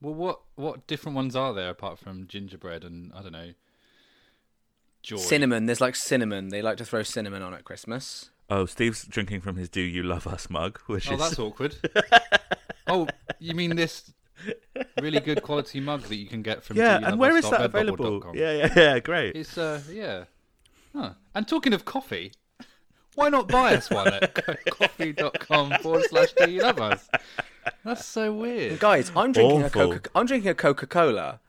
Well, what what different ones are there apart from gingerbread and I don't know? Joy. Cinnamon. There's like cinnamon. They like to throw cinnamon on at Christmas. Oh, Steve's drinking from his "Do You Love Us" mug, which Oh, is that's awkward. oh, you mean this really good quality mug that you can get from yeah. do you And love where us is dot that redbubble dot available? com. Yeah, yeah, yeah. Great. It's uh yeah. Huh. And talking of coffee, why not buy us one at coffee.com forward slash do you love us? That's so weird. Guys, I'm drinking Awful. a Coca. I'm drinking a Coca Cola,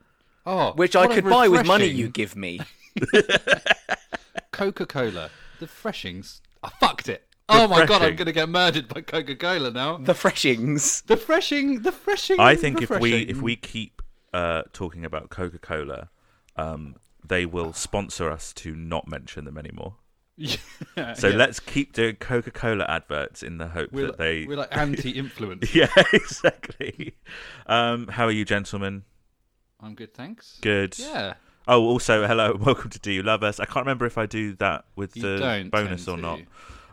Oh, which what I a could buy with money refreshing you give me. Coca Cola. The freshings. I fucked it. Oh my god, I'm Refreshing. gonna get murdered by Coca Cola now. The freshings. The freshing, the freshing. I think if we refreshing. if we keep uh, talking about Coca Cola, um, they will sponsor us to not mention them anymore. yeah, So yeah. let's keep doing Coca Cola adverts in the hope we're, that they. we're like anti-influence. yeah, exactly. Um, how are you, gentlemen? I'm good, thanks. Good. Yeah, Oh, also, hello, and welcome to Do You Love Us? I can't remember if I do that with You the don't bonus or tend not. to.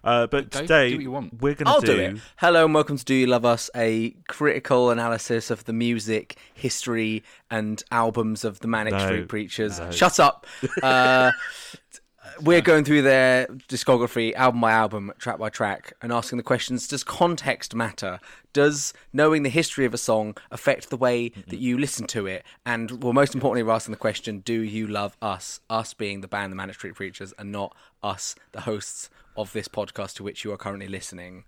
Uh, but Go- do today, what you want. we're going I'll to do it. Hello and welcome to Do You Love Us, a critical analysis of the music, history, and albums of the Manic No, Street Preachers. Shut up. Uh, we're going through their discography, album by album, track by track, and asking the questions Does context matter? Does knowing the history of a song affect the way that you listen to it? And, well, most importantly, we're asking the question Do you love us? Us being the band, the Manic Street Preachers, and not us, the hosts of this podcast to which you are currently listening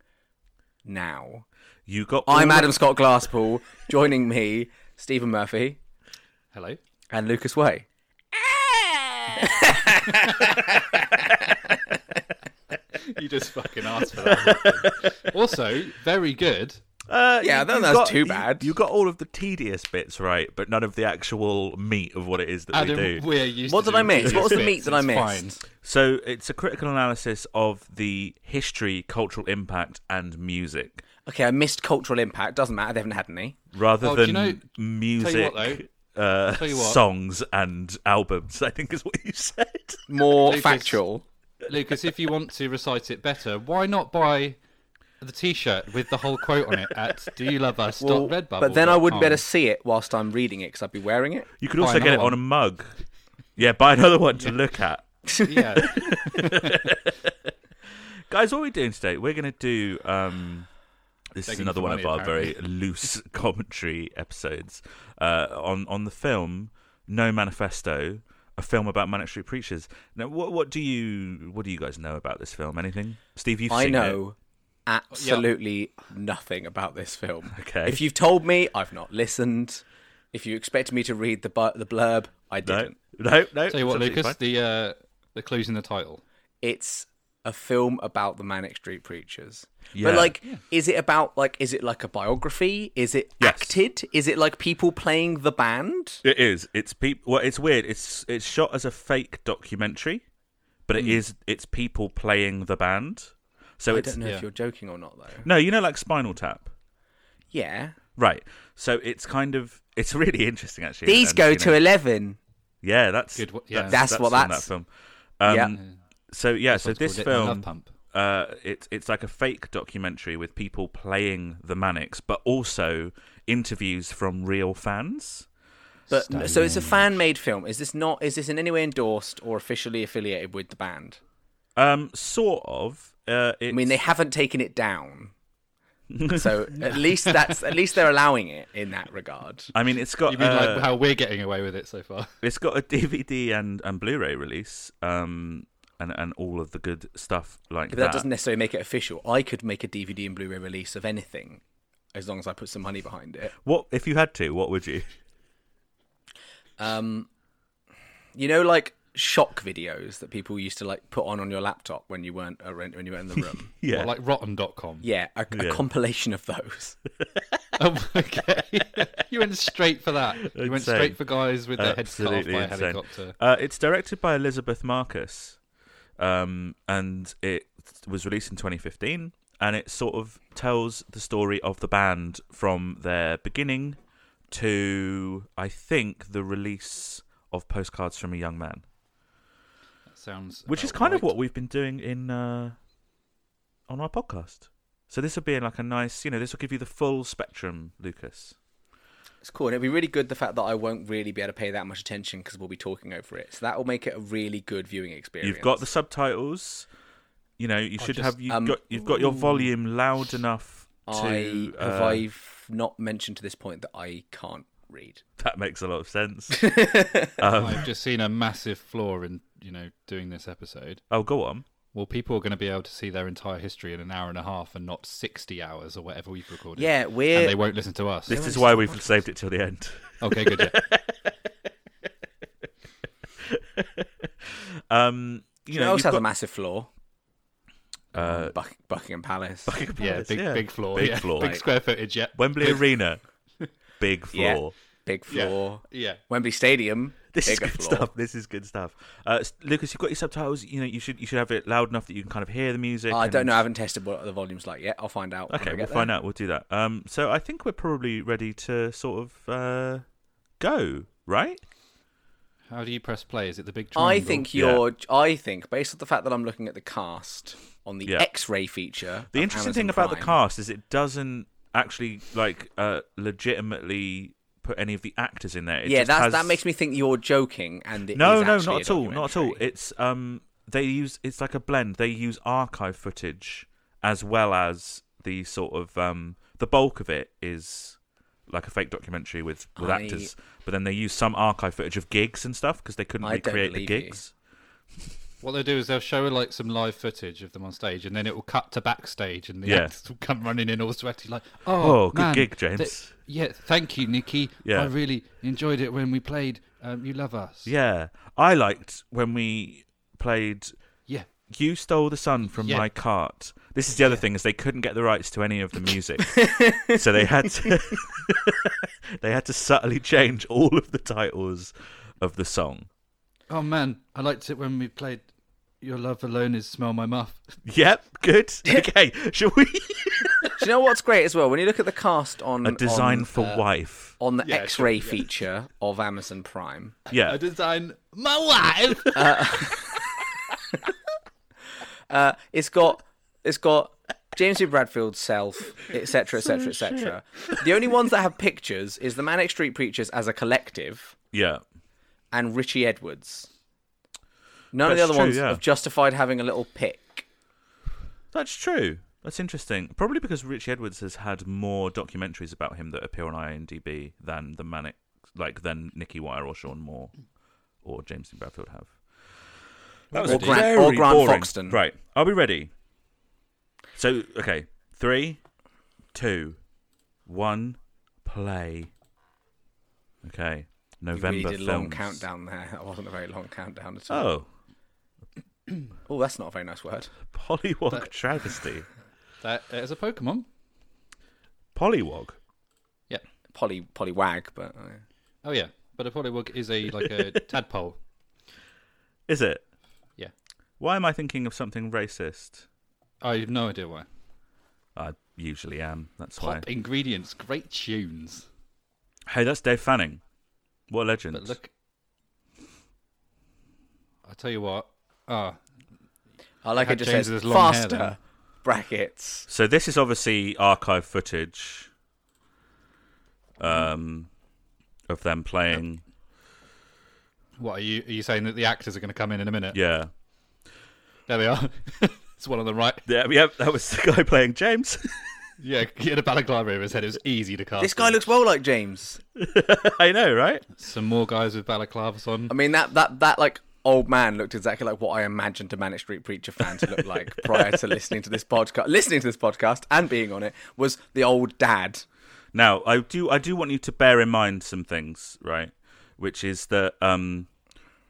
now. You got. I'm all- Adam Scott Glasspool. Joining me, Stephen Murphy hello. and Lucas Way. You just fucking asked for that. also, very good. Uh, Yeah, you- then you that's got- too you- bad. You, got all of the tedious bits right, but none of the actual meat of what it is that Adam, we do. we're used. What to did I doing miss? What was the bits, meat that I it's missed? fine. so it's a critical analysis of the history, cultural impact, and music, Okay, I missed cultural impact. Doesn't matter. They haven't had any. rather Oh, do than you know- tell music, what, uh, Tell you what. songs, and albums. I think is what you said. More Lucas. factual. Lucas, if you want to recite it better, why not buy the T-shirt with the whole quote on it at Do You Love Us? Well, dot Redbubble but then I dot would com. better see it whilst I'm reading it because I'd be wearing it. You could also another get it one. on a mug. Yeah, buy another one to look at. Yeah. Guys, what are we doing today? We're going to do. Um, this is Begging another for one money, of our apparently. very loose commentary episodes uh, on on the film No Manifesto, a film about Manic Street Preachers. Now, what what do you what do you guys know about this film? Anything, Steve? You've I seen know absolutely nothing about this film. Okay. If you've told me, I've not listened. If you expect me to read the bu- the blurb, I it. didn't. No, no, no. Tell you what, it's absolutely Lucas, fine. the uh, the clues in the title. It's a film about the Manic Street Preachers. Yeah. But like, is it about like, is it like a biography? Is it Yes. acted? Is it like people playing the band? It is. It's people. Well, it's weird. It's it's shot as a fake documentary, but it is. It's people playing the band. So Hmm. I it's don't know yeah. if you're joking or not, though. no, you know, like Spinal Tap, Yeah, right? So it's kind of. It's really interesting, actually. these and, go you to know, eleven. Yeah, that's Good wo- yeah. That's from what that's- that film. Um, Yeah. So yeah, so one's this called It and Love film, Pump. uh, it's it's like a fake documentary with people playing the Manics, but also interviews from real fans. But so it's a fan-made film. Is this not? Is this in any way endorsed or officially affiliated with the band? Um, sort of. Uh, I mean, they haven't taken it down, so at least that's at least they're allowing it in that regard. I mean, it's got. You mean uh, like how we're getting away with it so far? It's got a DVD and, and Blu-ray release, um, and and all of the good stuff like But that. that doesn't necessarily make it official. I could make a DVD and Blu-ray release of anything, as long as I put some money behind it. What if you had to? What would you? Um, you know, like shock videos that people used to like put on on your laptop when you weren't ar- when you were in the room. Yeah, Or like rotten.com. yeah, a, a Yeah. compilation of those. Oh, okay. you went straight for that. You went Insane. straight for guys with their heads cut off by absolutely a insane. helicopter. Uh, it's directed by Elizabeth Marcus, um, and it was released in 2015, and it sort of tells the story of the band from their beginning to I think the release of Postcards from a Young Man, That sounds. which is about kind of right. what we've been doing in uh, on our podcast. So this will be like a nice, you know, this will give you the full spectrum, Lucas. It's cool, and it'll be really good the fact that I won't really be able to pay that much attention because we'll be talking over it. So that will make it a really good viewing experience. You've got the subtitles. You know, you should just- have you um, have got you've got your volume loud enough I to. have uh, I've not mentioned to this point that I can't read. that makes a lot of sense. Um, I've just seen a massive flaw in you know doing this episode. oh, go on. Well, people are going to be able to see their entire history in an hour and a half, and not sixty hours or whatever we've recorded. Yeah, we're and they won't listen to us. This is why we've saved it till the end. okay, good. Yeah. Um, you you know, know, else you've has a got- massive flaw. uh, Buck- Buckingham Palace. Yeah, big, yeah. big floor. Big yeah. floor. Big square footage, yeah. Wembley Big- Arena, big Yeah. floor. Big floor. Yeah. Wembley Stadium. This bigger is good floor. stuff. This is good stuff. Uh, s- Lucas, you've got your subtitles. You know, you should you should have it loud enough that you can kind of hear the music. I don't and- know. I haven't tested what the volume's like yet. I'll find out. when Okay, I we'll get find out. We'll do that. Um, so I think we're probably ready to sort of uh, go, right? How do you press play? Is it the big triangle? I think Yeah. you're. I think based on the fact that I'm looking at the cast on the Yeah. X-ray feature. The of interesting Amazon thing about the Prime- cast is it doesn't actually like uh, legitimately put any of the actors in there. It yeah, just that's, has- that makes me think you're joking. And it no, is no, actually not a at all, not at all. documentary. It's um, they use it's like a blend. They use archive footage as well as the sort of um, the bulk of it is like a fake documentary with with I- actors, but then they use some archive footage of gigs and stuff because they couldn't I don't recreate the believe you. gigs. What they'll do is they'll show like some live footage of them on stage, and then it will cut to backstage, and the Yeah. actors will come running in all sweaty, like, "Oh, Oh, good man, gig, James." th- yeah, thank you, Nikki. Yeah. I really enjoyed it when we played. Um, you love us. Yeah, I liked when we played yeah. You stole the sun from Yeah. my cart. This is the other thing is they couldn't get the rights to any of the music, so they had to they had to subtly change all of the titles of the song. Oh man, I liked it when we played. Your love alone is smell my muff. Yep, good. Okay, shall we? Do you know what's great as well? When you look at the cast on A design um, on, for uh, wife. on the Yeah, sure, X-ray yeah. feature of Amazon Prime. Yeah, I design my wife. Uh, it's got it's got James B. Bradfield's self, etc., etc., etc. The only ones that have pictures is the Manic Street Preachers as a collective yeah. and Richie Edwards. None of That's the other true, ones yeah. have justified having a little pic. That's true. That's interesting. Probably because Richie Edwards has had more documentaries about him that appear on IMDb than the Manic, like than Nicky Wire or Sean Moore or James D. Bradfield have. That Or Grant- or Grant boring. Foxton. Right. Are we ready? So okay, three, two, one, play. Okay, You November really did a long films. countdown there. That wasn't a very long countdown at all. Oh, Oh, that's not a very nice word. Pollywog travesty. That is a Pokemon. Pollywog. Yeah. Polly polywag, but uh, Oh yeah. But a polywog is a like a tadpole. Is it? Yeah. Why am I thinking of something racist? I have no idea why. I usually am. That's why. Pop ingredients, great tunes. Hey, that's Dave Fanning. What a legend. But look, I tell you what. Ah, I like Had it just James says with his long hair faster then. brackets. So this is obviously archive footage um, of them playing. what are you? Are you saying that the actors are going to come in in a minute? Yeah. There they are. it's one on the right. Yeah, yep, that was the guy playing James. Yeah, he had a balaclava over his head. It was easy to cast. This guy him. looks well like James. I know, right? Some more guys with balaclavas on. Um, I mean that that that like old man looked exactly like what I imagined a Manic Street Preacher fan to look like prior to listening to this podcast. Listening to this podcast and being on it was the old dad. Now, I do I do want you to bear in mind some things, right? Which is that um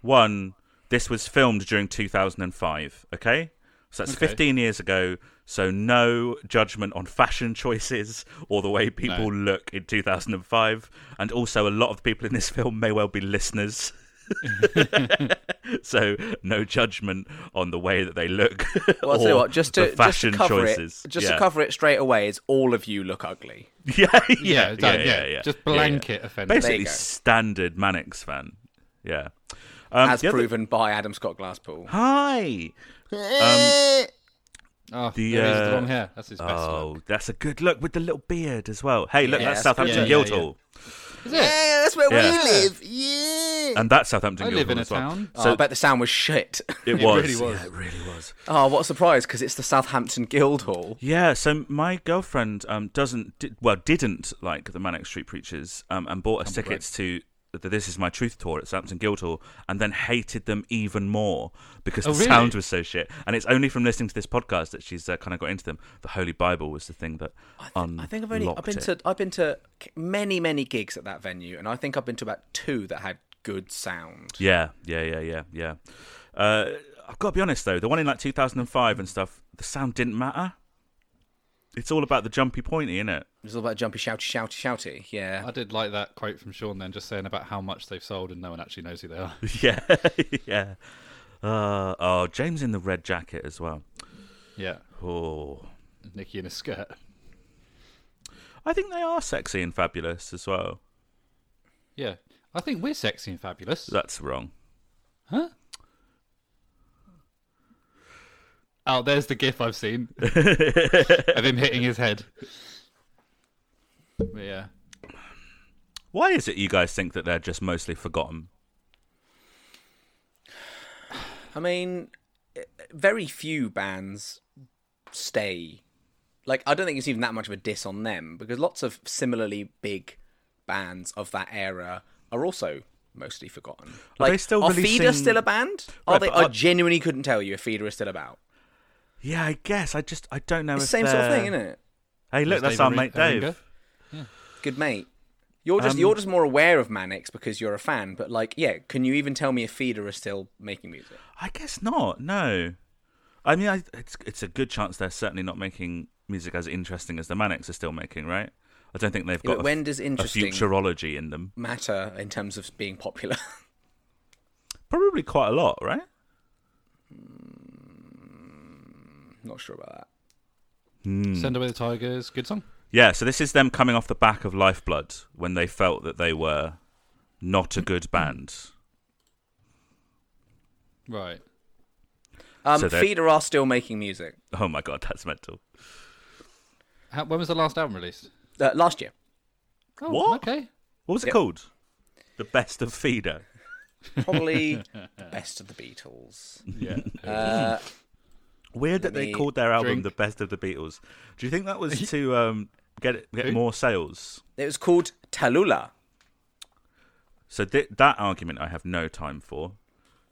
one, this was filmed during 2005, okay? So that's Okay. 15 years ago, so no judgment on fashion choices or the way people look in 2005, and also a lot of the people in this film may well be listeners. so no judgment on the way that they look Well, I'll or tell you what, just to the just to fashion cover choices. it, just yeah. to cover it straight away is all of you look ugly. yeah, yeah, yeah, yeah, done, yeah, yeah, yeah. Just Yeah, yeah. blanket offense. basically go. standard Mannix fan. Yeah. Um, as the other- Um, proven by Adam Scott Glasspool. Hi. Oh, The, there is uh, the long hair. That's his best Oh, look. that's a good look with the little beard as well. Hey, look, Yeah, that's that's good. Southampton Yeah, yeah, Guildhall, Is it? Eh, that's where Yeah. live. Yeah. and that's Southampton I Guildhall live in a as well. town. oh, I bet the sound was shit. It It was. really was. Yeah, it really was. Oh, what a surprise! Because it's the Southampton Guildhall. Yeah, so my girlfriend um, doesn't, di- well, didn't like the Manic Street Preachers um, and bought Oh, us tickets to the This Is My Truth tour at Southampton Guildhall and then hated them even more because Oh, the really? sound was so shit. And it's only from listening to this podcast that she's uh, kind of got into them. The Holy Bible was the thing that I think I've only I've been to I've been to k- many many gigs at that venue, and I think I've been to about two that had good sound. Yeah, yeah, yeah, yeah, yeah. Uh, I've got to be honest though, the one in like 2005 and stuff, the sound didn't matter. It's all about the jumpy pointy, innit? It was all about jumpy, shouty, shouty, shouty. Yeah, I did like that quote from Sean then, just saying about how much they've sold and no one actually knows who they are. Yeah, yeah. Uh, oh, James in the red jacket as well. yeah, Oh, Nikki in a skirt. I think they are sexy and fabulous as well. Yeah, I think we're sexy and fabulous. That's wrong. Huh? Oh, there's the gif I've seen of him hitting his head. But yeah, Why is it you guys think that they're just mostly forgotten? I mean, eh, very few bands stay. Like, I don't think it's even that much of a diss on them because lots of similarly big bands of that era are also mostly forgotten. Like, they still are Feeder releasing- still a band? Right, Are they? but I- I genuinely couldn't tell you if Feeder is still about. Yeah, I guess. I just I don't know. It's the if same sort of they're- thing, isn't it? Hey, look, that's Dave our Arin- mate Dave. Aringa? Good mate. You're just Um, you're just more aware of Mannix because you're a fan, but like, yeah, can you even tell me if Feeder is still making music? I guess not. No, I mean, I, it's it's a good chance they're certainly not making music as interesting as the Manics are still making, right? I don't think they've Yeah, got but a, when does a interesting- futurology in them. Matter in terms of being popular. Probably quite a lot, right? Not sure about that. Hmm. Send Away the Tigers, good song. Yeah. So this is them coming off the back of Lifeblood when they felt that they were not a good band. Right. Um, So that- Feeder are still making music. Oh my god, that's mental. How, when was the last album released? Uh, last year, Oh, What? Okay. What was it Yep. called? The best of Feeder. probably the best of the Beatles. Yeah. Uh, Weird that they me called their album drink. "The Best of the Beatles." Do you think that was to um, get get Who? more sales? it was called Tallulah. So th- that argument I have no time for.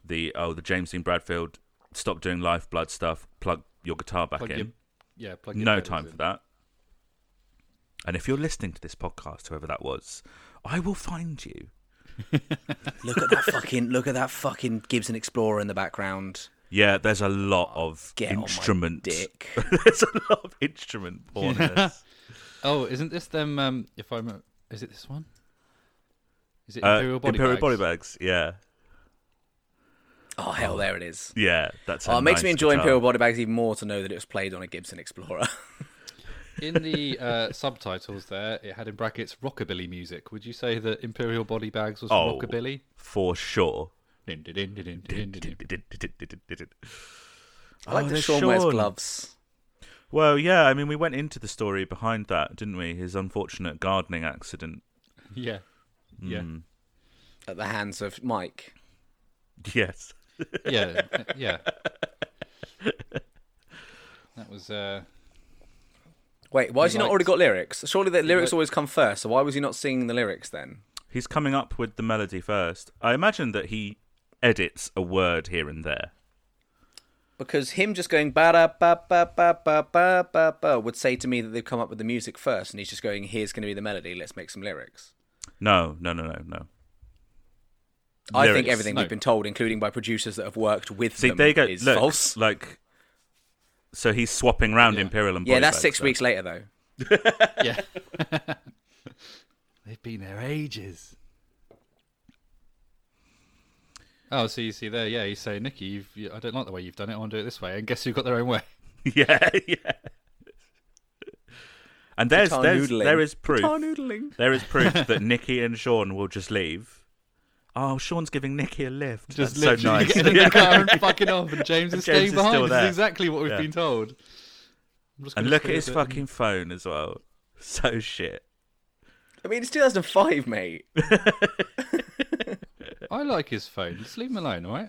The oh, the James Dean Bradfield, stop doing lifeblood stuff. Plug your guitar back Plug in. your- yeah. Plug your no pedals time in. for that. And if you're listening to this podcast, whoever that was, I will find you. Look at that fucking look at that fucking Gibson Explorer in the background. Yeah, there's a lot of Get on my instrument. dick. there's a lot of instrument porn. in this. Oh, isn't this them? Um, if I remember, is it this one? Is it Uh, Imperial Body Imperial Bags? Body Bags. Yeah, Oh hell, there it is. yeah. That's. a Oh, it makes me nice enjoy guitar. Imperial Body Bags even more to know that it was played on a Gibson Explorer. In the uh, subtitles, there it had in brackets rockabilly music. Would you say that Imperial Body Bags was Oh. rockabilly? for sure. Din, din, din, din, din, din, din. I Oh, like that there's Sean wears Sean. gloves. Well, yeah. I mean, we went into the story behind that, didn't we? His unfortunate gardening accident. Yeah, yeah, Hmm. at the hands of Mike. Yes. yeah, uh, yeah. That was uh, Wait, why has he not liked- already got lyrics? Surely the lyrics always come first, so why was he not singing the lyrics then? He's coming up with the melody first. I imagine that he edits a word here and there. Because him just going ba da ba ba ba ba ba ba ba would say to me that they've come up with the music first, and he's just going, "Here's going to be the melody. Let's make some lyrics." No, no, no, no, no. I think Lyrics. everything no. we've been told, including by producers that have worked with See, them, there you go. is Look, false. Like, so he's swapping round Imperial and yeah, Body that's Bags six then. weeks later though. yeah. They've been there ages. Oh, so you see there, yeah, he's saying, Nicky, you've, you, I don't like the way you've done it. I want to do it this way. And guess who got their own way? yeah, yeah. And there's, Guitar there's noodling. there is proof. Guitar noodling. There is proof that Nikki and Sean will just leave. Oh, Sean's giving Nikki a lift. Just That's so literally nice. getting in the car and fucking off, and James is James staying is behind. still This there. is exactly what we've Yeah. been told. I'm just and gonna look at spin his it. fucking phone as well. So shit. I mean, it's 2005, mate. I like his phone. Just leave him alone, all right?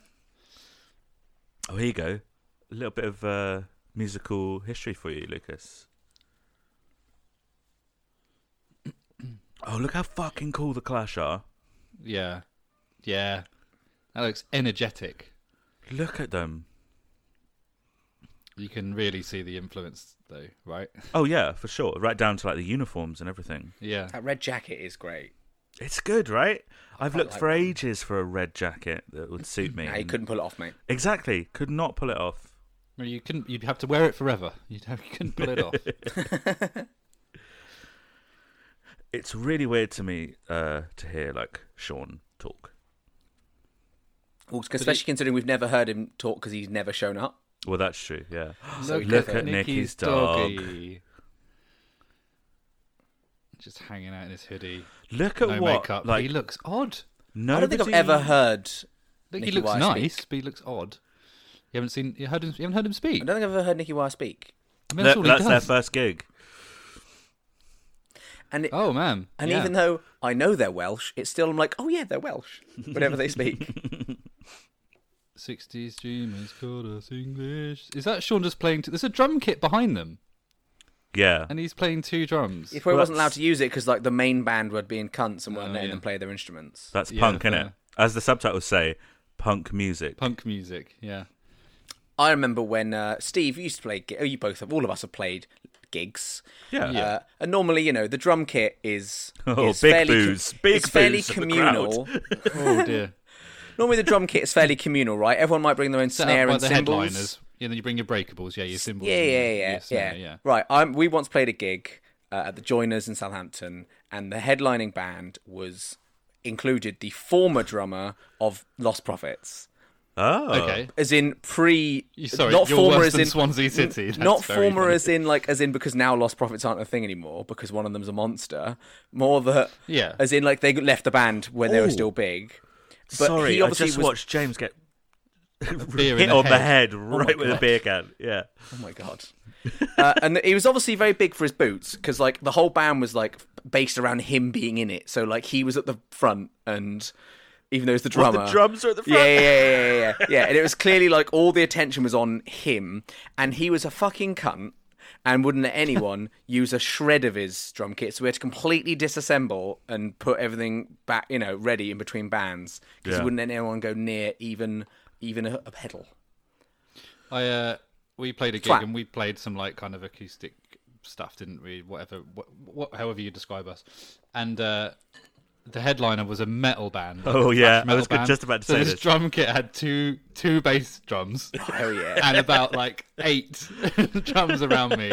Oh, here you go. A little bit of uh, musical history for you, Lucas. Oh, look how fucking cool the Clash are. Yeah. Yeah. That looks energetic. Look at them. You can really see the influence, though, right? Oh, yeah, for sure. Right down to like the uniforms and everything. Yeah. That red jacket is great. It's good, right? I've looked like for that. ages for a red jacket that would suit me. Nah, he and- couldn't pull it off, mate. Exactly. Could not pull it off. Well, You couldn't. You'd have to wear it forever. You'd have, you couldn't pull it off. It's really weird to me uh, to hear like Sean talk. Well, especially considering we've never heard him talk because he's never shown up. Well, that's true. Yeah. Look, Look at Nicky's dog. doggy. Just hanging out in his hoodie, Look at no what makeup. like he looks odd. nobody... I don't think I've ever heard. I think Nicky he looks Wire nice, speak. but he looks odd. You haven't seen, you heard him, you haven't heard him speak. I don't think I've ever heard Nicky Wire speak. I mean, Look, that's That's, all he their does. first gig. And it, Oh man! And yeah. even though I know they're Welsh, it's still I'm like, oh yeah, they're Welsh. Whenever they speak, '60s dreamers called us English. Is that Sean just playing? T- There's a drum kit behind them, Yeah. and he's playing two drums. he probably Well, wasn't allowed that's- to use it because like the main band were being cunts and weren't Oh, letting yeah. them play their instruments. That's Yeah, punk, innit? fair. As the subtitles say, punk music. Punk music, yeah. I remember when uh, Steve you used to play. gi- Oh, you both have. All of us have played gigs. Yeah. Uh, and normally, you know, the drum kit is, Oh, is big fairly, com- boos, big it's fairly boos of the communal. Oh dear. normally, the drum kit is fairly communal, right? Everyone might bring their own Set snare up by and the cymbals. headliners. Yeah, then you bring your breakables. Yeah, your cymbals. Yeah, and yeah, your- yeah, your yeah. snare, yeah. Right. I'm, we once played a gig uh, at the Joiners in Southampton, and the headlining band was included the former drummer of Lost Prophets, Oh. Okay. as in pre, You- sorry, not you're former worse as than in Swansea City. n- That's not very former funny. as in like as in because now Lost Prophets aren't a thing anymore because one of them's a monster. More that Yeah. as in like they left the band when they Ooh. were still big. But Sorry, he obviously I just was. watched James get beer in hit the on the head head. right with a beer can. Yeah. Oh my god. uh, and he was obviously very big for his boots because like the whole band was like based around him being in it. So like he was at the front and even though it's the What, drummer, the drums are at the front. Yeah, yeah, yeah, yeah, yeah, yeah. yeah. And it was clearly like all the attention was on him, and he was a fucking cunt and wouldn't let anyone use a shred of his drum kit. So we had to completely disassemble and put everything back, you know, ready in between bands because Yeah. he wouldn't let anyone go near even even a, a pedal. I uh, we played a gig Flat. and we played some like kind of acoustic stuff, didn't we? Whatever, what, what, however you describe us. And uh, the headliner was a metal band. like Oh, a yeah. thrash I was metal good- just about to so say this. this. drum kit had two two bass drums. Hell Oh, yeah. and about like eight drums around me,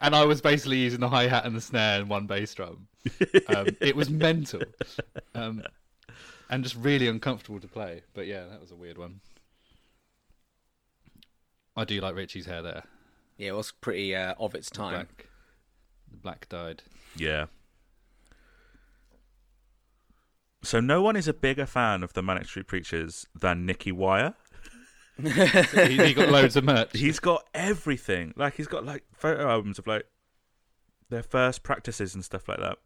and I was basically using the hi hat and the snare and one bass drum. Um, it was mental, um, and just really uncomfortable to play. But yeah, that was a weird one. I do like Richie's hair there, Yeah, it was pretty uh, of its time. black, the black dyed. Yeah. So no one is a bigger fan of the Manic Street Preachers than Nicky Wire. He, he got loads of merch. He's got everything. Like he's got like photo albums of like their first practices and stuff like that.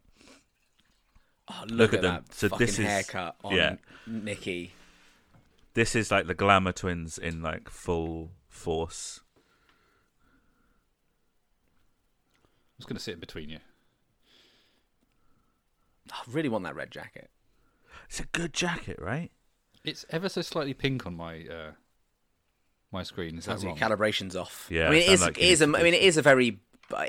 Oh, look, Look at, at them. that So fucking this is- haircut on yeah. Nikki. This is like the Glamour Twins in like full force. I'm just gonna sit in between you. I really want that red jacket. It's a good jacket, right? It's ever so slightly pink on my uh, my screen. Is that Sounds like wrong? your calibration's off. Yeah, I mean, it sound is, like it is a, you need I to- mean, it is a very.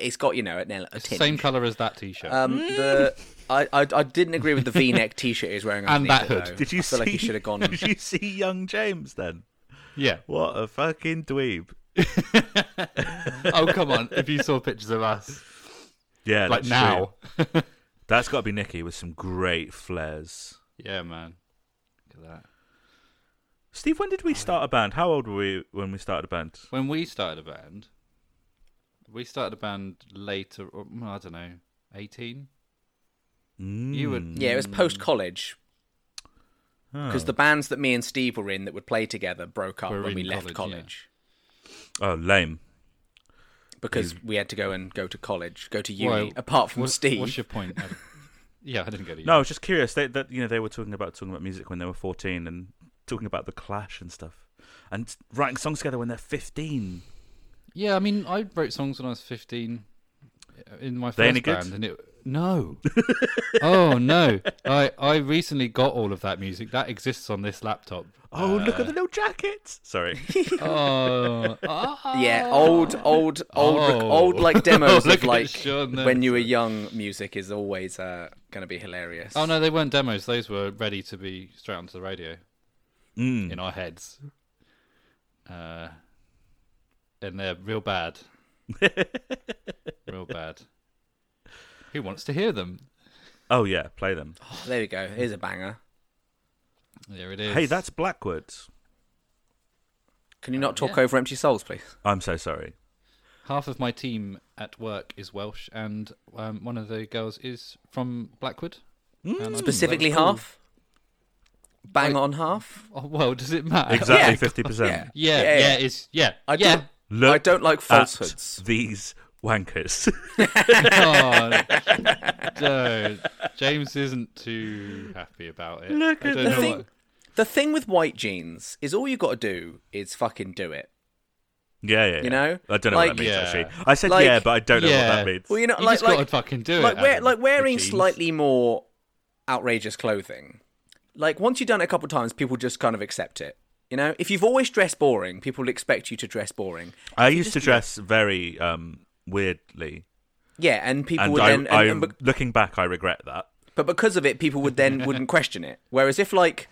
It's got you know a, nail- a It's the tinge. same color as that T-shirt. Um, the I, I I didn't agree with the V-neck T-shirt he was wearing And underneath that it, hood. though. Did you I feel see? like he should have gone. Did you see young James then? yeah. What a fucking dweeb. Oh come on! If you saw pictures of us, Yeah, like that's now, true. That's got to be Nicky with some great flares. yeah, man. Look at that. Steve, when did we start a band? How old were we when we started a band? When we started a band, we started a band later. Or, mm, I don't know, eighteen. Mm. You were Yeah, it was post college. Because the bands that me and Steve were in that would play together broke up Were when we in left college, yeah. college Oh, lame. because we had to go and go to college, go to uni. Well, apart from what- Steve, What's your point? I don't- yeah, I didn't get it. No, I was just curious. They, that you know, they were talking about talking about music when they were fourteen and talking about the Clash and stuff, and writing songs together when they're fifteen. Yeah, I mean, I wrote songs when I was fifteen uh, in my They first any good? band, and it no. oh no! I I recently got all of that music that exists on this laptop. Oh, Uh. look at the little jackets. Sorry, Oh, yeah, old, old, old, rec- Oh. old like demos Look of at like Sean there. when you were young. Music is always uh, going to be hilarious. Oh no, they weren't demos. Those were ready to be straight onto the radio Mm. in our heads. Uh, and they're real bad. real bad. Who wants to hear them? oh yeah, play them. there we go. Here's a banger. There it is. Hey, that's Blackwood. Can you not talk Oh, yeah. over empty souls, please? I'm so sorry. half of my team at work is Welsh, and um, one of the girls is from Blackwood. And I- Specifically, half. Bang on half. Oh, well, does it matter? Exactly Yeah. fifty percent. Yeah, yeah, it's yeah, I yeah. don't. I don't like falsehoods. These wankers. God. Don't. James isn't too happy about it. Look I don't the know thing. what- The thing with white jeans is all you got to do is fucking do it. yeah, yeah, yeah. You know? I don't know Like- what that means. Yeah. Actually, I said Like- yeah, but I don't know Yeah. what that means. Well, you know, You like just like gotta fucking do it, Like, wear, Adam, like wearing the jeans. slightly more outrageous clothing. Like once you've done it a couple of times, people just kind of accept it. You know, if you've always dressed boring, people expect you to dress boring. I used to dress very um, weirdly, Yeah, and people and would I, then. and- I, and be- looking back, I regret that. but because of it, people would then wouldn't question it. Whereas if like,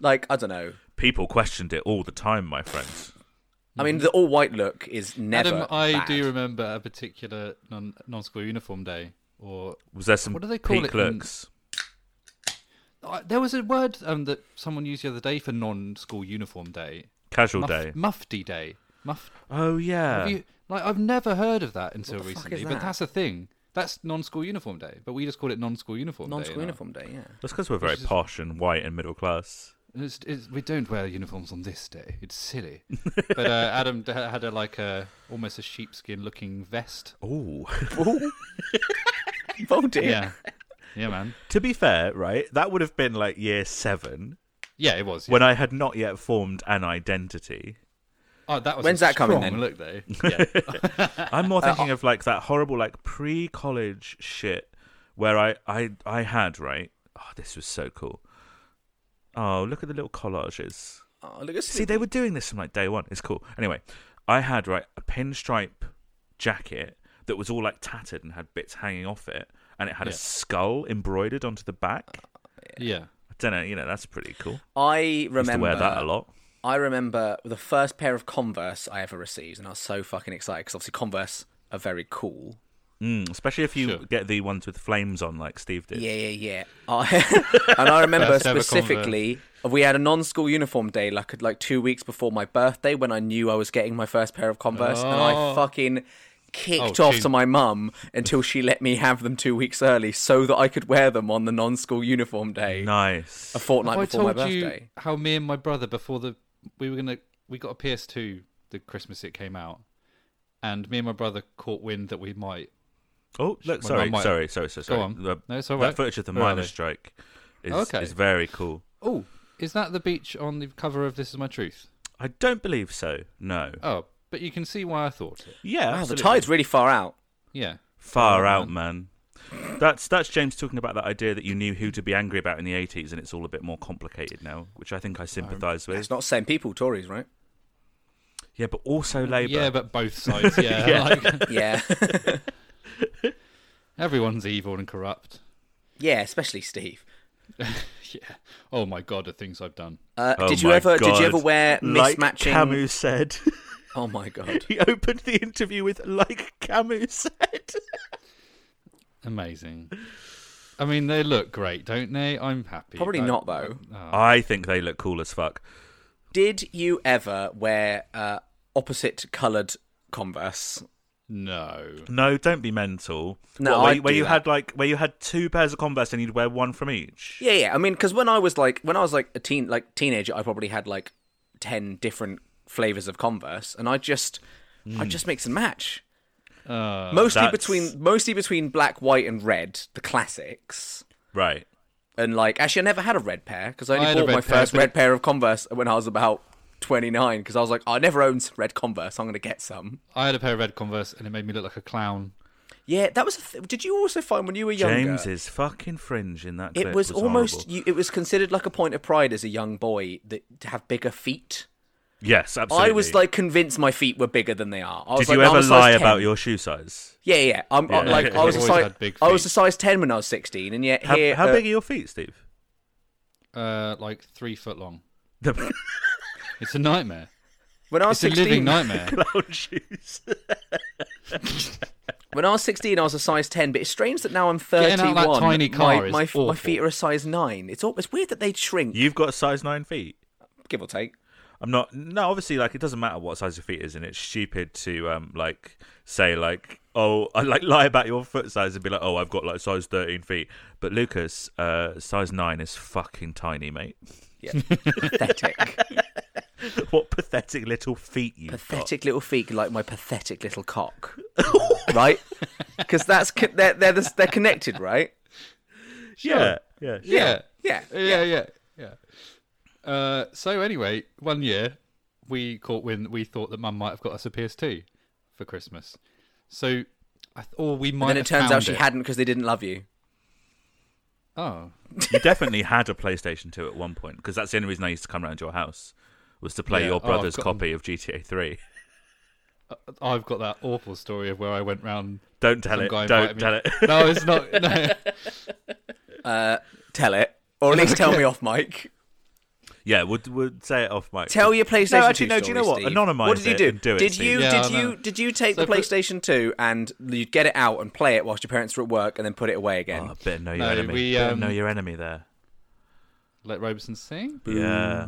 like I don't know. People questioned it all the time, my friends. I mean, the all white look is never. Adam, I bad. do remember a particular non non school uniform day, or Was there some What do they call peak it in- looks? I there was a word um, that someone used the other day for non school uniform day, Casual Muff- day. mufti day, muff. Oh yeah. have you- like I've never heard of that until the fuck recently, is but that? that's a thing. That's non school uniform day, but we just call it non school uniform day. non-school now. uniform day. Yeah. That's because we're very posh and white and middle class. It's, it's, we don't wear uniforms on this day. It's silly. but uh, Adam d- had a like a almost a sheepskin looking vest. Ooh. Oh dear. Yeah, yeah, man. to be fair, right, that would have been like year seven Yeah, it was. yeah. when I had not yet formed an identity. oh, that was When's a that coming strong then? Look though. Yeah. I'm more thinking of like that horrible like pre-college shit where I I I had right. Oh, this was so cool. Oh, look at the little collages. Oh, look at See, they were doing this from like day one. It's cool. Anyway, I had right a pinstripe jacket that was all like tattered and had bits hanging off it, and it had a Yeah. skull embroidered onto the back. Yeah. I don't know. You know, that's pretty cool. I I used to remember wear that a lot. I remember the first pair of Converse I ever received, and I was so fucking excited because obviously Converse are very cool. Mm, especially if you Sure. get the ones with flames on, like Steve did. Yeah, yeah, yeah. I, and I remember Best ever specifically, we had a non-school uniform day, like like two weeks before my birthday, when I knew I was getting my first pair of Converse, and I Oh. fucking kicked Oh, off she- to my mum until she let me have them two weeks early, so that I could wear them on the non-school uniform day, Nice. a fortnight Have I before my told birthday. you how me and my brother before the we were gonna we got a PS2 the Christmas it came out, and me and my brother caught wind that we might. Oh, look, Well, sorry, I might- sorry, sorry, sorry, sorry. on. The- No, it's all That right. footage of the Where are miners' they? strike is, Okay. is very cool. Oh, is that the beach on the cover of This Is My Truth? I don't believe so. No. Oh, but you can see why I thought it. Yeah, Wow, the absolutely. tide's really far out. Yeah. far Oh, out, man. That's that's James talking about that idea that you knew who to be angry about in the eighties, and it's all a bit more complicated now, which I think I Um, sympathise with. It's not the same people, Tories, right? Yeah, but also Labour. Yeah, but both sides. Yeah, Yeah. Like, Yeah, everyone's evil and corrupt. yeah, especially Steve. Yeah. Oh my god, the things I've done. Uh, Oh did you my ever? Did God. you ever wear like mismatching? Camus said? Oh my god! he opened the interview with "Like Camus said." Amazing. I mean, they look great, don't they? I'm happy. Probably I- not though. Oh. I think they look cool as fuck. Did you ever wear uh, opposite coloured Converse? No. No, don't be mental. No, What, where, I'd you- where do you that. had like where you had two pairs of Converse and you'd wear one from each. Yeah, yeah. I mean, because when I was like, when I was like a teen, like teenager, I probably had like ten different flavors of Converse, and I just, I just mix and match. Uh, Mostly Hmm. that's- between, mostly between black, white, and red, the classics. Right. And like, actually, I never had a red pair because I I only had a bought my red pair, first but red it- pair of Converse when I was about twenty nine because I was like, "Oh, I never owned red Converse. I'm gonna get some. I had a pair of red Converse, and it made me look like a clown. Yeah, that was. A th- Did you also find when you were younger? James is fucking fringe in that. It clip was, almost horrible. you, it was considered like a point of pride as a young boy that to have bigger feet. yes, absolutely. I was like convinced my feet were bigger than they are. I was did you like, "I'm ever a size lie 10." about your shoe size? Yeah, yeah. I'm, I'm Yeah. like I was a Always size. had big I was a feet. size ten when I was sixteen, and yet How, here, how uh, big are your feet, Steve? Uh, like three foot long. The It's a nightmare. when I was It's a living sixteen, nightmare. clown shoes. when I was sixteen, I was a size ten. But it's strange that now I'm Getting out thirty-one. of that tiny car my, is my, f- my awful. feet are a size nine. It's all, it's weird that they shrink, You've got a size nine feet. give or take. I'm not. No, obviously, like it doesn't matter what size your feet is, and it's stupid to um like say like oh I like lie about your foot size and be like oh I've got like size thirteen feet. But Lucas, uh, size nine is fucking tiny, mate. Yeah, pathetic, what pathetic little feet you've got. pathetic little feet like my pathetic little cock, right? Because that's co- they're they're, the, they're connected, right? Yeah, yeah. Yeah. Yeah, Yeah. Yeah. Yeah. Uh, so anyway, one year we caught wind. We thought that Mum might have got us a PS2 for Christmas. So, I th- or we might. And have then it turns found out she it. hadn't because they didn't love you. Oh. You definitely had a PlayStation 2 at one point because that's the only reason I used to come round your house was to play Yeah, oh, your I've brother's got- copy of GTA 3. I've got that awful story of where I went round. Don't tell some it. guy Don't invited tell me- it. No, it's not. No. Tell it, or at least tell me off mic. yeah, would would say it off mic. Oh, Tell your PlayStation. No, actually, 2 no, do you know story, what? Steve. Anonymise What did you it do? and do it, did Steve. you Yeah, did I you know. did you take So the put- PlayStation Two and you'd get it out and play it whilst your parents were at work, and then put it away again? Oh, better know your No, enemy. we, better um, know your enemy there. Let Robeson sing. Yeah.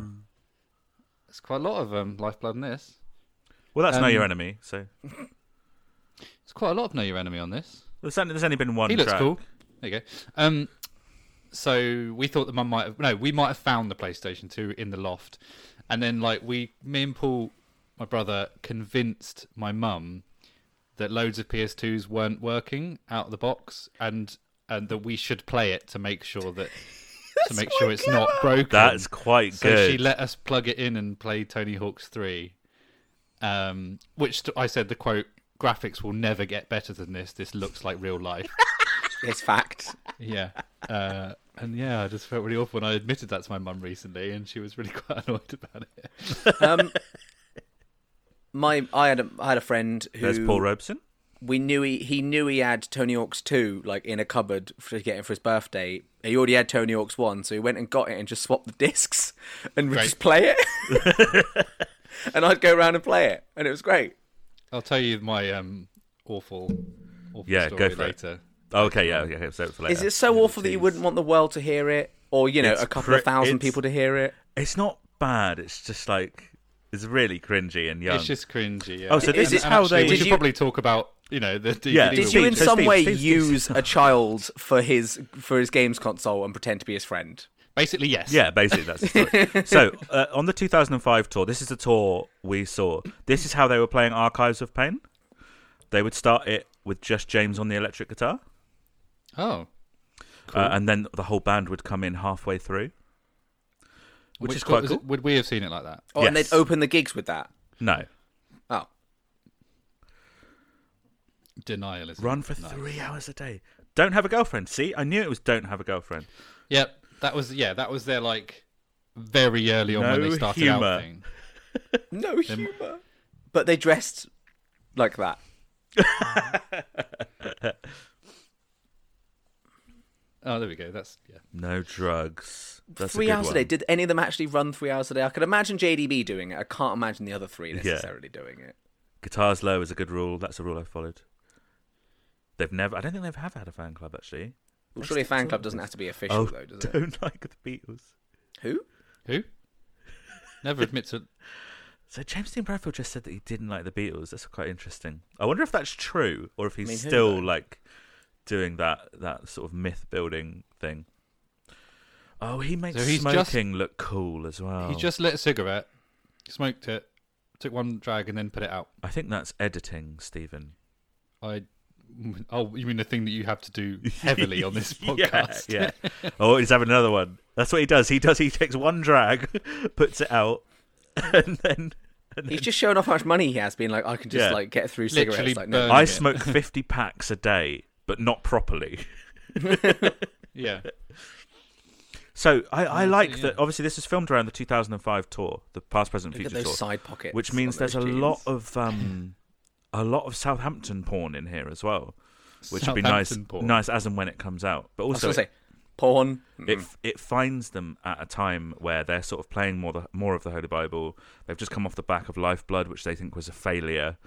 It's quite a lot of um, lifeblood in this. Well, that's know Um, your enemy. So It's quite a lot of know your enemy on this. there's only, there's only been one. He looks track. cool. There you go. Um, so we thought that mum might have no, we might have found the PlayStation Two in the loft, and then like we, me and Paul, my brother, convinced my mum that loads of PS2s weren't working out of the box, and and that we should play it to make sure that to make sure it's not broken. That's quite Um, So good. she let us plug it in and play Tony Hawk's 3. Um, which th- I said the quote, graphics will never get better than this. This looks like real life. It's fact. yeah. Uh, and yeah, I just felt really awful. And I admitted that to my mum recently, and she was really quite annoyed about it. Um, my I had a, I had a friend who There's Paul Robeson. we knew he he knew he had Tony Hawk's two like in a cupboard for- to get it for his birthday. He already had Tony Hawk's one, so he went and got it and just swapped the discs and would Great. just play it. and I'd go around and play it, and it was great. I'll tell you my um awful, awful Yeah, go story for it. later. Oh, Okay, yeah, yeah, okay, so it's later. Is it so awful that you wouldn't want the world to hear it, or you know, It's a couple cri- of thousand it's- people to hear it? It's not bad. It's just like it's really cringy and young. It's just cringy. Yeah. Um, Oh, so And- this is and how actually, they- We Did should you- probably talk about you know the DVD. Yeah. Did Steve, you in so some Steve, way Steve, Steve. use a child for his for his games console and pretend to be his friend? Basically, yes. Yeah, basically that's the story. so uh, on the 2005 tour, this is the tour we saw. This is how they were playing Archives of Pain. They would start it with just James on the electric guitar, Oh, uh, and then the whole band would come in halfway through, which, is what quite was cool. it- Would we have seen it like that? Oh, and Yes. they'd open the gigs with that. No, Oh, Denialism. run for No. three hours a day. Don't have a girlfriend. See, I knew it was don't have a girlfriend. Yep. That was yeah. That was their like very early on when No they started humour. out thing. no humor. But they dressed like that. Oh, there we go. That's yeah. No drugs. That's a three good hours one. a day. Did any of them actually run three hours a day? I could imagine JDB doing it. I can't imagine the other three necessarily doing it. Guitars low is a good rule. That's a rule I followed. They've never. I don't think they've have had a fan club actually. Well, surely a fan club doesn't have to be official, Oh, though, does it? don't like the Beatles. Who? Who? Never admit to. So James Dean Bradfield just said that he didn't like the Beatles. That's quite interesting. I wonder if that's true or if he's mean, who still knows? like doing that that sort of myth building thing. Oh, he makes So he's smoking just- look cool as well. He just lit a cigarette, smoked it, took one drag, and then put it out. I think that's editing, Stephen. I. Oh, you mean the thing that you have to do heavily on this podcast? Yeah, yeah. Oh, he's having another one. That's what he does. He does. He takes one drag, puts it out, and then He's just showing off how much money he has, being like, I can just Yeah. like get through Literally cigarettes. Like, no, burn- I Yeah. smoke fifty packs a day, but not properly. yeah. So I, I like yeah. that. Obviously, this was filmed around the 2005 tour, the past, present, look at future those tour, side pockets. which means on there's a those jeans. lot of um, a lot of Southampton porn in here as well, which would be nice, Southampton porn. nice as and when it comes out. But I was also, it, gonna say, porn. Mm. it it finds them at a time where they're sort of playing more the, more of the Holy Bible. They've just come off the back of Lifeblood, which they think was a failure.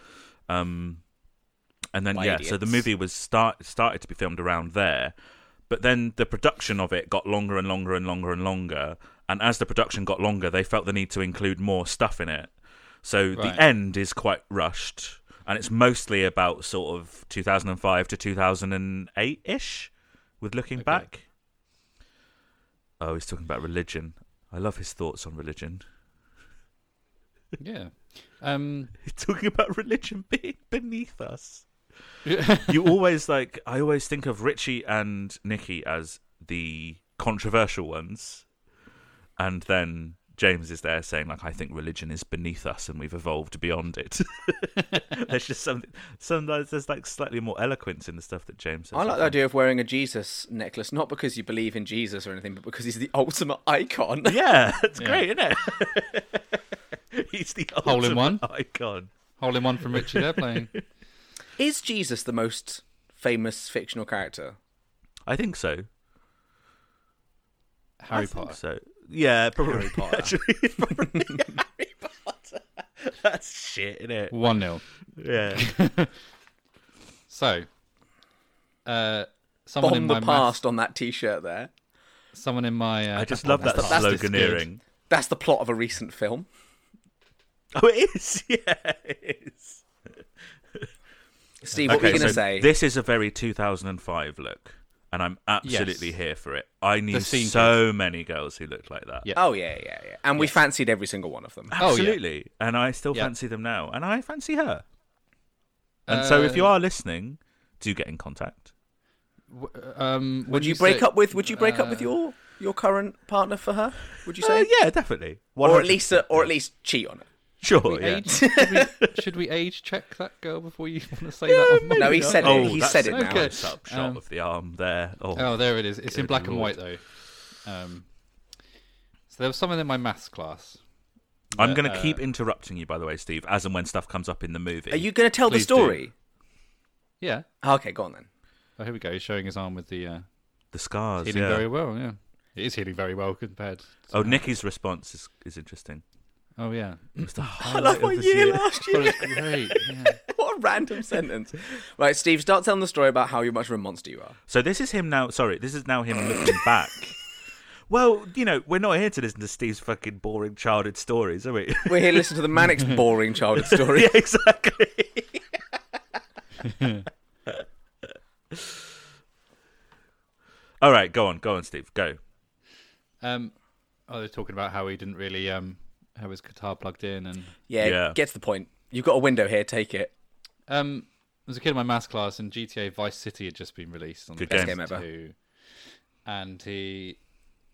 Um, and then Why yeah, so idiots? the movie was start started to be filmed around there, but then the production of it got longer and longer and longer and longer. And as the production got longer, they felt the need to include more stuff in it. So Right. the end is quite rushed, and it's mostly about sort of 2005 to 2008 ish, with looking back. Oh, he's talking about religion. I love his thoughts on religion. Yeah. Um. He's talking about religion being beneath us. you always like I always think of Richie and Nikki as the controversial ones. And then James is there saying like I think religion is beneath us and we've evolved beyond it. there's just something sometimes there's like slightly more eloquence in the stuff that James says. I like the idea of wearing a Jesus necklace, not because you believe in Jesus or anything, but because he's the ultimate icon. Yeah, it's Yeah. great, isn't it? He's the Hole in ultimate one. icon. Hole in one from Richie there playing. Is Jesus the most famous fictional character? I think so. Harry I think Potter. So yeah, probably Harry Potter. Actually, probably Harry Potter. That's shit, isn't it? One 0 Yeah. So, uh, someone in Bomb my the math- past on that T-shirt there. someone in my. Uh, I just love that that's the- that's the sloganeering. That's the plot of a recent film. Oh, it is. Yeah, it is. Steve, what were you so going to say? this is a very 2005 look, and I'm absolutely Yes. here for it. I knew The scene so many girls who looked like that. Yeah. Oh, Oh yeah, yeah, yeah. And we fancied every single one of them. yeah. Absolutely, and I still Yeah. fancy them now, and I fancy her. And so, Uh, if you are listening, do get in contact. w- um, Would you break up with? Would you break up Uh, with your your current partner for her? Would you say? Uh, yeah, definitely. Or at 100%. least, uh, or at least oh, cheat on her. sure. Yeah. Age, should, we, should we age check that girl before you want to say that? on mic? No, he Yeah. said Oh, it. He that's said a it now. Okay. close-up shot Um, of the arm there. Oh, Oh, there it is. It's in Good black and lord. white though. Um, so there was someone in my maths class. I'm going to uh, keep interrupting you, by the way, Steve, as and when stuff comes up in the movie. Are you going to tell Please the story? Ah, Yeah. Okay, go on then. Oh, here we go. He's showing his arm with the uh, The scars. healing yeah. very well. Yeah, it is healing very well compared. To oh, Nikki's response is, is interesting. Oh yeah, It was the I highlight love of my this year year. last that year. was great. Yeah. what a random sentence. Right, Steve, start telling the story about how much of a monster you are. So this is him now. Sorry, this is now him looking back. Well, you know, we're not here to listen to Steve's fucking boring childhood stories, are we? We're here to listen to the Manic's boring childhood story. yeah, exactly. All right, go on, go on, Steve, go. Um, oh, they're talking about how he didn't really um have his guitar plugged in, and Yeah, Yeah. get to the point. You've got a window here, take it. um, there was a kid in my maths class, and GTA Vice City had just been released on Good the game. Best game ever. PS2, and he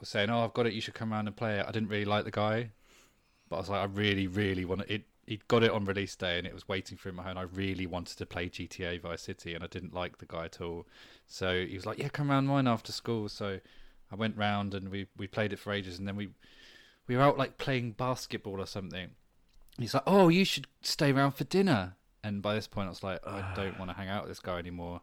was saying, "Oh, I've got it. You should come around and play it." I didn't really like the guy, but I was like, "I really, really want it." He'd got it on release day, and it was waiting for him at home. I really wanted to play GTA Vice City, and I didn't like the guy at all. So he was like, "Yeah, come round mine after school." So I went round, and we we played it for ages, and then we we were out like playing basketball or something. He's like, "Oh, you should stay around for dinner." And by this point, I was like, "I don't want to hang out with this guy anymore."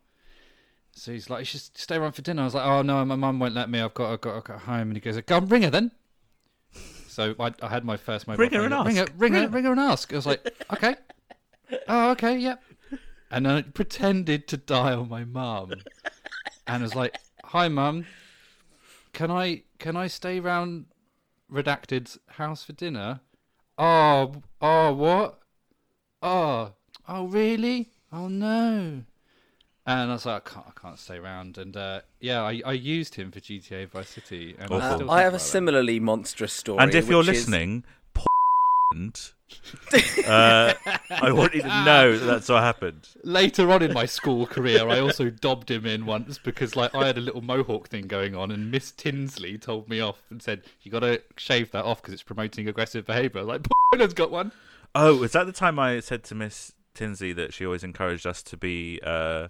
So he's like, "You should stay around for dinner." I was like, "Oh no, my mum won't let me. I've got, I've got, I've got home." And he goes, "Go and ring her then." So I, I had my first mobile. Ring her phone. and I was like, ask. Ring her, ring her, ring her, and ask. I was like, "Okay, oh okay, yep." And I pretended to dial my mum, and I was like, "Hi, mum, can I can I stay round Redacted's house for dinner?" Oh, oh, what? Oh, oh, really? Oh no. And I was like, I can't, I can't stay around. And uh, yeah, I, I used him for GTA Vice City. And I, Awful. still I think have a about it. similarly monstrous story. And if you're which is- listening, uh, I want you to know that that's what happened. Later on in my school career, I also dobbed him in once because like I had a little mohawk thing going on, and Miss Tinsley told me off and said, "You got to shave that off because it's promoting aggressive behaviour." I was Like, has got one. Oh, was that the time I said to Miss Tinsley that she always encouraged us to be uh,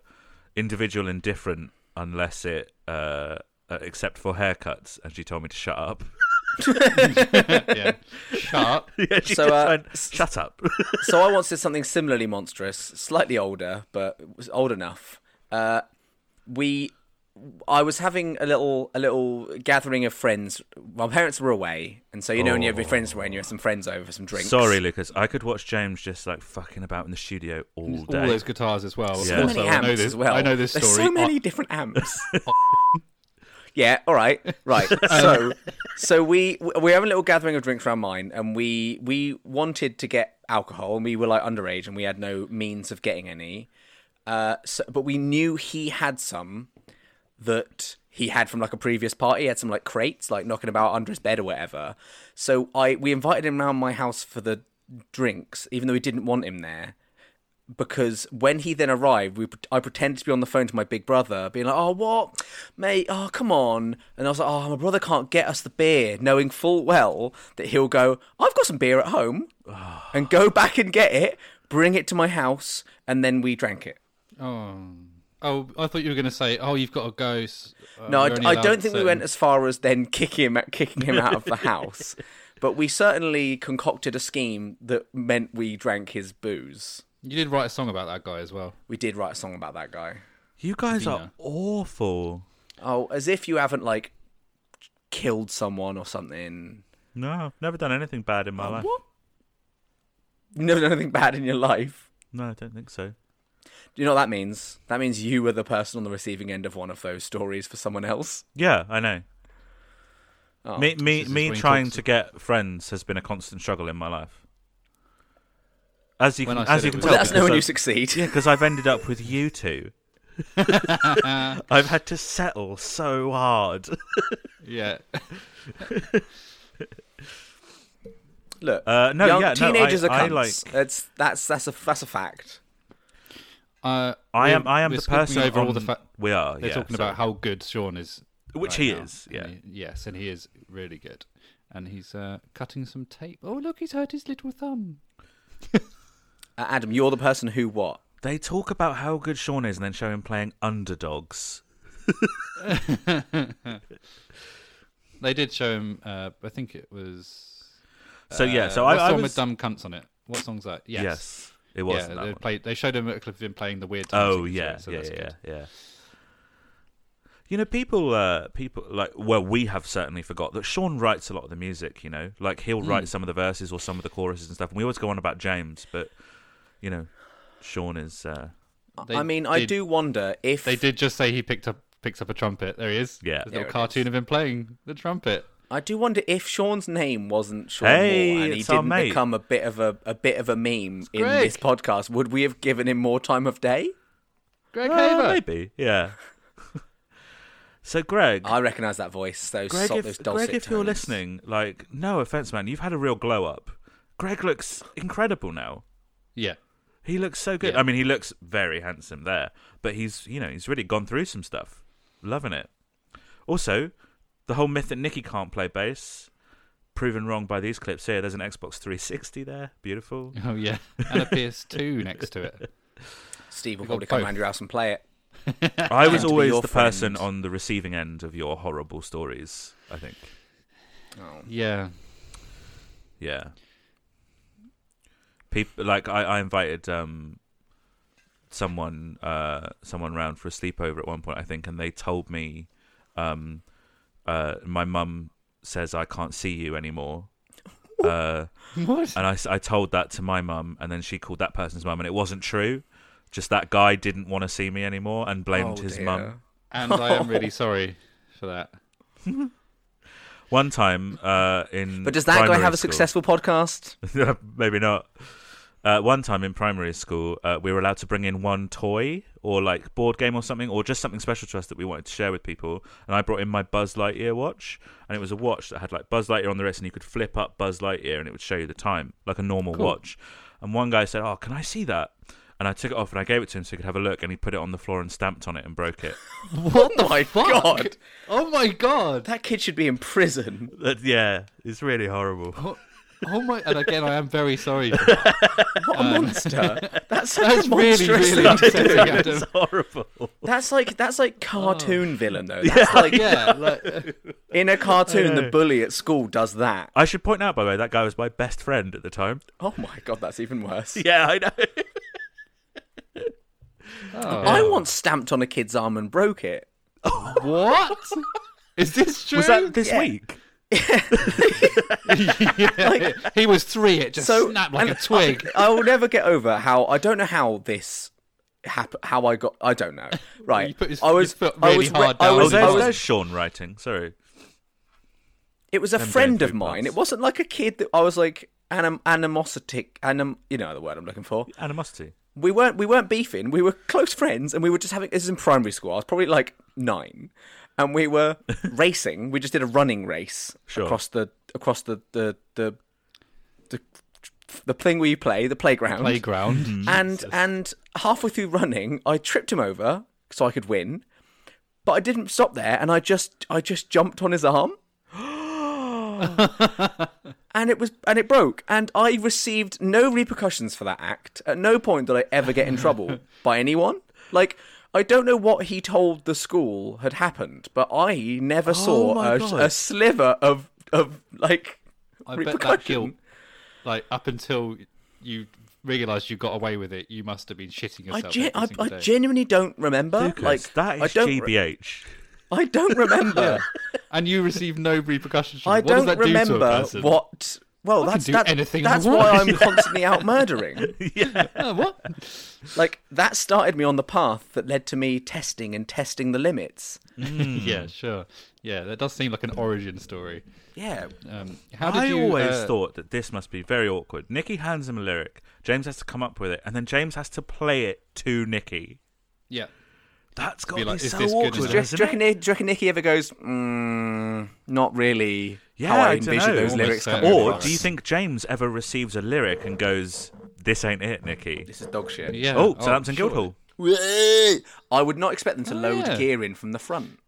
individual and different unless it, uh, uh, except for haircuts? And she told me to shut up. yeah, sharp. yeah, she So, just uh, went, shut up. so I once did something similarly monstrous, slightly older, but it was old enough. Uh, we, I was having a little a little gathering of friends. My parents were away, and so you know when you have your friends away and you have some friends over for some drinks. Sorry, Lucas. I could watch James just like fucking about in the studio all day. All those guitars as well. So so Yeah. Also, many I know amps this. as well. I know this There's story. so many different amps. yeah, all right, right. So, so we we have a little gathering of drinks around mine, and we we wanted to get alcohol, and we were like underage, and we had no means of getting any. Uh, so, but we knew he had some that he had from like a previous party. He had some like crates, like knocking about under his bed or whatever. So I we invited him round my house for the drinks, even though we didn't want him there. Because when he then arrived, we I pretended to be on the phone to my big brother, being like, "Oh, what, mate? Oh, come on!" And I was like, "Oh, my brother can't get us the beer," knowing full well that he'll go, "I've got some beer at home," and go back and get it, bring it to my house, and then we drank it. Oh, oh! I thought you were going to say, "Oh, you've got a ghost." Uh, No, I, you're only I allowed don't think we certain- went as far as then kick him, kicking him out of the house. But we certainly concocted a scheme that meant we drank his booze. You did write a song about that guy as well. We did write a song about that guy. You guys are Vina. awful. Oh, as if you haven't like killed someone or something. No, I've never done anything bad Uh, in my life. You've never done anything bad in your life. No, I don't think so. Do you know what that means? That means you were the person on the receiving end of one of those stories for someone else. Yeah, I know. Oh. me, me, This is me when he trying talks to get friends has been a constant struggle in my life. As you When can, I as said you it can was- tell, Well, let us know when you because succeed. I've- yeah, because I've ended up with you two. I've had to settle so hard. Yeah. Look, Uh, no, young yeah, no, I- teenagers are I cunts. Uh, like- That's that's that's a that's a fact. Uh, I we're- am, I am we're the skipping person. over all on- the fa- we are. They're yeah, talking sorry. about how good Sean is, Which right he now. is, And yeah. he- yes, and he is really good, and he's uh, cutting some tape. Oh look, he's hurt his little thumb. Uh, Adam, you're the person who what? They talk about how good Sean is, and then show him playing underdogs. They did show him. Uh, I think it was. So yeah, uh, so what I, I song was. with dumb cunts on it. What song's that? Yes. yes. It wasn't yeah, that they one. played. They showed him clip of him playing the weird. time Oh signature, yeah, so yeah, that's yeah, good. yeah. You know, people, uh, people like well, we have certainly forgot that Sean writes a lot of the music. You know, like he'll Hmm. write some of the verses or some of the choruses and stuff. And we always go on about James, but you know, Sean is uh, They I mean, I did- do wonder if They did just say he picked up picks up a trumpet. There he is. Yeah. There's a There little it cartoon of him playing the trumpet. I do wonder if Sean's name wasn't Sean Hey, Moore and he it's our didn't mate. become a bit of a, a bit of a meme in Greg. this podcast, would we have given him more time of day? Greg Well, Haver. maybe, yeah. so, Greg, I recognise that voice, though. Greg, stop if, those dulcet Greg, if you're tones. listening, like, no offense, man, you've had a real glow up. Greg looks incredible now. Yeah. He looks so good. Yeah. I mean, he looks very handsome there, but he's you know he's really gone through some stuff. Loving it. Also, the whole myth that Nikki can't play bass, proven wrong by these clips here. There's an Xbox 360 there. Beautiful. Oh yeah. And a PS2 next to it. Steve will We've got probably come both. round your house and play it. I was to be always your the person friend. on the receiving end of your horrible stories. I think. Yeah. Yeah. People like I, I invited um someone uh someone round for a sleepover at one point I think and they told me um uh my mum says I can't see you anymore. Uh, What? and I, s- I told that to my mum, and then she called that person's mum, and it wasn't true. Just that guy didn't want to see me anymore and blamed Oh, his dear. mum. And I am really sorry for that. One time uh, in. But does that guy primary have a school- successful podcast? Maybe not. Uh, one time in primary school, uh, we were allowed to bring in one toy or like board game or something, or just something special to us that we wanted to share with people. And I brought in my Buzz Lightyear watch, and it was a watch that had like Buzz Lightyear on the wrist, and you could flip up Buzz Lightyear, and it would show you the time like a normal watch. And one guy said, "Oh, can I see that?" And I took it off and I gave it to him so he could have a look, and he put it on the floor and stamped on it and broke it. What Oh my god, Oh my god. that kid should be in prison. That- yeah, it's really horrible. Oh my and again I am very sorry for that. What a Um, monster! That's such That's a really, monstrous. really upsetting Adam. It's horrible. That's like that's like cartoon Oh. villain though. That's like Yeah, like in a cartoon, the know. bully at school does that. I should point out, by the way, that guy was my best friend at the time. Oh my god, that's even worse. Yeah, I know. Oh. I once stamped on a kid's arm and broke it. what? Is this true? Was that this week? yeah. he was three. It just So- snapped like a and twig. I will never get over how I don't know how this happened. How I got, I don't know. Right, You put his- I was, you put I was, really hard I down Oh, was, on I there's, was, there's Sean writing. Sorry. it was a going friend of through mine. parts. It wasn't like a kid that I was like anim- animosity, anim, you know the word I'm looking for. Animosity. we weren't we weren't beefing. We were close friends, and we were just having. This is in primary school. I was probably like nine, and we were racing. We just did a running race Sure. across the across the the the the, the thing we play, the playground. Mm-hmm. Playground. and and halfway through running, I tripped him over so I could win, but I didn't stop there, and I just I just jumped on his arm. and it was and it broke and i received no repercussions for that act at no point did i ever get in trouble by anyone like i don't know what he told the school had happened but i Oh never my saw God. a, a sliver of of like I bet repercussion that guilt, like up until you realised you got away with it, you must have been shitting I, yourself. gen- every I, single I day. genuinely don't remember. like Lucas, that I is don't re- GBH. I don't remember. and you received no repercussions. From I it. what does don't that do to a remember person? what. Well, can that's do that, anything I that's want. why I'm constantly out murdering. yeah. Oh, what? Like that started me on the path that led to me testing and testing the limits. Mm. yeah, sure. Yeah, that does seem like an origin story. Yeah, Um, how did I you? always uh, thought that this must be very awkward. Nikki hands him a lyric. James has to come up with it, and then James has to play it to Nikki. Yeah, That's got to be, like, is so this good awkward. enough? do you, do, hasn't you reckon, it? do you reckon Nicky ever goes? Mm, not really. Yeah, how I, I don't know. envision those Almost uh, lyrics certainly. coming Or across. do you think James ever receives a lyric and goes, "This ain't it, Nikki"? this is dog shit? yeah. oh, Southampton sure. Guildhall. I would not expect them to Oh, load yeah. gear in from the front.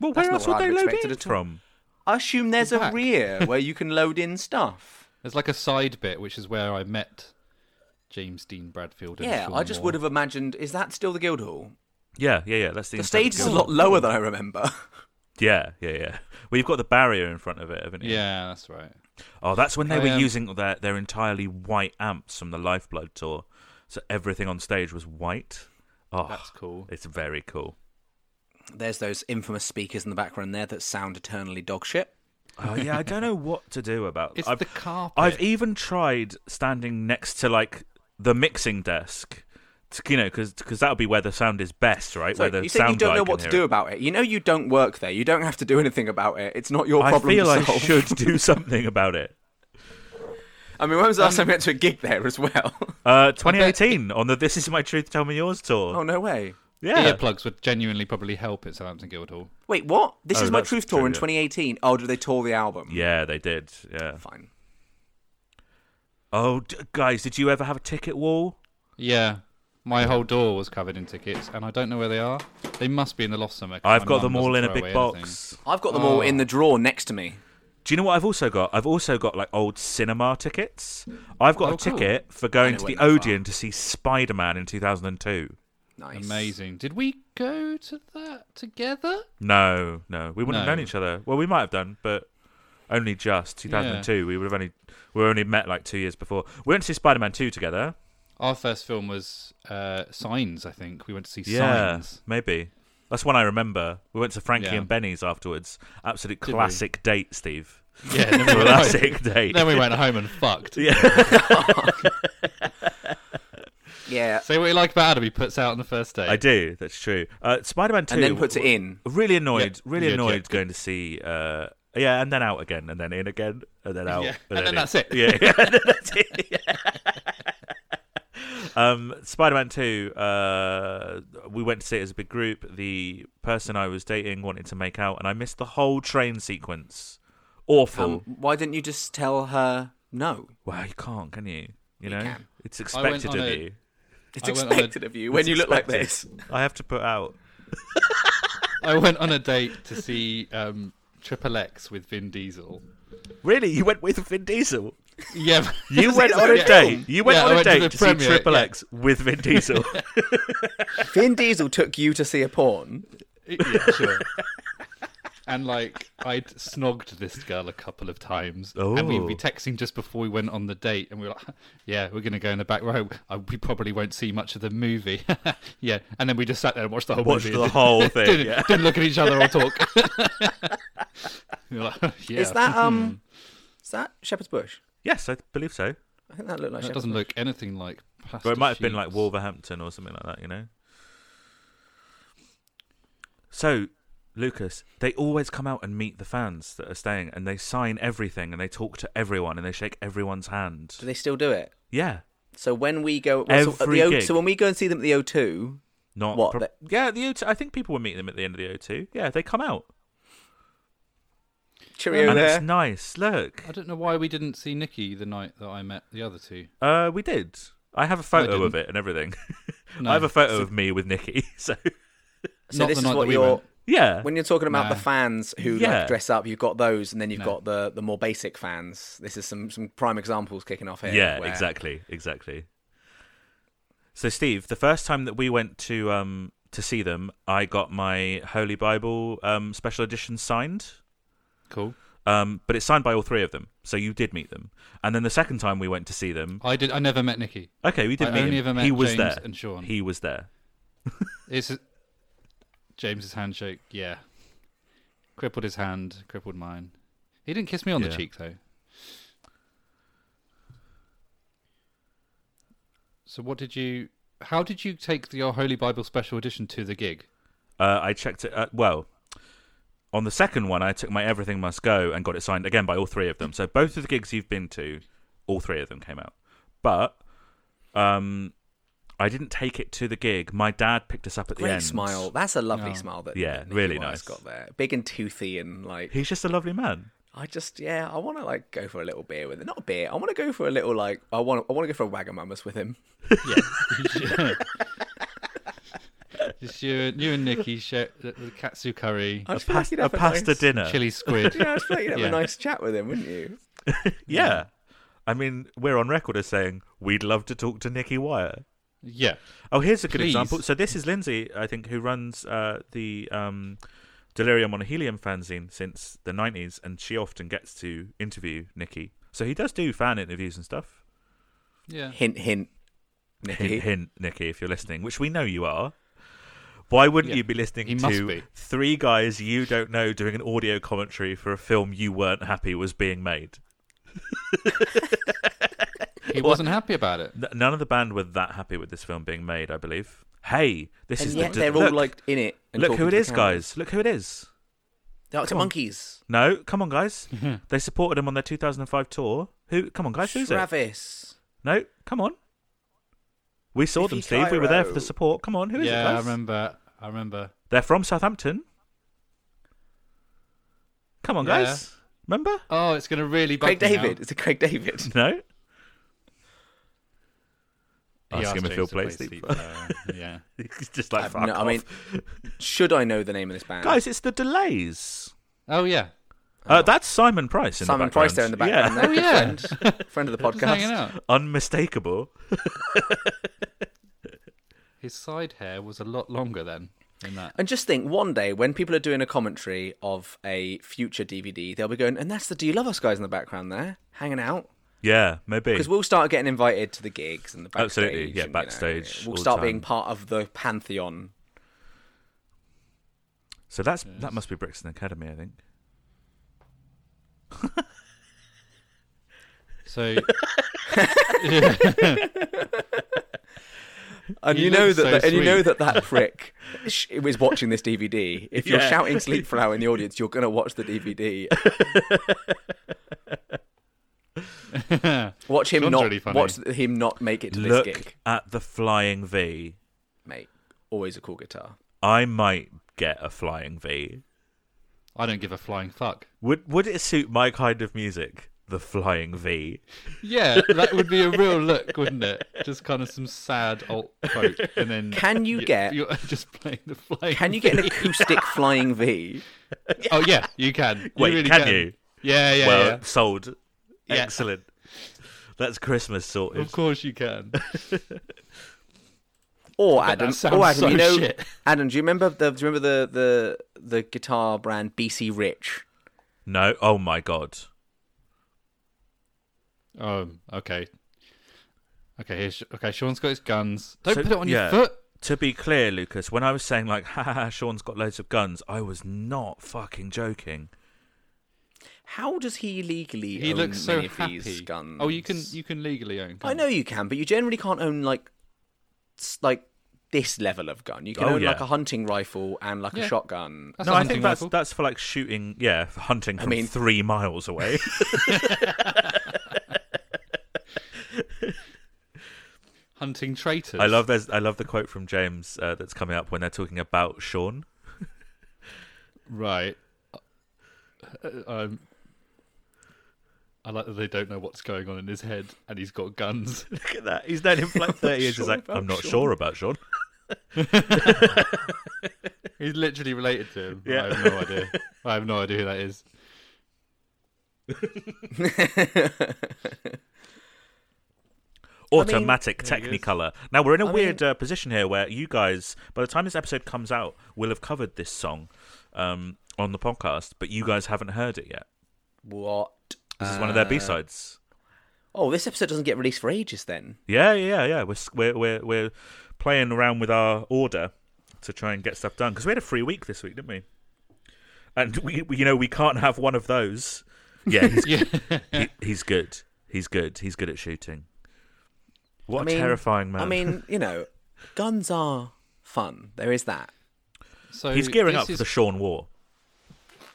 Well, That's where not else what would I'd they have load expected it at all. from? I assume there's a Back. rear where you can load in stuff. There's like a side bit, which is where I met James Dean Bradfield. and Yeah, Sean I just Moore. would have imagined. Is that still the Guildhall? Yeah, yeah, yeah. That's the The inside of stage is a Guildhall. lot lower than I remember. Yeah, yeah, yeah. Well, you've got the barrier in front of it, haven't you? Yeah, that's right. Oh, that's when they were Um, using their, their entirely white amps from the Lifeblood tour. So everything on stage was white. Oh, That's cool. It's very cool. There's those infamous speakers in the background there that sound eternally dog shit. Oh yeah, I don't know what to do about. It's I've, the carpet. I've even tried standing next to like the mixing desk, to, you know, because that would be where the sound is best, right? So where the you said you sound don't guy know can what to hear do it. about it. You know you don't work there. You don't have to do anything about it. It's not your I problem feel to I solve. should do something about it. I mean, when was the Um, last time you went to a gig there as well? Uh, 2018 on the This Is My Truth, Tell Me Yours tour. oh no way. yeah, Earplugs would genuinely probably help at Southampton Guildhall. Wait, what? This Oh, is my that's truth tour in true. 2018. Oh, did they tour the album? yeah, they did. Yeah. Fine. Oh, d- guys, did you ever have a ticket wall? Yeah, my whole door was covered in tickets, and I don't know where they are. They must be in the loft somewhere. 'cause I've my got mum them all in doesn't a throw big away box. I've got them Ah. all in the drawer next to me. Do you know what I've also got? I've also got like old cinema tickets. I've got Oh, a cool. ticket for going it to the went that Odeon to see Spider Man in 2002. Nice. everything. Amazing. Did we go to that together? No, no, we wouldn't have No. known each other. Well, we might have done, but only just 2002. We would have only we were only met like two years before. We went to see Spider Man 2 together. Our first film was uh, Signs, I think. We went to see Yeah, Signs. maybe. That's one I remember. We went to Frankie Yeah. and Benny's afterwards. Absolute we? classic date, Steve. Yeah, then we, went home. Classic date. then we went home and fucked. Yeah. Say what you like about Adam, he puts out on the first day. I do. That's true. Uh, Spider Man Two, And then puts it in. Really annoyed. Yeah. Really Yeah, annoyed yeah. going to see. Uh, yeah, and then out again, and then in again, and then out, Yeah. And then in. that's it. Yeah, yeah, and then that's it. Yeah. um, Spider Man Two. Uh, we went to see it as a big group. The person I was dating wanted to make out, and I missed the whole train sequence. Awful. Um, why didn't you just tell her no? wow, you can't, can you? You know, can. it's expected on of a- you. It's I went on a- expected of you when It's you look like this. expected. I have to put out. I went on a date to see um, Triple X with Vin Diesel. Really, you went with Vin Diesel? Yeah. You went on a Yeah. date. You went Yeah, on I a went to date the to, see premiere, Triple yeah. X with Vin Diesel. Vin Diesel took you to see a porn. yeah, sure. And like I'd snogged this girl a couple of times, and we'd be Oh. texting just before we went on the date, and we were like, "Yeah, we're gonna go in the back row. Uh, We probably won't see much of the movie." yeah, and then we just sat there and watched the whole Watched movie. the whole thing, didn't, yeah. didn't look at each other or talk. You're like, yeah, Hmm. Is hmm. that um? is that Shepherd's Bush? yes, I believe so. I think that looked like That Shepherd's doesn't Bush. look anything like. Pasta But it might have been like sheets. Wolverhampton or something like that, you know. So, Lucas, they always come out and meet the fans that are staying, and they sign everything, and they talk to everyone, and they shake everyone's hand. Do they still do it? Yeah, So when we go, so, at Every the O, gig. so when we go and see them at the O2, not What, prob- yeah, the O2. I think people were meeting them at the end of the O2. Yeah, they come out, cheerio and there. it's nice. Look, I don't know why we didn't see Nikki the night that I met the other two. Uh, we did. I have a photo of it and everything. I have a photo of me with Nikki. So so not this the is night what that we you're went. yeah, when you're talking about Nah. the fans who Yeah. like dress up. You've got those, and then you've got the the more basic fans. This is some some prime examples kicking off here. yeah, where- exactly, exactly. So Steve, the first time that we went to um to see them, I got my Holy Bible um special edition signed. Cool. Um, but it's signed by all three of them, so you did meet them. And then the second time we went to see them, I did. I never met Nikki. okay, we did I meet only him. ever met he was James there. and Sean. He was there. It's James's handshake. Yeah, crippled his hand, crippled mine. He didn't kiss me on Yeah. the cheek though. So what did you? How did you take the, your Holy Bible Special Edition to the gig? Uh, I checked it. Uh, well, on the second one, I took my Everything Must Go and got it signed again by all three of them. So both of the gigs you've been to, all three of them came out. But um, I didn't take it to the gig. My dad picked us up at the Great end. smile. That's a lovely Oh. smile. That Yeah, that Nicky really Wise nice. Got there, big and toothy, and like He's just a lovely man. I just yeah, I want to like go for a little beer with him. Not a beer. I want to go for a little like I want I want to go for a Wagamama's with him. Yeah. Just you, and- you and Nikki share the, the katsu curry, I Oh, just A, feel like pas- you'd a have a pasta nice- dinner. chili squid. Yeah, I just feel like you'd have Yeah. a nice chat with him, wouldn't you? Yeah. I mean, we're on record as saying we'd love to talk to Nikki Wire. Yeah. Oh, here's a good Please. example. So this is Lindsay, I think, who runs uh, the um, Delirium on a Helium fanzine since the 90s, and she often gets to interview Nikki. So he does do fan interviews and stuff. Yeah. Hint, hint. Nikki. Hint, hint, Nikki, if you're listening, which we know you are. Why wouldn't Yeah. you be listening He must to be. three guys you don't know doing an audio commentary for a film you weren't happy was being made? He wasn't happy about it. N- none of the band were that happy with this film being made, I believe. Hey, this And is yet the they're look, all like in it. And look talking who it to the is, camera. guys. Look who it is. Oh, it's a monkeys. No, come on, guys. Mm-hmm. they supported him on their 2005 tour. Who? Come on, guys. Who's it? Travis. No, come on. We saw them, Biffy Steve. We were there for the Clyro. support. Come on, who is it? yeah, I guys? remember. I remember. They're from Southampton. Come on, Yeah. guys. Remember? Oh, it's going to really bug Craig me David. Now. It's a Craig David. No. He Ask asked him if James he'll to play Sleep Sleep. Now. yeah. He's just like, I've fuck no- I off. mean- Should I know the name of this band? guys, it's the delays. Oh yeah. Uh, that's Simon Price in Simon the Price background. there in the background. Yeah. There. Oh Good yeah. friend. friend of the Just hanging podcast. out. Unmistakable. His side hair was a lot longer then. In that. And just think, one day when people are doing a commentary of a future DVD, they'll be going, and that's the Do You Love Us guys in the background there, hanging out. Yeah, maybe. Because we'll start getting invited to the gigs and the backstage. Absolutely, yeah, and, you know, backstage all we'll the start time. being part of the pantheon. So that's that must be Brixton Academy, I think. So And He you know looks that, so that- and you know sweet. that that prick sh- is watching this DVD. If you're Yeah. shouting "Sleep Flower" in the audience, you're gonna watch the DVD. watch him Sean's not really funny. watch him not make it to Look this gig, at the flying V. mate. Always a cool guitar. I might get a flying V. I don't give a flying fuck. Would would it suit my kind of music? The flying V. Yeah, that would be a real look, wouldn't it? Just kind of some sad alt folk, and then Can you get- You're just playing the flying. Can you get an acoustic flying V? Oh yeah, you can. You Wait, really can can, you? Yeah, yeah, well, yeah. sold. Yeah. Excellent. That's Christmas sorted. Of course you can. Or that Adam? sounds Or Adam? so you know, shit. Adam? Do you remember the? Do you remember the the the guitar brand BC Rich? No. Oh my god. Oh, okay. Okay, here's, okay. Sean's got his guns. Don't So- put it on yeah. your foot. To be clear, Lucas, when I was saying like, "Ha ha, ha, Sean's got loads of guns," I was not fucking joking. How does he legally? He own looks so many of happy. These guns? Oh, you can you can legally own. Guns. I know you can, but you generally can't own like s- like this level of gun. You can Oh, own like yeah. a hunting rifle and like Yeah. a shotgun. That's no, a I hunting think that's rifle. that's for like shooting. Yeah, for hunting from mean- three miles away. hunting traitors. I love there's I love the quote from James uh, that's coming up when they're talking about Sean. Right. Uh, Um, I like that they don't know what's going on in his head, and he's got guns. Look at that. He's known him for like thirty years. He's sure like, about I'm not Sean." sure about Sean. he's literally related to him. Yeah. I have no idea. I have no idea who that is. Automatic There he is. Technicolor. Now we're in a I weird uh, position here where you guys, by the time this episode comes out, will have covered this song um, on the podcast, but you guys haven't heard it yet. What? This is one of Uh. their B sides. Oh, this episode doesn't get released for ages then. Yeah, yeah, yeah. We're s- we're we're, we're playing around with our order to try and get stuff done because we had a free week this week, didn't we? And we, we you know we can't have one of those. Yeah, he's, Yeah. he, he's good. He's good. He's good at shooting. What I a mean- terrifying man! I mean, you know, guns are fun. There is that. So he's gearing this up for is- the Hmm. Sean War.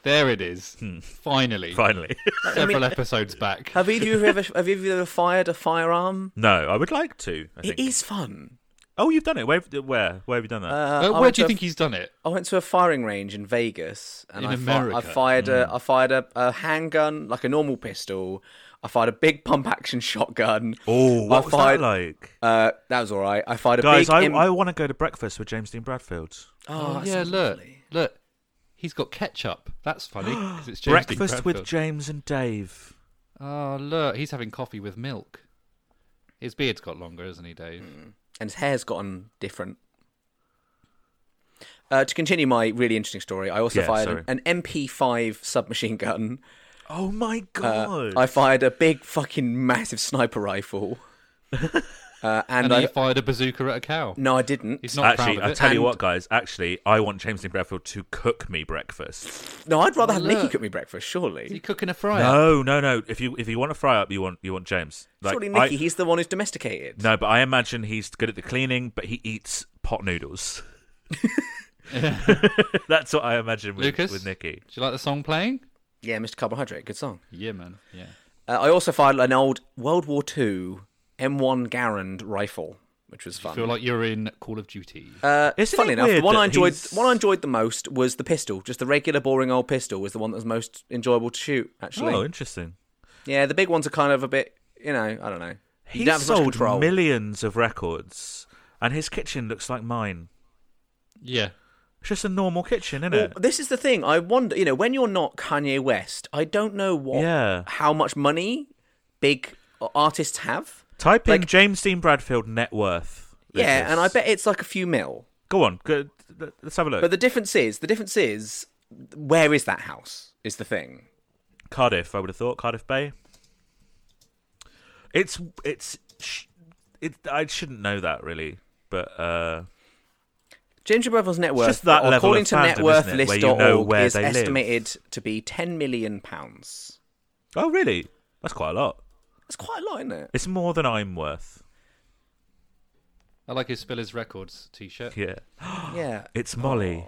there it is. Finally, Finally, several uh, episodes back. Have either of you ever have either of you ever fired a firearm? no, I would like to. I It think. is fun. Oh, you've done it. Where where where have you done that? Uh, Uh, I where went do you to a- think he's done it? I went to a firing range in Vegas, and In I, fi- I America? fired a I fired a, a handgun like a normal pistol. I fired a big pump action shotgun. oh, I what was fired- that like? Uh, that was all right. I fired a Guys, big. I, im- I want to go to breakfast with James Dean Bradfield. Oh, that yeah, sounds look, lovely. look, he's got ketchup. That's funny. 'cause it's James Dean breakfast with Bradfield. James and Dave. Oh look, he's having coffee with milk. His beard's Mm. got longer, isn't he, Dave? and his hair's gotten different. Uh, to continue my really interesting story, I also Yeah, fired sorry. an, an MP5 submachine gun. Oh my Uh, god! I fired a big fucking massive sniper rifle. uh, and And I he fired a bazooka at a cow. no, I didn't. He's not actually, proud of I it. tell you And- what, guys. Actually, I want James Dean Bradfield to cook me breakfast. No, I'd rather have Nikki look. cook me breakfast. Is he Surely, cooking a fry? up? No, no, no. If you if you want to fry up, you want you want James. Like, surely I- Nikki. He's the one who's domesticated. No, but I imagine he's good at the cleaning, but he eats pot noodles. That's what I imagine with, Lucas, with Nikki. Do you like the song playing? Yeah, Mr. Carbohydrate, good song. Yeah, man. Yeah. Uh, I also fired an old World War II M1 Garand rifle, which was fun. Feel like you're in Call of Duty. Uh, Isn't funny it enough, the weird one I that enjoyed, he's- the one I enjoyed the most was the pistol. Just the regular, boring old pistol was the one that was most enjoyable to shoot. Actually, Oh, interesting. yeah, the big ones are kind of a bit, you know, I don't know. You He don't have as much sold control. millions of records, and his kitchen looks like mine. yeah. It's just a normal kitchen, isn't Well, it? this is the thing. I wonder, you know, when you're not Kanye West, I don't know what, Yeah. how much money big artists have. Type in like- James Dean Bradfield net worth. Yeah, Lucas. and I bet it's like a few mil. Go on, go, let- let's have a look. But the difference is, the difference is, where is that house? Is the thing. Cardiff, I would have thought Cardiff Bay. It's it's sh- it. I shouldn't know that really, but uh, Ginger Brothers' net worth, just that level according of to fandom, isn't it, where you know networthlist.org, where is they live. estimated to be ten million pounds. oh really? That's quite a lot. That's quite a lot, isn't it? It's more than I'm worth. I like his Spill His Records t shirt. Yeah, Yeah. it's Molly.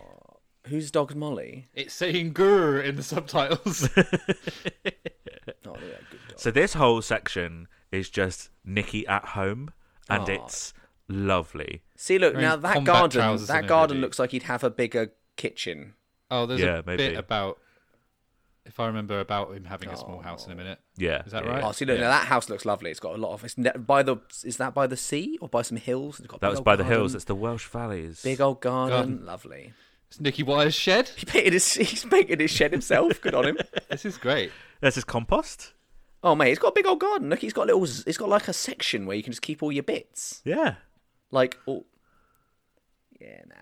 Whose dog's Molly? It's saying grr in the subtitles. Oh, look at that good dog. So this whole section is just Nikki at home, and it's lovely. See, look Wearing now that combat garden. trousers that and garden hoodie. looks like he'd have a bigger kitchen. oh, there's Yeah, a maybe. bit about, if I remember, about him having a small house in a minute. Yeah, Is that yeah, right? yeah. Oh, see, look now that house looks lovely. It's got a lot of. It's ne- by the. Is that by the sea or by some hills? It's got a That big was old by the garden, hills. It's the Welsh valleys. Big old garden. Garden. lovely. It's Nicky Wire's shed. He painted his, he's painted his shed himself. Good on him. This is great. There's his compost. Oh mate, it's got a big old garden. Look, he's got a little. It's got like a section where you can just keep all your bits. Yeah. Like, oh, yeah, nah.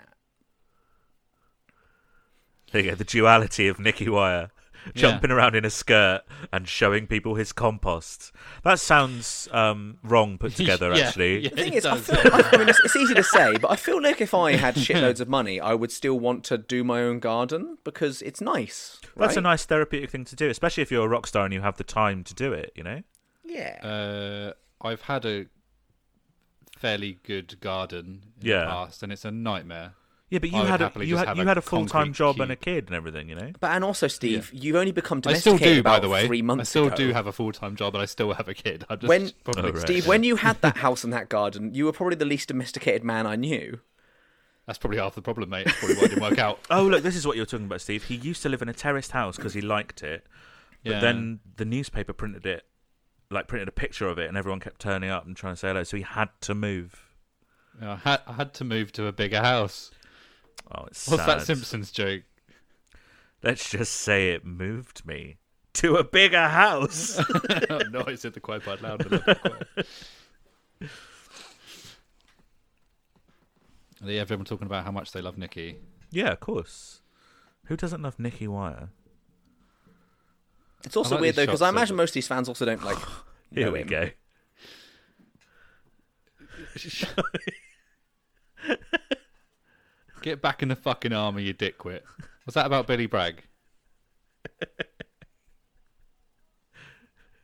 There you go. The duality of Nicky Wire jumping around in a skirt and showing people his compost. That sounds um, wrong put together, Yeah, actually. yeah, The thing it is, I does. feel. I, I mean, it's, it's easy to say, but I feel like if I had shitloads of money, I would still want to do my own garden because it's nice. That's a right? nice therapeutic thing to do, especially if you're a rock star and you have the time to do it, you know? Yeah. Uh, I've had a fairly good garden in Yeah. the past, and it's a nightmare. Yeah, but you I would had a, happily you just had have you a had a full time concrete job and a cube. kid and everything, you know. but and also, Steve, you've only become I still domesticated do, by about the way. three I months still ago. do have a full time job, and I still have a kid. I'm just When- probably Oh, right. Steve, when you had that house and that garden, you were probably the least domesticated man I knew. That's probably half the problem, mate. That's probably why it didn't work out. Oh, look, this is what you were talking about, Steve. He used to live in a terraced house because he liked it, but Yeah. then the newspaper printed it, like printed a picture of it, and everyone kept turning up and trying to say hello, so he had to move. Yeah, I had, I had to move to a bigger house. Oh, it's What's sad. that Simpsons joke? Let's just say it moved me to a bigger house. oh, no, I said the quiet part loud. but not quite. yeah, everyone talking about how much they love Nikki. yeah, of course. Who doesn't love Nicky Wire? It's also like weird these though because shots I of imagine it. most of these fans also don't like. Here know we him. go. Get back in the fucking army, you dickwit. Was that about Billy Bragg?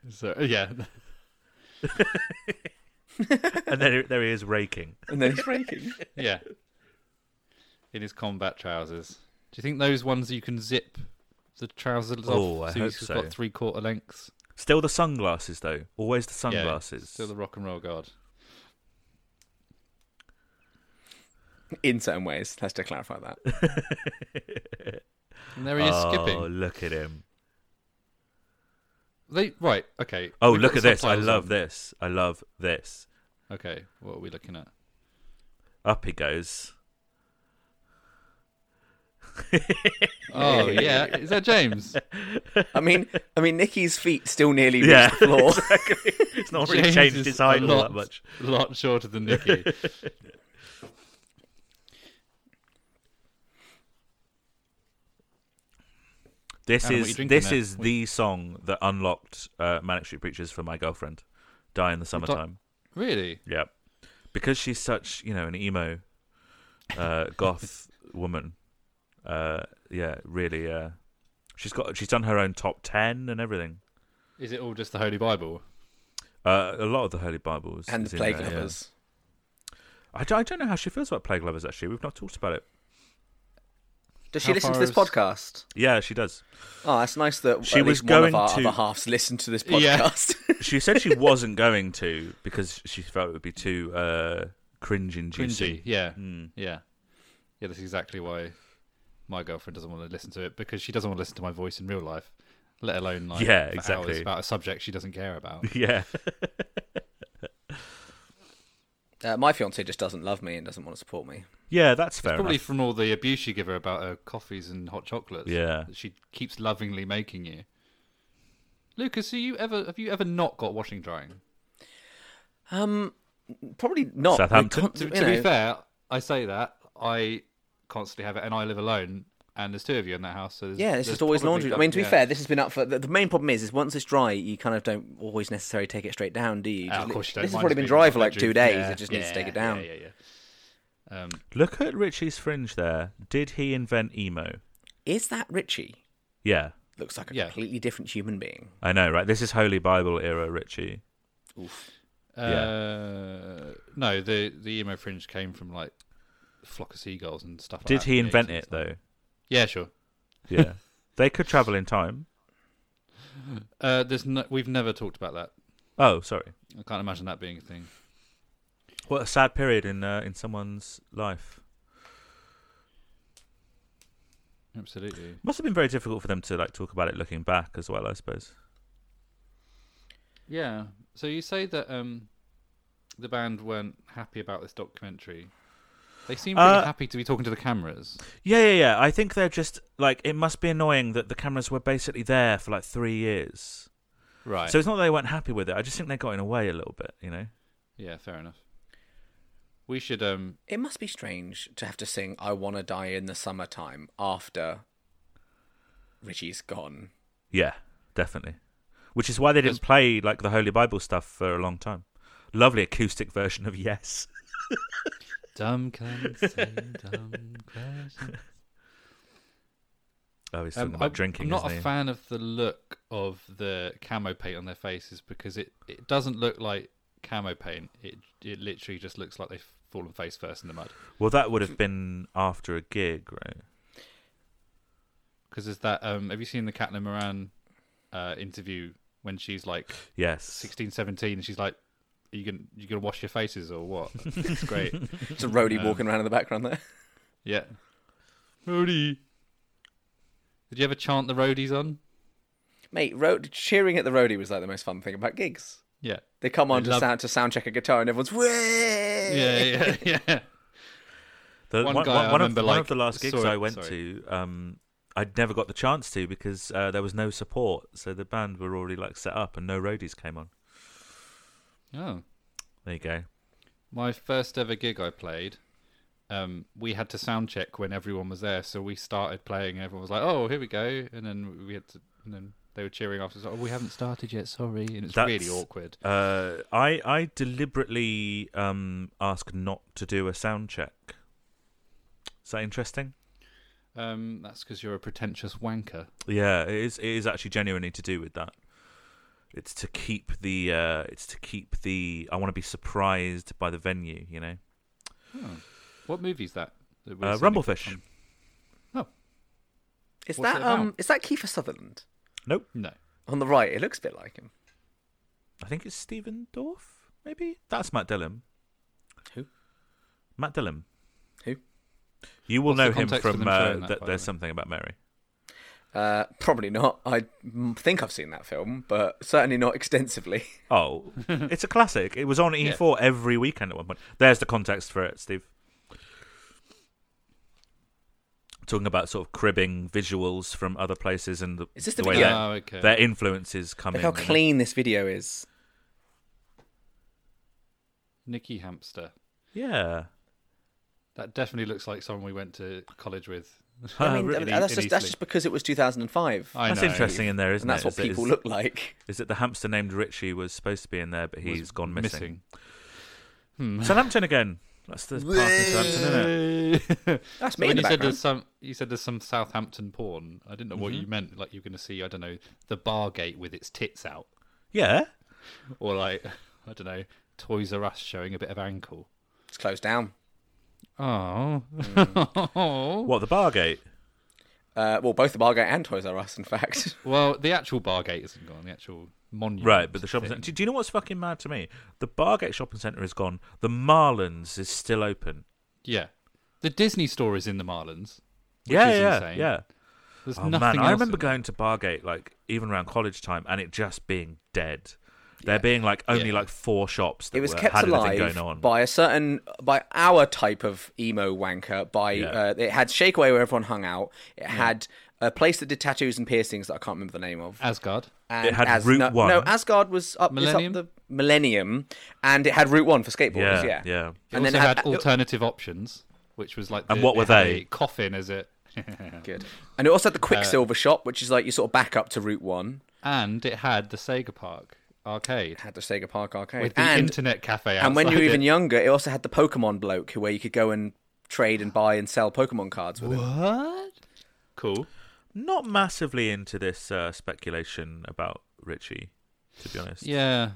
so yeah, And then there he is raking. And then he's raking. yeah. In his combat trousers. Do you think those ones you can zip the trousers Oh, off? I so hope he's so. got three quarter lengths. Still the sunglasses though. Always the sunglasses. Yeah, still the rock and roll guard. In certain ways, let's to clarify that. And there he is oh, skipping. look at him. They right, okay. Oh, We've look got at this. I subtitles love on. this. I love this. Okay, what are we looking at? Up he goes. Oh yeah, is that James? I mean, I mean, Nikki's feet still nearly reached Yeah. the floor. Exactly. It's not really James changed is his height a all lot, that much. lot shorter than Nikki. This Adam, what are you is drinking this there? is What- the song that unlocked uh, Manic Street Preachers for my girlfriend, "Die in the Summertime." Really? Yeah, because she's such you know an emo, uh, goth woman. Uh, yeah, really. Uh, she's got she's done her own top ten and everything. Is it all just the Holy Bible? Uh, a lot of the Holy Bibles and is the in plague there, yeah. lovers. I, don't, I don't know how she feels about plague lovers. Actually, we've not talked about it. Does she How listen to far this is- podcast? Yeah, she does. Oh, that's nice that She at was least one going of our to- other halves listened to this Yeah. podcast. She said she wasn't going to because she felt it would be too uh, cringe-inducing. Cringy. Yeah. Hmm. Yeah. Yeah, that's exactly why my girlfriend doesn't want to listen to it because she doesn't want to listen to my voice in real life, let alone like Yeah, for exactly. hours about a subject she doesn't care about. Yeah. uh, my fiance just doesn't love me and doesn't want to support me. Yeah, that's fair Probably enough. from all the abuse you give her about her coffees and hot chocolates. Yeah. that she keeps lovingly making you. Lucas, have you ever have you ever not got washing drying? Um, probably not. We're Southampton? con- To, you to be know, fair, I say that I constantly have it, and I live alone, and there's two of you in that house. So there's, Yeah, there's it's just always probably laundry. I got- mean, to be yeah. fair, this has been up for. The, the main problem is, is once it's dry, you kind of don't always necessarily take it straight down, do you? Ah, Just of li- course you don't. this has Mine's probably been dry for like bedroom. two days. Yeah, it just needs to take yeah, it down. Yeah, yeah, yeah. Um, Look at Richie's fringe there. Did he invent emo? Is that Richie? Yeah, Looks like a Yeah. completely different human being. I know, right? This is Holy Bible era Richie. uh, no, the the emo fringe came from like flock of seagulls and stuff. Like Did that he in the invent 80s. it though? Yeah, sure. Yeah. they could travel in time. Uh, there's no, we've never talked about that. Oh, sorry. I can't imagine that being a thing. What a sad period in uh, in someone's life. Absolutely. Must have been very difficult for them to like talk about it looking back as well, I suppose. Yeah. So you say that um, the band weren't happy about this documentary. They seem pretty Uh, happy to be talking to the cameras. Yeah, yeah, yeah. I think they're just like it must be annoying that the cameras were basically there for like 3 years. Right. So it's not that they weren't happy with it. I just think they got in a way a little bit, you know. yeah, fair enough. We should um It must be strange to have to sing "I Wanna Die in the Summertime" after Richie's gone. Yeah, definitely. Which is why they didn't play like the Holy Bible stuff for a long time. Lovely acoustic version of Yes. dumb cunts and dumb questions. Oh, he's Um, talking about I'm- drinking. I'm not isn't a he? fan of the look of the camo paint on their faces because it, it doesn't look like camo paint. It it literally just looks like they've fallen face first in the mud. Well, that would have been after a gig, right? Because there's that um have you seen the Catelyn Moran uh, interview when she's like Yes. 16, 17 and she's like, Are you gonna you gonna wash your faces or what? It's great. It's a roadie walking around in the background there. Yeah. Roadie. Did you ever chant the roadies on? Mate, road, cheering at the roadie was like the most fun thing about gigs. Yeah. They come on I to love- sound to sound check a guitar and everyone's way. Yeah, yeah, yeah. The, One guy I of, remember, one like, of the last gigs saw it- I went sorry. to, um, I'd never got the chance to because uh, there was no support. So the band were already like set up and no roadies came on. Oh. There you go. My first ever gig I played, um, we had to sound check when everyone was there, so we started playing and everyone was like, Oh, here we go and then we had to and then they were cheering after like, Oh, we haven't started yet, sorry and it's really That's- awkward. Uh, I I deliberately um, asked not to do a sound check. Is that interesting? Um, that's because you're a pretentious wanker. Yeah, it is. It is actually genuinely to do with that. It's to keep the. Uh, it's to keep the. I want to be surprised by the venue. You know, Hmm. What movie is that? that we're uh, seeing? Rumblefish. Oh, Is What's that it um? about? Is that Kiefer Sutherland Nope. no. on the right? It looks a bit like him. I think it's Stephen Dorff. Maybe that's Matt Dillon. Who? Matt Dillon. Who? You will What's the know him context for from them uh, showing that, that by the There's way? Something About Mary. Uh, probably not. I mm, think I've seen that film, but certainly not extensively. Oh, it's a classic. It was on E4 every weekend at one point. There's the context for it, Steve. Talking about sort of cribbing visuals from other places and the, Is this the way video? their, Oh, okay. their influences come Look in. how you know. clean this video is. Nicky Hamster. Yeah. That definitely looks like someone we went to college with. I mean, really, that's, in just, that's Italy. just because it was 2005. I That's know. interesting in there, isn't and that's it? what Is it- people is- look like. Is it the hamster named Richie was supposed to be in there, but he's gone missing? Missing. Southampton again. That's the park in Southampton, isn't it? That's me when in you the said background. there's some, you said there's some Southampton porn. I didn't know Mm-hmm. what you meant. Like you're going to see, I don't know, the bar gate with its tits out, Yeah. or like, I don't know, Toys R Us showing a bit of ankle. It's closed down. Oh, What, the Bargate? Uh, well, both the Bargate and Toys R Us, in fact. well, the actual bar gate isn't gone. The actual monument, Right, but the shopping thing. centre. Do you know what's fucking mad to me? The Bargate shopping centre is gone. The Marlins is still open. Yeah, the Disney store is in the Marlins. yeah, is yeah, insane. yeah. There's Oh nothing. man, else I remember in going to Bargate like even around college time, and it just being dead. There being like only Yeah. like four shops that It was were, kept had alive anything going on. by a certain, by our type of emo wanker. By Yeah. uh, it had Shakeaway where everyone hung out. It had a place that did tattoos and piercings that I can't remember the name of. Asgard. And It had As- Route no, One. No, Asgard was up, it's up Millennium? the Millennium, and it had Route One for skateboarders. yeah, Yeah, yeah, It And also then had, had- alternative options, which was like. The, And what were it had they? a Coffin, is it? Good. And it also had the Uh, Quicksilver shop, which is like you sort of back up to Route One. and it had the Sega Park arcade Had the Sega Park arcade with the and internet cafe. And when you outside were even it. younger, it also had the Pokemon bloke who where you could go and trade and buy and sell Pokemon cards with it. what? Cool. Not massively into this uh, speculation about Richie, to be honest. Yeah.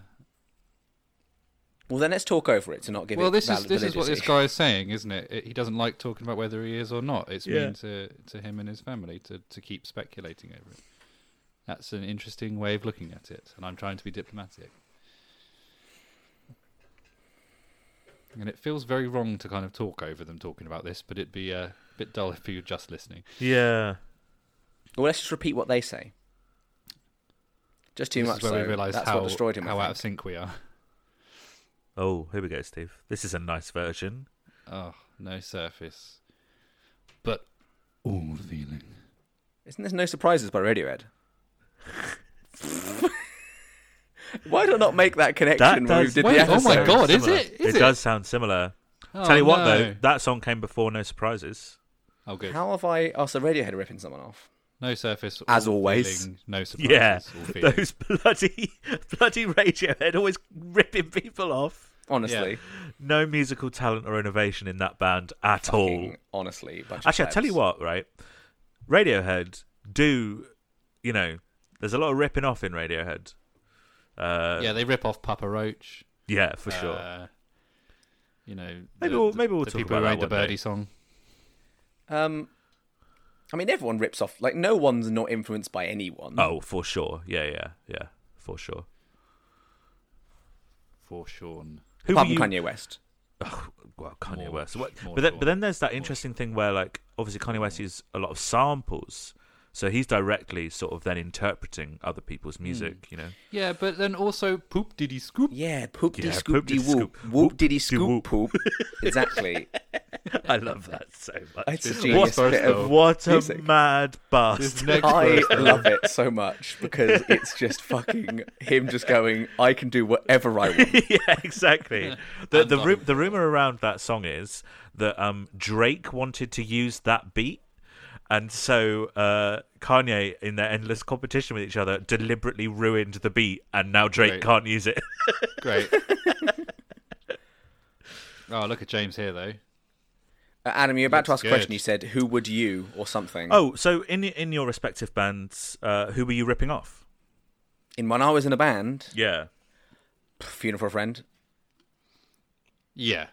Well, then let's talk over it to not give Well, it this is valid this is what this validity. guy is saying, isn't it? It- He doesn't like talking about whether he is or not. It's Yeah. mean to to him and his family to to keep speculating over it. That's an interesting way of looking at it, and I'm trying to be diplomatic. And it feels very wrong to kind of talk over them talking about this, but it'd be uh, a bit dull if you were just listening. yeah. Well, let's just repeat what they say. Just too this much. is where so we realised that's how, what destroyed him. I how out of think. sync we are. Oh, here we go, Steve. This is a nice version. Oh, no surface, but all feeling. Isn't this No Surprises by Radiohead? Why did I not make that connection when we does- did Wait, the oh episode? my God, is Similar. it? Is it, it? does sound similar. Tell Oh, you what, no. though, that song came before No Surprises. Oh, good. How have I? Oh, so Radiohead are ripping someone off. No surface. As all always. feeling, no Yeah, surprises. all feeling. those bloody, bloody Radiohead always ripping people off. Honestly, No musical talent or innovation in that band at all. Fucking honestly. Bunch of Actually, I tell you plebs. what, right? Radiohead do, you know, there's a lot of ripping off in Radiohead. Uh, yeah, they rip off Papa Roach. yeah, for sure. Uh, you know, Maybe the, we'll- maybe we'll the talk people about who that made the one day. Birdie song. Um, I mean, everyone rips off. Like, no one's not influenced by anyone. Oh, for sure. Yeah, yeah, yeah, for sure. For Sean. Who apart were from Kanye West. well, Kanye More- West. What, more but then, sure. but then there's that interesting thing where like obviously Kanye West uses a lot of samples, so he's directly sort of then interpreting other people's music. You know, Yeah, but then also poop diddy scoop. Yeah, poop dee Yeah, scoop dee whoop, poop-de-scoop, whoop diddy scoop whoop-de-whoop. poop. Exactly. I love that so It's much. a This genius first bit of. though. What a Music. mad This bastard! next I verse, though. love it so much because it's just fucking him just going, I can do whatever I want. yeah, exactly. The And the, ru- Donald the rumor around that song is that um, Drake wanted to use that beat, and so uh, Kanye, in their endless competition with each other, deliberately ruined the beat, and now Drake Right. can't use it. Great. oh, look at James here though. Uh, Adam, you're about to Looks ask a question. good. You said, who would you or something? Oh, so in in your respective bands, uh, who were you ripping off? In When I Was in a Band, Yeah, Funeral for a Friend. Yeah. Uh,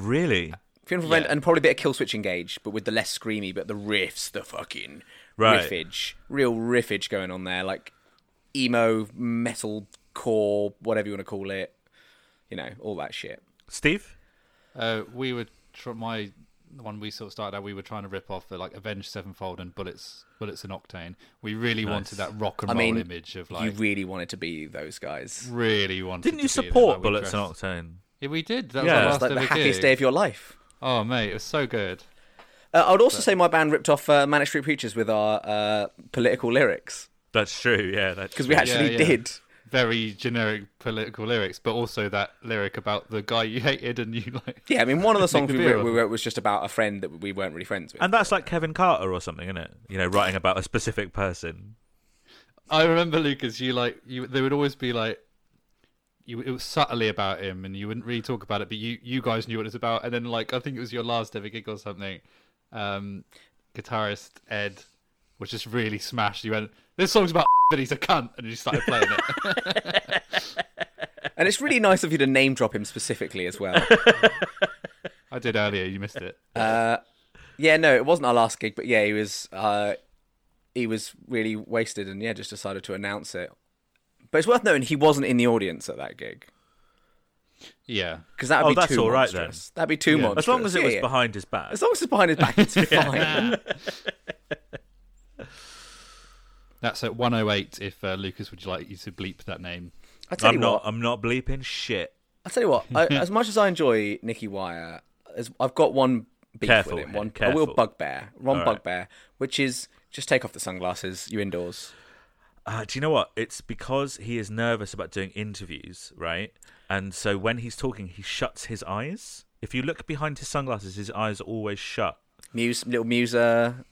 really. Funeral for a Yeah. Friend and probably a bit of Kill Switch Engage, but with the less screamy, but the riffs, the fucking Right. riffage. Real riffage going on there, like emo, metal, core, whatever you want to call it. You know, all that shit. Steve. Uh, we were tr- my the one we sort of started out. We were trying to rip off the like Avenged Sevenfold and Bullets, Bullets and Octane. We really wanted that rock and I roll mean, image of you like really wanted to be those guys. really wanted. Didn't to you be them, support like, we Bullets and dressed- Octane? Yeah, we did. That Yeah. was It's our last Like the ever happiest gig. day of your life. Oh mate, it was so good. Uh, I would also say my band ripped off uh, Manic Street Preachers with our uh, political lyrics That's true. Yeah, that's because we true. actually yeah. did. very generic political lyrics, but also that lyric about the guy you hated and you like. Yeah, I mean, one of the songs the we beer wrote, up. we wrote was just about a friend that we weren't really friends with. And that's like Kevin Carter or something, isn't it? You know, writing about a specific person. I remember Lucas. You like you. They would always be like. You, it was subtly about him, and you wouldn't really talk about it, but you, you guys knew what it was about. And then, like, I think it was your last ever gig or something. Um, guitarist Ed was just really smashed. He went, "This song's about, but he's a cunt," and he started playing it. And it's really nice of you to name drop him specifically as well. I did earlier. You missed it. yeah, no, it wasn't our last gig, but yeah, he was uh, he was really wasted, and yeah, just decided to announce it. But it's worth noting he wasn't in the audience at that gig yeah, because that would Oh, be that's too all right then. monstrous. That'd be too monstrous. As long as it Yeah, was yeah. behind his back. As long as it's behind his back, it's fine. that's at 108. If uh, Lucas would you like you to bleep that name? I tell I'm you not. what, I'm not bleeping shit. I tell you what. I, as much as I enjoy Nicky Wire, as, I've got one beef Careful with him. here, One, I careful. will bugbear, one All right. bugbear, which is just take off the sunglasses. You indoors. Uh, do you know what? It's because he is nervous about doing interviews, right? And so when he's talking, he shuts his eyes. If you look behind his sunglasses, his eyes are always shut. Muse, little muser.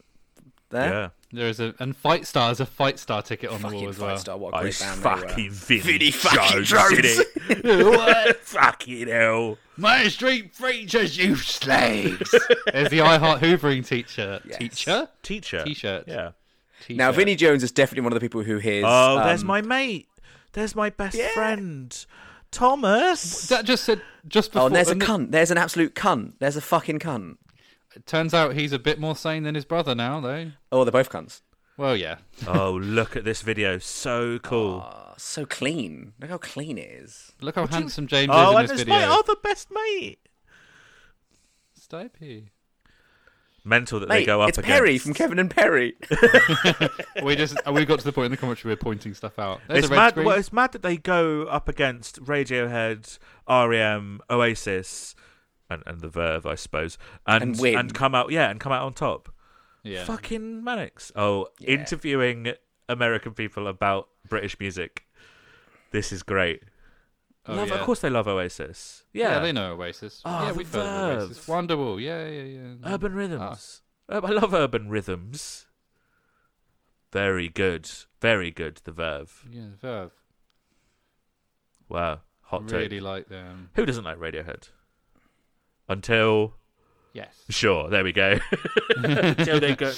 There. Yeah. There is a and Fight Star is a Fight Star ticket on the Fucking wall as well. Five Star, what a Oh, great it's band they were. fucking Vinnie, Vinnie uh, fucking fucking Jones, Jones. isn't it? what? fucking hell. My street preachers, you slaves. There's the I Heart Hoovering teacher. Teacher? Teacher. T-shirt. Yeah. Teacher. Now, Vinnie Jones is definitely one of the people who hears. Oh, there's um, my mate. There's my best friend, Thomas. That just said just before. Oh, and there's a and it- cunt. There's an absolute cunt. There's a fucking cunt. it Turns out he's a bit more sane than his brother now, though. Oh, they're both cunts. Well, yeah. oh, look at this video. So cool. Ah. Oh, so clean. Look how clean it is. Look how handsome James oh, and is it's in this video. my other best mate. Stipey. Mental that they Mate, go up it's against. Perry from Kevin and Perry. We just uh, we got to the point in the commentary we're pointing stuff out. There's It's a red mad. screen. Well, it's mad that they go up against Radiohead, REM, Oasis, and, and the Verve, I suppose, and And win. come out. Yeah, and come out on top. yeah. Fucking Mannix. Oh, interviewing American people about British music. This is great. Oh, Love- yeah. Of course, they love Oasis. Yeah. Yeah, they know Oasis. Oh, yeah, the we've heard of Oasis. Verve. Wonderwall. Yeah, yeah, yeah. Urban rhythms. Ur- I love urban rhythms. Very good. Very good. The Verve. Yeah, Verve. Wow. Hot take. Really like them. Who doesn't like Radiohead? Until Yes. sure, there we go. Until they go.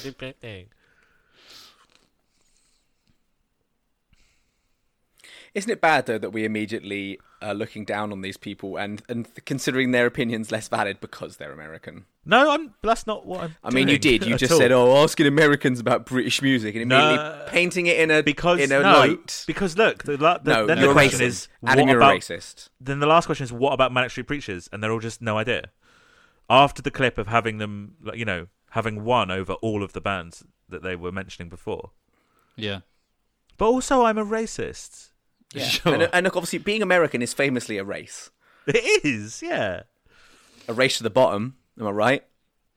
Isn't it bad though that we immediately are looking down on these people and and considering their opinions less valid because they're American? No, I'm. That's not what I'm. I mean, you doing did. You at just all. said, "Oh, asking Americans about British music," and No. immediately painting it in a because in a no, light. because look, the, la- the, no, then you're the a question racist. is what Adam, you're about a racist. then the last question is what about Manic Street Preachers? And they're all just no idea. After the clip of having them, like, you know, having won over all of the bands that they were mentioning before, Yeah. but also I'm a racist. Yeah. And, and look, obviously, being American is famously a race, It is, yeah. a race to the bottom. Am I right?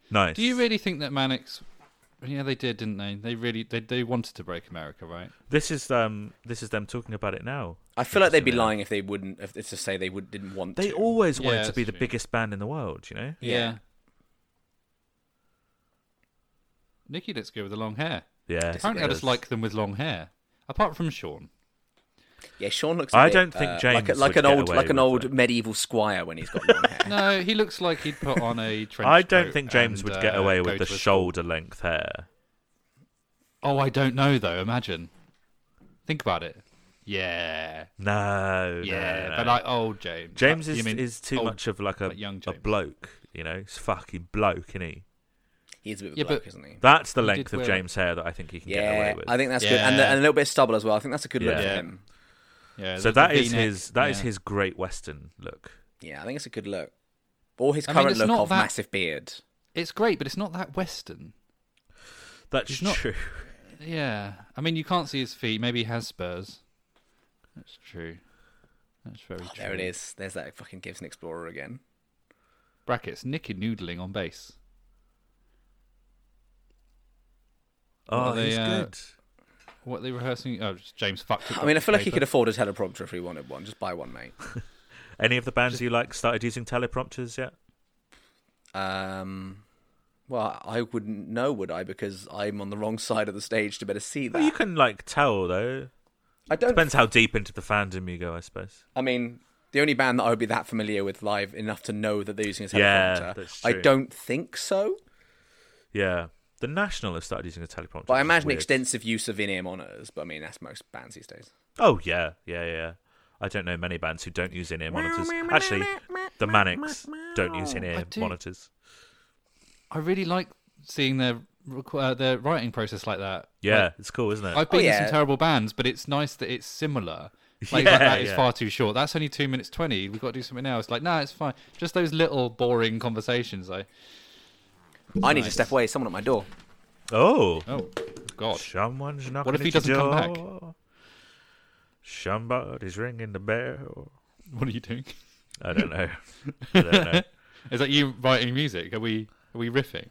Nice. Do you really think that Mannix? Yeah, they did, didn't they? They really they they wanted to break America, right? This is um, this is them talking about it now. I feel like they'd be lying if they wouldn't, if to say they would didn't want They to. always Yeah, wanted to that's be the true. biggest band in the world, you know. Yeah. Nikki looks good with the long hair. Yeah. Apparently, I just like them with long hair. Apart from Sean. Yeah, Sean looks. I I don't think like, a- James like would an get old away like an with old it. medieval squire when he's got long hair. No, he looks like he'd put on a trench I don't coat think James and, would get uh, away go with the to a- shoulder length hair. Oh, I don't know though. Imagine. Think about it. Yeah. No, Yeah. no, no. But like old James. James Uh, is, you mean is too old- much of like a like young a James. bloke, you know. He's fucking bloke, isn't he? He's a bit of a Yeah, bloke, but- isn't he? That's the He length did of wear James' hair that I think he can get away Yeah, with. I think that's good, and, the, Yeah. and a little bit of stubble as well. I think that's a good look Yeah. for him. Yeah. so. the- the That is V-neck. his That is Yeah. his great western look. Yeah, I think it's a good look. Or his I mean, current it's look not of that- massive beard. It's great, but it's not that western. That's He's not- true. Yeah, I mean you can't see his feet. Maybe he has spurs. That's true. That's very true. Oh, There it is. There's that fucking Gibson Explorer again. Brackets. Nicky noodling on bass. Oh, Well, they, Oh, he's uh, good. What are they rehearsing? Oh, just James fucked it. I mean, I feel like he could afford a teleprompter if he wanted one. Just buy one, mate. Any of the bands you like started using teleprompters yet? Um, well, I wouldn't know, would I? Because I'm on the wrong side of the stage to better see that. Well, you can like tell though. I don't. Depends how deep into the fandom you go, I suppose. I mean, the only band that I would be that familiar with live enough to know that they're using a teleprompter. Yeah, that's I true. don't think so, Yeah, the Nationalists started using a teleprompter. but I which is imagine weird. extensive use of in-ear monitors. But I mean, that's most bands these days. Oh yeah, yeah, yeah. I don't know many bands who don't use in-ear monitors. Actually, the Manics don't use I in-ear do. monitors. I really like seeing their requ- uh, their writing process like that. Yeah, Like, it's cool, isn't it? I've been in Oh, yeah. some terrible bands, but it's nice that it's similar. Like, Yeah, like that is yeah. far too short. That's only two minutes twenty. We've got to do something else. Like, nah, it's fine. Just those little boring conversations. I I need to step away. Someone at my door. Oh, oh god, someone's knocking. if he at your doesn't come back? door. Somebody's ringing the bell. what are you doing? I don't know. I don't know. Is that you writing music? Are we are we riffing?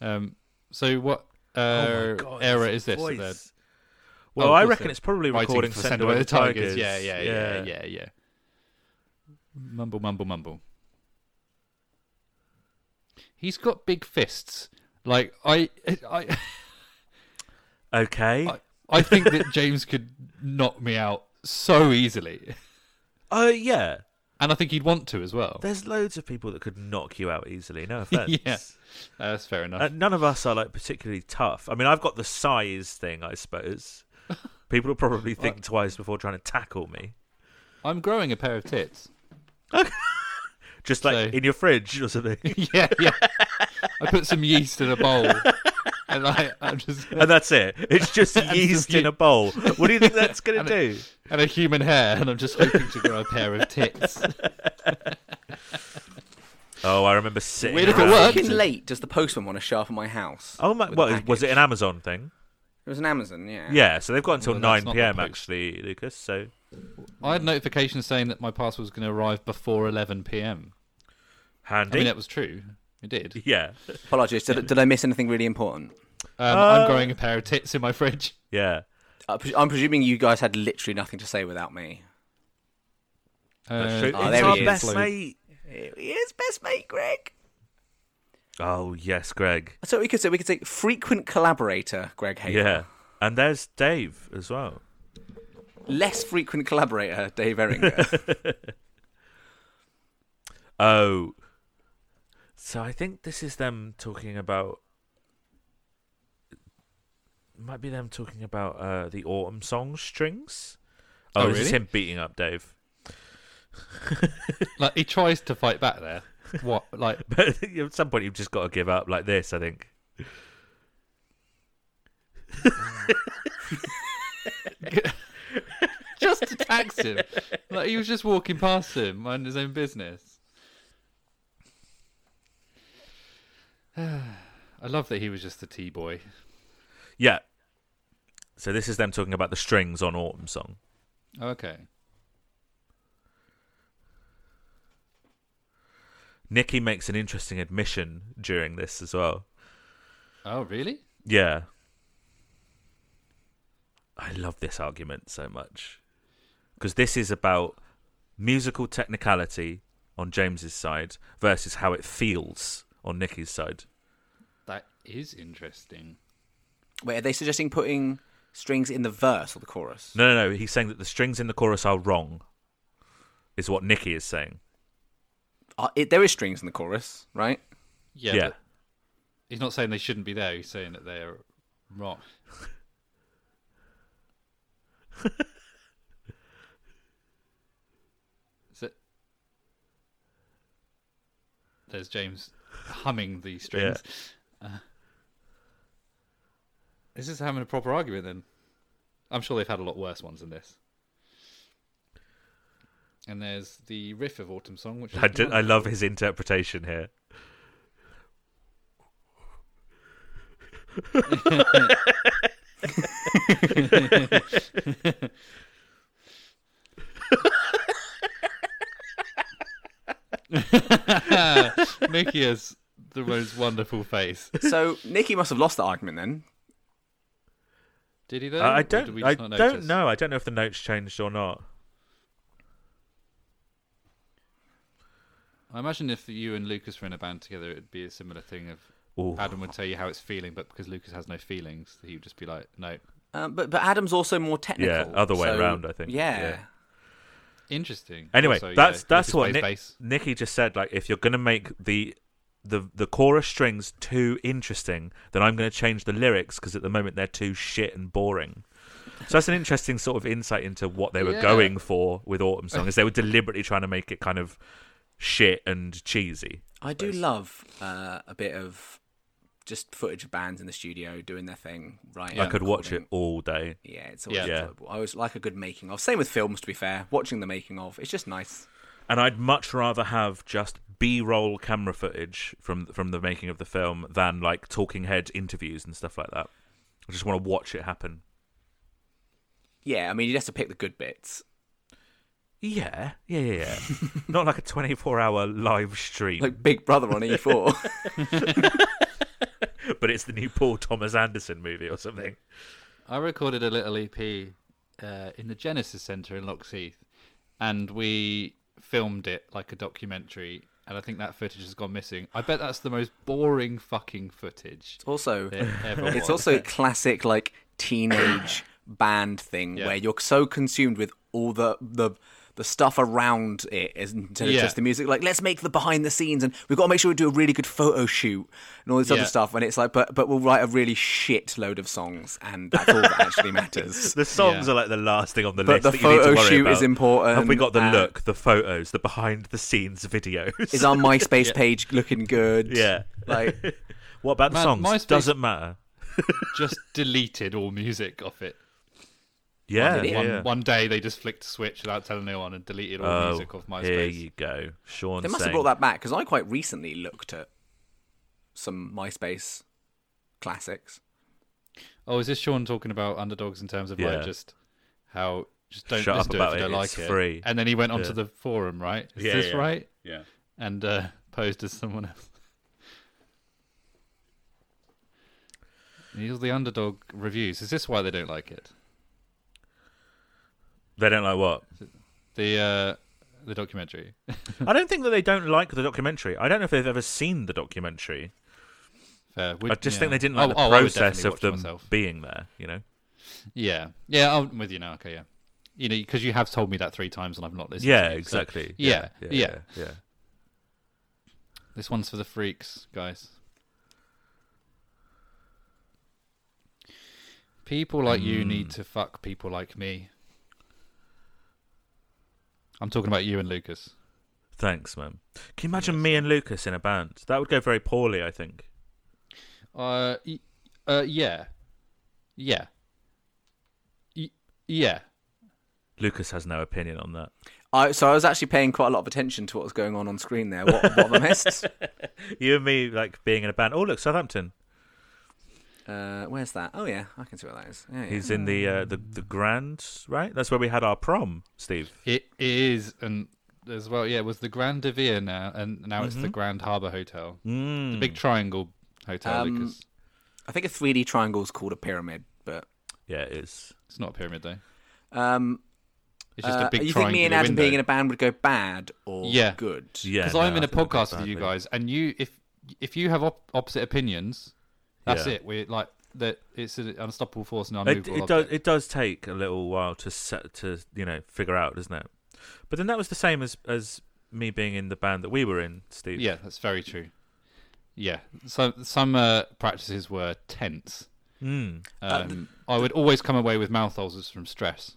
um. So what uh, Oh my God, era his is this? that voice. they're Well, Oh, I of course reckon they're it's probably writing recording for Send Away the Tigers. Yeah, yeah, yeah, yeah, yeah, yeah. Mumble, mumble, mumble. He's got big fists. Like I, I, Okay. I, I think that James could knock me out so easily, Oh yeah. and I think he'd want to as well. There's loads of people that could knock you out easily. No offense. Yeah. Uh, that's fair enough. Uh, none of us are like particularly tough. I mean, I've got the size thing, I suppose. People will probably think twice before trying to tackle me. I'm growing a pair of tits. Just like So- in your fridge or something. yeah, yeah. I put some yeast in a bowl, and I, I'm just and that's it. It's just yeast in you- a bowl. What do you think that's going And to it- do? and a human hair, and I'm just hoping to grow a pair of tits. Oh, I remember sitting. Weird if it around- worked. Fucking late. Does the postman want to show up at my house? Oh my! with a What was it? package? An Amazon thing? It was an Amazon. Yeah. Yeah. So they've got until Well, nine that's not the p.m. post. actually, Lucas. So I had notifications saying that my parcel was going to arrive before 11 p.m. I handy. mean, that was true. It did. yeah. Apologies. Did, did I miss anything really important? Um, Uh, I'm growing a pair of tits in my fridge. Yeah. Uh, pres- I'm presuming you guys had literally nothing to say without me. Uh, That's true. oh, it's there our he is. best Flew. mate. It's best mate, Greg. Oh yes, Greg. So we could say we could say frequent collaborator, Greg Hayden. Yeah. And there's Dave as well. Less frequent collaborator, Dave Eringer. Oh. So I think this is them talking about. Might be them talking about uh, the autumn song strings. Oh, Oh, this is really? him beating up Dave. Like he tries to fight back there. What? Like But at some point, you've just got to give up like this, I think. just attacks him. Like he was just walking past him, minding his own business. I love that he was just a T boy. Yeah. So this is them talking about the strings on autumn song. Oh, Okay. Nikki makes an interesting admission during this as well. Oh, really? Yeah. I love this argument so much. Because this is about musical technicality on James's side versus how it feels on Nikki's side. That is interesting. Wait, are they suggesting putting strings in the verse or the chorus? No, no, no. He's saying that the strings in the chorus are wrong, is what Nikki is saying. Uh, it, there is strings in the chorus, right? Yeah. yeah. but He's not saying they shouldn't be there. He's saying that they're wrong. Is it? There's James humming the strings. Uh, this is having a proper argument then. I'm sure they've had a lot worse ones than this. And there's the riff of Autumn Song, which is I, ju- I love his interpretation here. Nikki is the most wonderful face. So Nicky must have lost the argument then. Did he though? Uh, I Or did don't. we I just not don't notice? know. I don't know if the notes changed or not. I imagine if you and Lucas were in a band together, it'd be a similar thing of Ooh. Adam would tell you how it's feeling, but because Lucas has no feelings, he would just be like, "No, Um, but but Adam's also more technical. Yeah, other way so- around, I think. Yeah. Yeah. interesting." Anyway, Also, yeah, that's that's Lucas what plays Nick, bass. Nikki just said. Like, if you're gonna make the the the chorus strings too interesting, then I'm gonna change the lyrics because at the moment they're too shit and boring. So that's an interesting sort of insight into what they were Yeah. going for with Autumn Song, is they were deliberately trying to make it kind of shit and cheesy. I do love uh, a bit of just footage of bands in the studio doing their thing. Right. I could watch it all day. Yeah, it's always Yeah. Yeah. enjoyable. I always like a good making of. Same with films, to be fair. Watching the making of, it's just nice. and I'd much rather have just B-roll camera footage from from the making of the film than like talking head interviews and stuff like that. I just want to watch it happen. Yeah, I mean, you just have to pick the good bits. Yeah, yeah, yeah. yeah. Not like a twenty-four hour live stream, Like Big Brother on E E4. but it's the new Paul Thomas Anderson movie or something. I recorded a little EP uh, in the Genesis Centre in Lockheath, and we filmed it like a documentary. And I think that footage has gone missing. I bet that's the most boring fucking footage. also, there ever it's was. also classic, like, teenage band thing Yeah. where you're so consumed with all the. the the stuff around it is instead of Yeah. just the music. Like, let's make the behind the scenes, and we've got to make sure we do a really good photo shoot and all this other Yeah. stuff. And it's like, but but we'll write a really shit load of songs, and that's all that actually matters. The songs Yeah. are like the last thing on the list. But the that you need to photo worry shoot about. is important, Have we got the and- look, the photos, the behind the scenes videos? Is our MySpace page looking good? yeah. Like, What about the Man, songs? MySpace- Doesn't matter. just deleted all music off it. Yeah, minute. yeah. One, one day they just flicked a switch without telling anyone and deleted all Oh, music off Here MySpace. you go, Sean. they must have saying- brought that back because I quite recently looked at some MySpace classics. Oh, is this Sean talking about underdogs in terms of Yeah. like just how just don't Shut just up do it if about you it, don't like it's it? free. And then he went onto Yeah. the forum, right? Is Yeah, this yeah. right? Yeah. And uh, posed as someone else. These are the underdog reviews. Is this why they don't like it? They don't like what? The uh, the documentary. I don't think that they don't like the documentary. I don't know if they've ever seen the documentary. Fair. I just think they didn't Oh, like oh, I the would process definitely of watch them myself. being there, you know? Yeah, yeah, I'm with you now. Okay, yeah, you know, because you have told me that three times and I've not listened. Yeah, to you, so- exactly. yeah, yeah, yeah. yeah. This one's for the freaks, guys. People like you Hmm. need to fuck people like me. I'm talking about you and Lucas. Thanks, man. Can you imagine me and Lucas in a band? That would go very poorly, I think. Uh, y- uh, yeah, yeah, Y- yeah. Lucas has no opinion on that. I, so I was actually paying quite a lot of attention to what was going on on screen there. What, what have I missed? You and me, like, being in a band. Oh, look, Southampton. Uh, where's that? Oh yeah, I can see what that is. Yeah, yeah. He's in the, uh, the the Grand, right? That's where we had our prom, Steve. It is, and as well, yeah, it was the Grand Devere now, and now it's Mm-hmm. the Grand Harbour Hotel, mm. the big triangle hotel. Um, Lucas, I think a 3D triangle is called a pyramid, but Yeah, it is. it's not a pyramid though. um, It's just uh, a big. you think me and triangular Adam being window. in a band would go bad or Yeah. good? Yeah. because no, I'm in I a think that's podcast with bad, you but- guys, and you if if you have op- opposite opinions, that's Yeah. it. We're like that. It's an unstoppable force and It, unmovable. it does. object. It does take a little while to set to you know figure out, doesn't it? But then that was the same as as me being in the band that we were in, Steve. yeah, that's very true. Yeah, so some uh, practices were tense. Mm. Uh, Um, I would always come away with mouth ulcers from stress.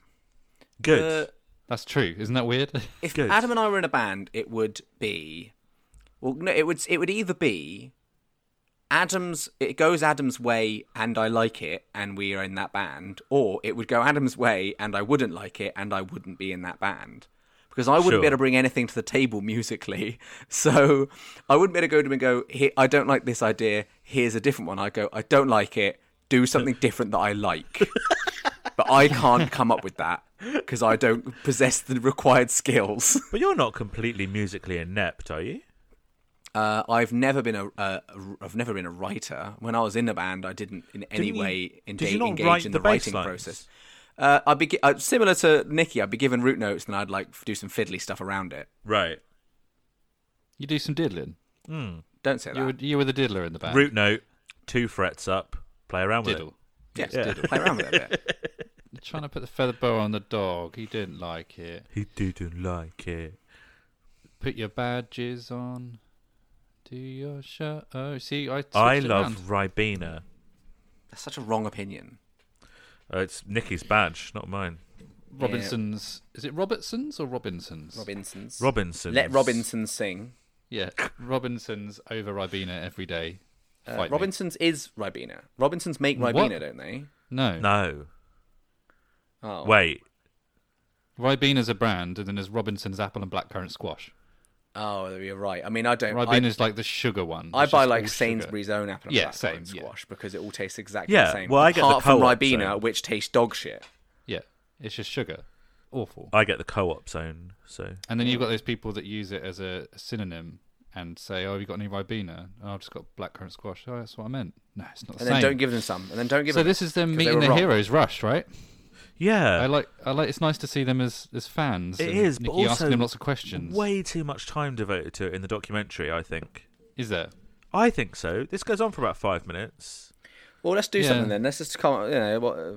Good. Uh, That's true, isn't that weird? If Good. Adam and I were in a band, it would be well, no, it would it would either be Adam's it goes Adam's way and I like it and we are in that band, or it would go Adam's way and I wouldn't like it and I wouldn't be in that band. Because I wouldn't Sure. be able to bring anything to the table musically, so I wouldn't be able to go to him and go, "Here- "I don't like this idea. Here's a different one." I go, "I don't like it. Do something different that I like." but I can't come up with that because I don't possess the required skills. but you're not completely musically inept, are you? Uh, I've never been a, a, a I've never been a writer. When I was in a band, I didn't in any Didn't you- way in, did you not engage write in the the, writing basslines? process. Uh, I'd be gi- uh, similar to Nikki. I'd be given root notes, and I'd like do some fiddly stuff around it. Right. You do some diddling. Don't say that. You were, you were the diddler in the band. Root note, two frets up, play around with diddle. yeah, yeah. play around with it a bit. You're trying to put the feather boa on the dog. He didn't like it. it. He didn't like it. Put your badges on. Do your shirt. Oh, see, I. I switched it love round. Ribena. That's such a wrong opinion. Oh, it's Nicky's badge, not mine. Robinson's. Is it Robertson's or Robinson's? Robinson's. Robinson. Let Robinson sing. Yeah, Robinson's over Ribena every day. Uh, Fight me. Robinson's is Ribena. Robinsons make Ribena, What? don't they? No. No. Oh, Wait. Ribena's a brand, and then there's Robinson's apple and blackcurrant squash. oh, you're right. I mean, I don't. I, Ribena's like the sugar one. I It's buy just all like sugar. Sainsbury's own apple and Yeah, blackcurrant same, yeah. squash because it all tastes exactly Yeah, the same. well, I get the apart from co-op, Ribena, so- which tastes dog shit. Yeah, it's just sugar. Awful. I get the co op zone, so. And then you've got those people that use it as a synonym and say, "Oh, have you got any Ribena?" Oh, I've just got blackcurrant squash. Oh, that's what I meant. No, it's not the And same. then don't give them some. And then don't give so them. this is them 'cause they meeting were the wrong. heroes rush, right? I Yeah. like, I like. It's nice to see them as as fans. it and is, but Nikki also. asking them lots of questions. Way too much time devoted to it in the documentary, I think. is there? I think so. This goes on for about five minutes. Well, let's do Yeah. something then. Let's just come. You know, what, uh,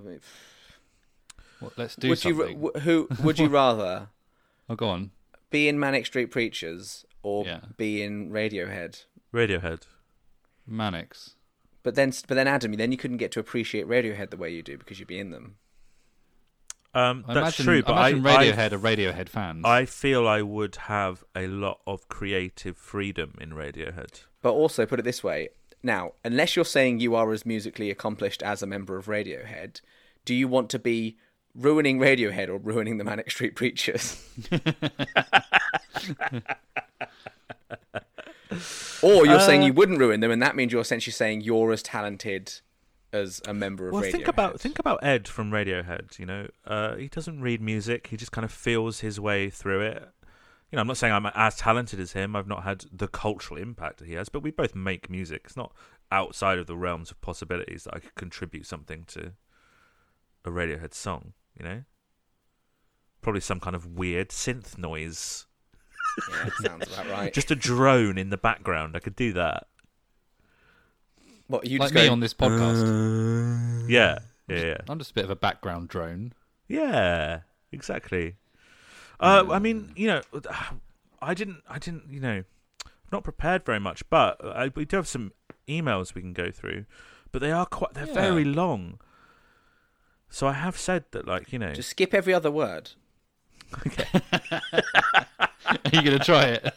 Well, let's do would you something. you who would you rather oh, go on. be in Manic Street Preachers or Yeah. be in Radiohead? Radiohead. Mannix. But then, but then, Adam, then you couldn't get to appreciate Radiohead the way you do because you'd be in them. Um, I that's imagine, true, I but I, imagine I- Radiohead are Radiohead fans. I feel I would have a lot of creative freedom in Radiohead. But also, put it this way: now, unless you're saying you are as musically accomplished as a member of Radiohead, do you want to be ruining Radiohead or ruining the Manic Street Preachers? Uh, or you're saying you wouldn't ruin them, and that means you're essentially saying you're as talented as a member of Well, Radiohead. think about think about Ed from Radiohead. You know, uh, he doesn't read music; he just kind of feels his way through it. You know, I'm not saying I'm as talented as him. I've not had the cultural impact that he has, but we both make music. It's not outside of the realms of possibilities that I could contribute something to a Radiohead song. You know, probably some kind of weird synth noise, Yeah, that sounds about right. just a drone in the background. I could do that. what you like just me go, on this "Uh." podcast. Yeah, yeah, yeah. I'm just a bit of a background drone. Yeah, exactly. Uh, I mean, you know, I didn't, I didn't, you know, not prepared very much, but I, we do have some emails we can go through, but they are quite, they're Yeah. very long. So I have said that, like, you know, just skip every other word. Are you going to try it?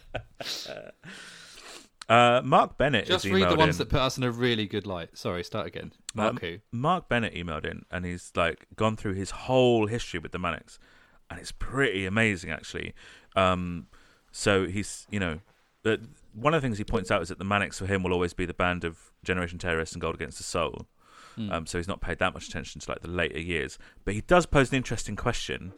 uh, Mark Bennett Just is read the emailed ones in. that put us in a really good light. Sorry, start again. Mark Um, who? Mark Bennett emailed in, and he's like gone through his whole history with the Manics, and it's pretty amazing actually. Um, so he's, you know, the, one of the things he points out is that the Manics for him will always be the band of Generation Terrorists and Gold Against the Soul. Hmm. Um, so he's not paid that much attention to like the later years, but he does pose an interesting question: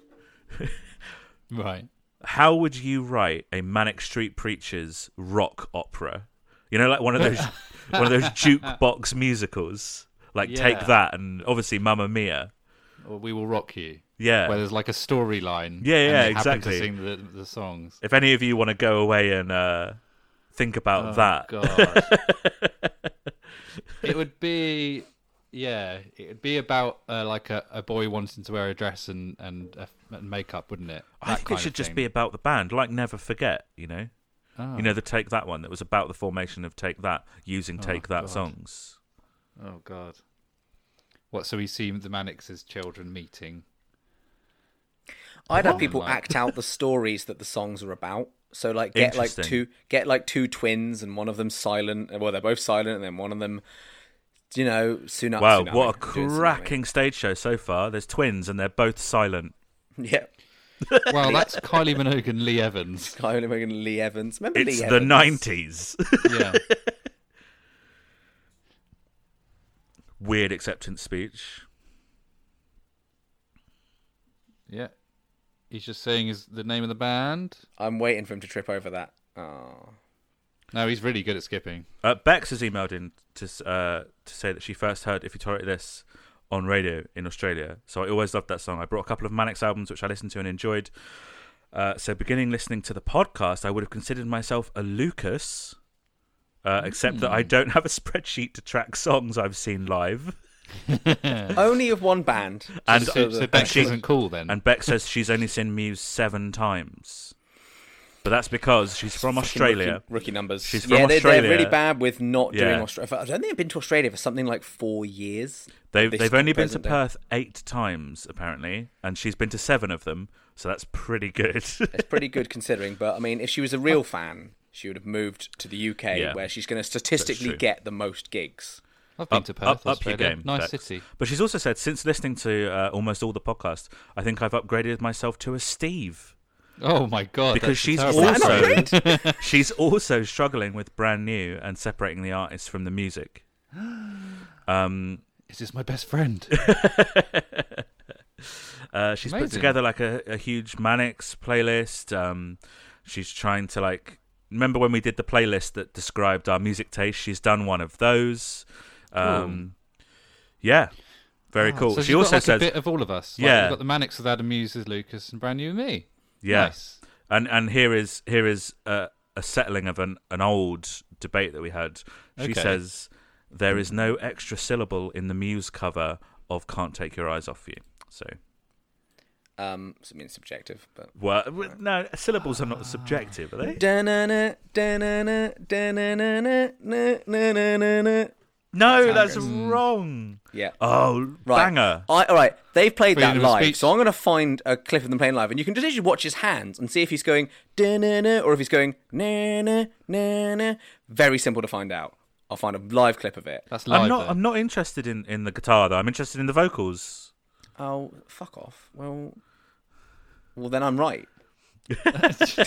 Right. How would you write a Manic Street Preachers rock opera? You know, like one of those one of those jukebox musicals, like Take Yeah. That and obviously Mamma Mia. Or we will rock you. Yeah. Where there's like a storyline. Yeah, and yeah, they happen exactly. to sing the, the songs. if any of you want to go away and uh, think about that, Oh, God. it would be, yeah, it would be about uh, like a, a boy wanting to wear a dress and and, uh, and makeup, wouldn't it? I That think it kind of should just thing. be about the band, like Never Forget. You know, Oh. you know the Take That one that was about the formation of Take That using Take That Oh, God. songs. Oh God. What? So we see the Manics as children meeting. I'd have Oh, people my. act out the stories that the songs are about. So like get like Interesting. two get like two twins and one of them silent. Well, they're both silent, and then one of them, you know, soon after. Wow, what a cracking stage show so far. There's twins and they're both silent. Yeah, Well, that's Kylie Minogue and Lee Evans. Kyle Morgan, Lee Evans. Remember It's Lee the Evans? nineties. Yeah. Weird acceptance speech. Yeah. He's just saying his the name of the band. I'm waiting for him to trip over that. Oh, No, he's really good at skipping. Uh, Bex has emailed in to s- uh, to say that she first heard "If You Tolerate This" on radio in Australia. So I always loved that song. I brought a couple of Mannix albums which I listened to and enjoyed. Uh, so beginning listening to the podcast, I would have considered myself a Lucas, uh, except that I don't have a spreadsheet to track songs I've seen live. Only of one band. And So, so and Bex she- isn't cool then. and Beck says she's only seen Muse seven times, but that's because she's from Australia. Rookie, rookie numbers. She's from yeah, they're, they're Australia. really bad with not doing Yeah. Australia. I don't think I've been to Australia for something like four years. They've, This they've only been to present day. Perth eight times, apparently, and she's been to seven of them, so that's pretty good. It's pretty good considering, but I mean, if she was a real fan, she would have moved to the UK, Yeah. where she's going to That's statistically true. get the most gigs. I've been to Perth. up, up your Australia. game. Nice Bex. city. But she's also said, since listening to uh, almost all the podcasts, I think I've upgraded myself to a Steve. Oh my god. Because that's she's terrible. also she's also struggling with brand new and separating the artist from the music. Is this my best friend? Uh, she's put Amazing. together like a, a huge Manix playlist. Um, she's trying to like remember when we did the playlist that described our music taste. She's done one of those. Um, yeah, very cool. Ah, So she's she got, also like, says, a bit of all of us. Like, Yeah. we've got the Manics with Adam Muse as Lucas and brand new me. "Yeah." Nice. And and here is here is a, a settling of an an old debate that we had. She Okay. says there is no extra syllable in the Muse cover of "Can't Take Your Eyes Off You." So, Um, so, I mean, it's subjective, but. well, w- no syllables are not Ah. subjective, are they? Da-na-na, da-na-na, da-na-na-na, na-na-na-na-na. No, that's Mm. wrong. Yeah. Oh, Right. banger. I, all right, they've played Freedom that of live, speech. so I'm going to find a clip of them playing live, and you can just actually watch his hands and see if he's going na or if he's going na na na na. Very simple to find out. I'll find a live clip of it. That's live. I'm not. though. I'm not interested in, in the guitar though. I'm interested in the vocals. Oh, fuck off. Well, well, then I'm right. Sure.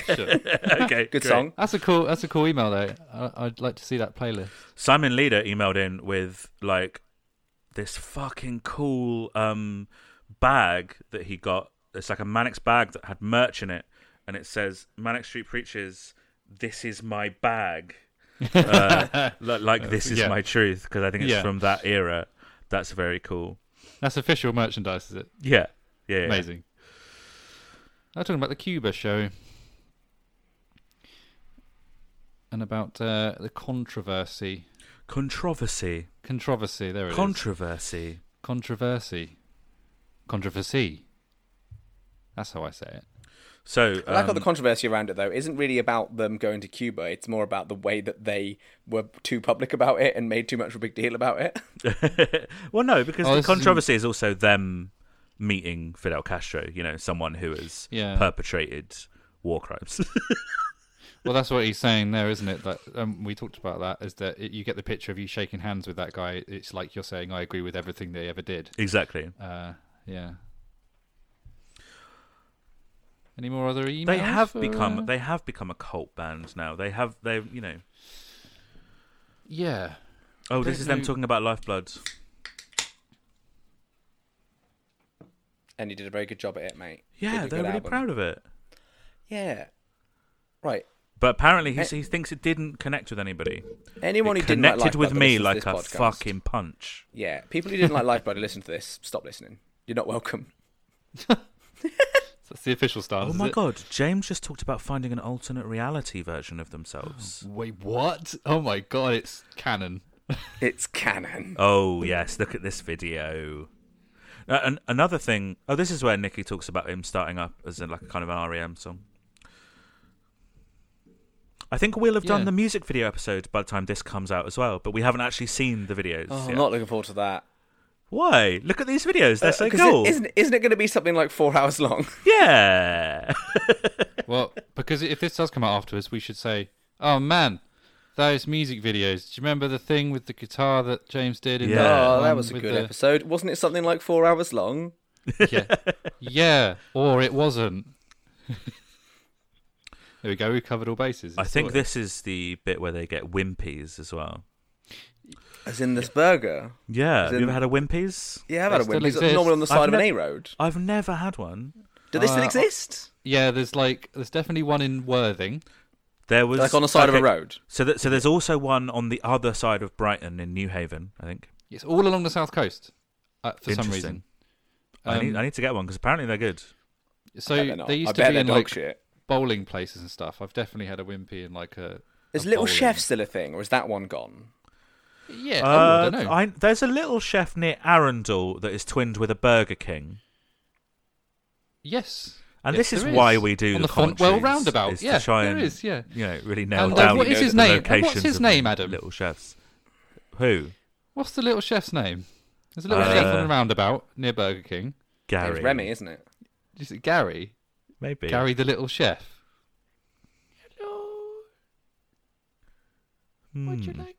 okay, Good song. That's a cool. That's a cool email though. I, I'd like to see that playlist. Simon Leader emailed in with like this fucking cool um bag that he got. It's like a Mannix bag that had merch in it, and it says Mannix Street Preachers. This is my bag. uh, li- like this is yeah. my truth because I think it's Yeah. from that era. That's very cool. That's official merchandise, is it? Yeah, yeah, yeah. Amazing. I'm talking about the Cuba show and about uh, the controversy. Controversy, Controversy. There it is. controversy. Controversy. Controversy. That's how I say it. So I like how um, the controversy around it though isn't really about them going to Cuba. It's more about the way that they were too public about it and made too much of a big deal about it. um, well, no, because Oh, the this isn't- controversy is also them meeting Fidel Castro. You know, someone who has Yeah. perpetrated war crimes. Well, that's what he's saying there, isn't it? That um, we talked about that is that it, you get the picture of you shaking hands with that guy. It's like you're saying I agree with everything they ever did. exactly. Uh, yeah. Any more other emails? They have for, become uh, they have become a cult band now. They have they you know. yeah. Oh, this don't is them know- talking about Lifeblood. And he did a very good job at it, mate. They did Yeah, they're a good really album. proud of it. Yeah. Right. But apparently, he Eh. he thinks it didn't connect with anybody. Anyone it who didn't like connected Lifeblood with that me listens to like this a podcast- fucking punch. Yeah, people who didn't like Lifeblood who listen to this, stop listening. You're not welcome. That's the official start. Oh is my it? god, James just talked about finding an alternate reality version of themselves. Wait, what? Oh my god, it's canon. It's canon. Oh yes, look at this video. Uh, and another thing. Oh, this is where Nicky talks about him starting up as in like a kind of an REM song. I think we'll have done Yeah. the music video episode by the time this comes out as well, but we haven't actually seen the videos. Oh, yet. I'm not looking forward to that. Why? Look at these videos. They're so Uh, 'Cause cool. it, isn't isn't it going to be something like four hours long? Yeah. Well, because if this does come out afterwards, we should say, "Oh man, those music videos. Do you remember the thing with the guitar that James did?" In Yeah. that oh, that one was a Um, with good the- episode, wasn't it? Something like four hours long. Yeah, yeah, or it wasn't. there we go. We covered all bases. I think Sorted. this is the bit where they get wimpies as well. As in this burger. Yeah. Have you in- ever had a wimpies? Yeah, That I've had a still win. It's exists. normally on the side of an ne- A road. I've never had one. Do they still Uh, exist? Yeah, there's like there's definitely one in Worthing. There was like on the side of okay, a road. So, that, so there's also one on the other side of Brighton in New Haven, I think. It's all along the south coast uh, for some Interesting. reason. I, Um, need, I need to get one because apparently they're good. So I, don't know. they used I to bet be they're in dog like shit. bowling places and stuff. I've definitely had a wimpy in like a. Is a Little bowling- Chef still a thing, or is that one gone? Yeah, oh, Uh, I don't know. I- there's a little chef near Arundel that is twinned with a Burger King. Yes. And Yes, this is there why we do on the the font- well, commentaries, roundabout. is to Yeah, try there and, is, yeah. you know, really nail And, uh, down what is the his name? And locations what's his of the name, Adam? Little chefs. Who? What's the little chef's name? There's a little Uh, chef on the roundabout near Burger King. Gary. It's Remy, isn't it? Is it Gary? Maybe. Gary the little chef. Hello. Would you Hmm. like?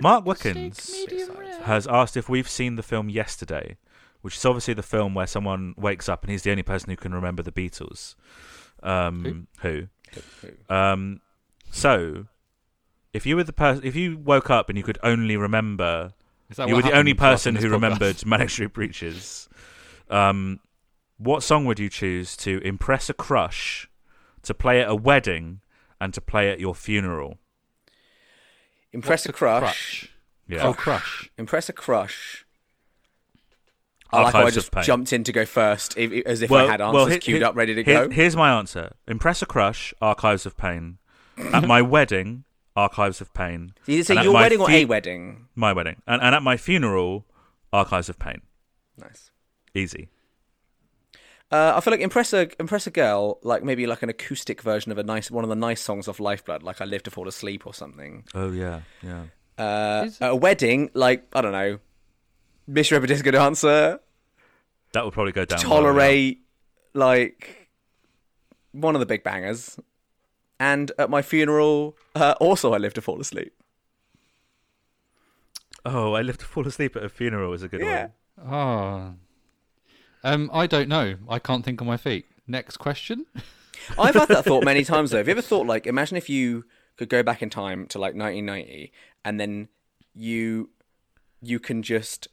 Mark Wickens medium has asked if we've seen the film Yesterday, which is obviously the film where someone wakes up and he's the only person who can remember the Beatles. Um, who? Um, so, if you were the person, if you woke up and you could only remember, Is that you were what the only happened to us person on who this podcast? remembered Manic Street Breaches. Um, what song would you choose to impress a crush, to play at a wedding, and to play at your funeral? Impress a What's crush. Yeah, Oh, crush. Impress a crush. I Archives like how I of just Pain. jumped in to go first, if, as if I had answers he- queued he- up, ready to here- go. Here's my answer: Impress a crush, Archives of Pain. At my wedding, Archives of Pain. you did say And at your my wedding or fu- a wedding? My wedding, and, and at my funeral, Archives of Pain. Nice. Easy. Uh, I feel like impress a impress a girl, like maybe like an acoustic version of a nice one of the nice songs off Lifeblood, like "I Live to Fall Asleep" or something. Oh yeah, yeah. Uh, Is- at a wedding, like I don't know, Miss Rebecca's good answer. That would probably go down. well, yeah. tolerate like one of the big bangers. And at my funeral, uh, also I live to fall asleep. Oh, I live to fall asleep at a funeral is a good Yeah. one. Oh. Um, I don't know. I can't think on my feet. Next question. I've had that thought many times though. Have you ever thought like, imagine if you could go back in time to like 1990, and then you you can just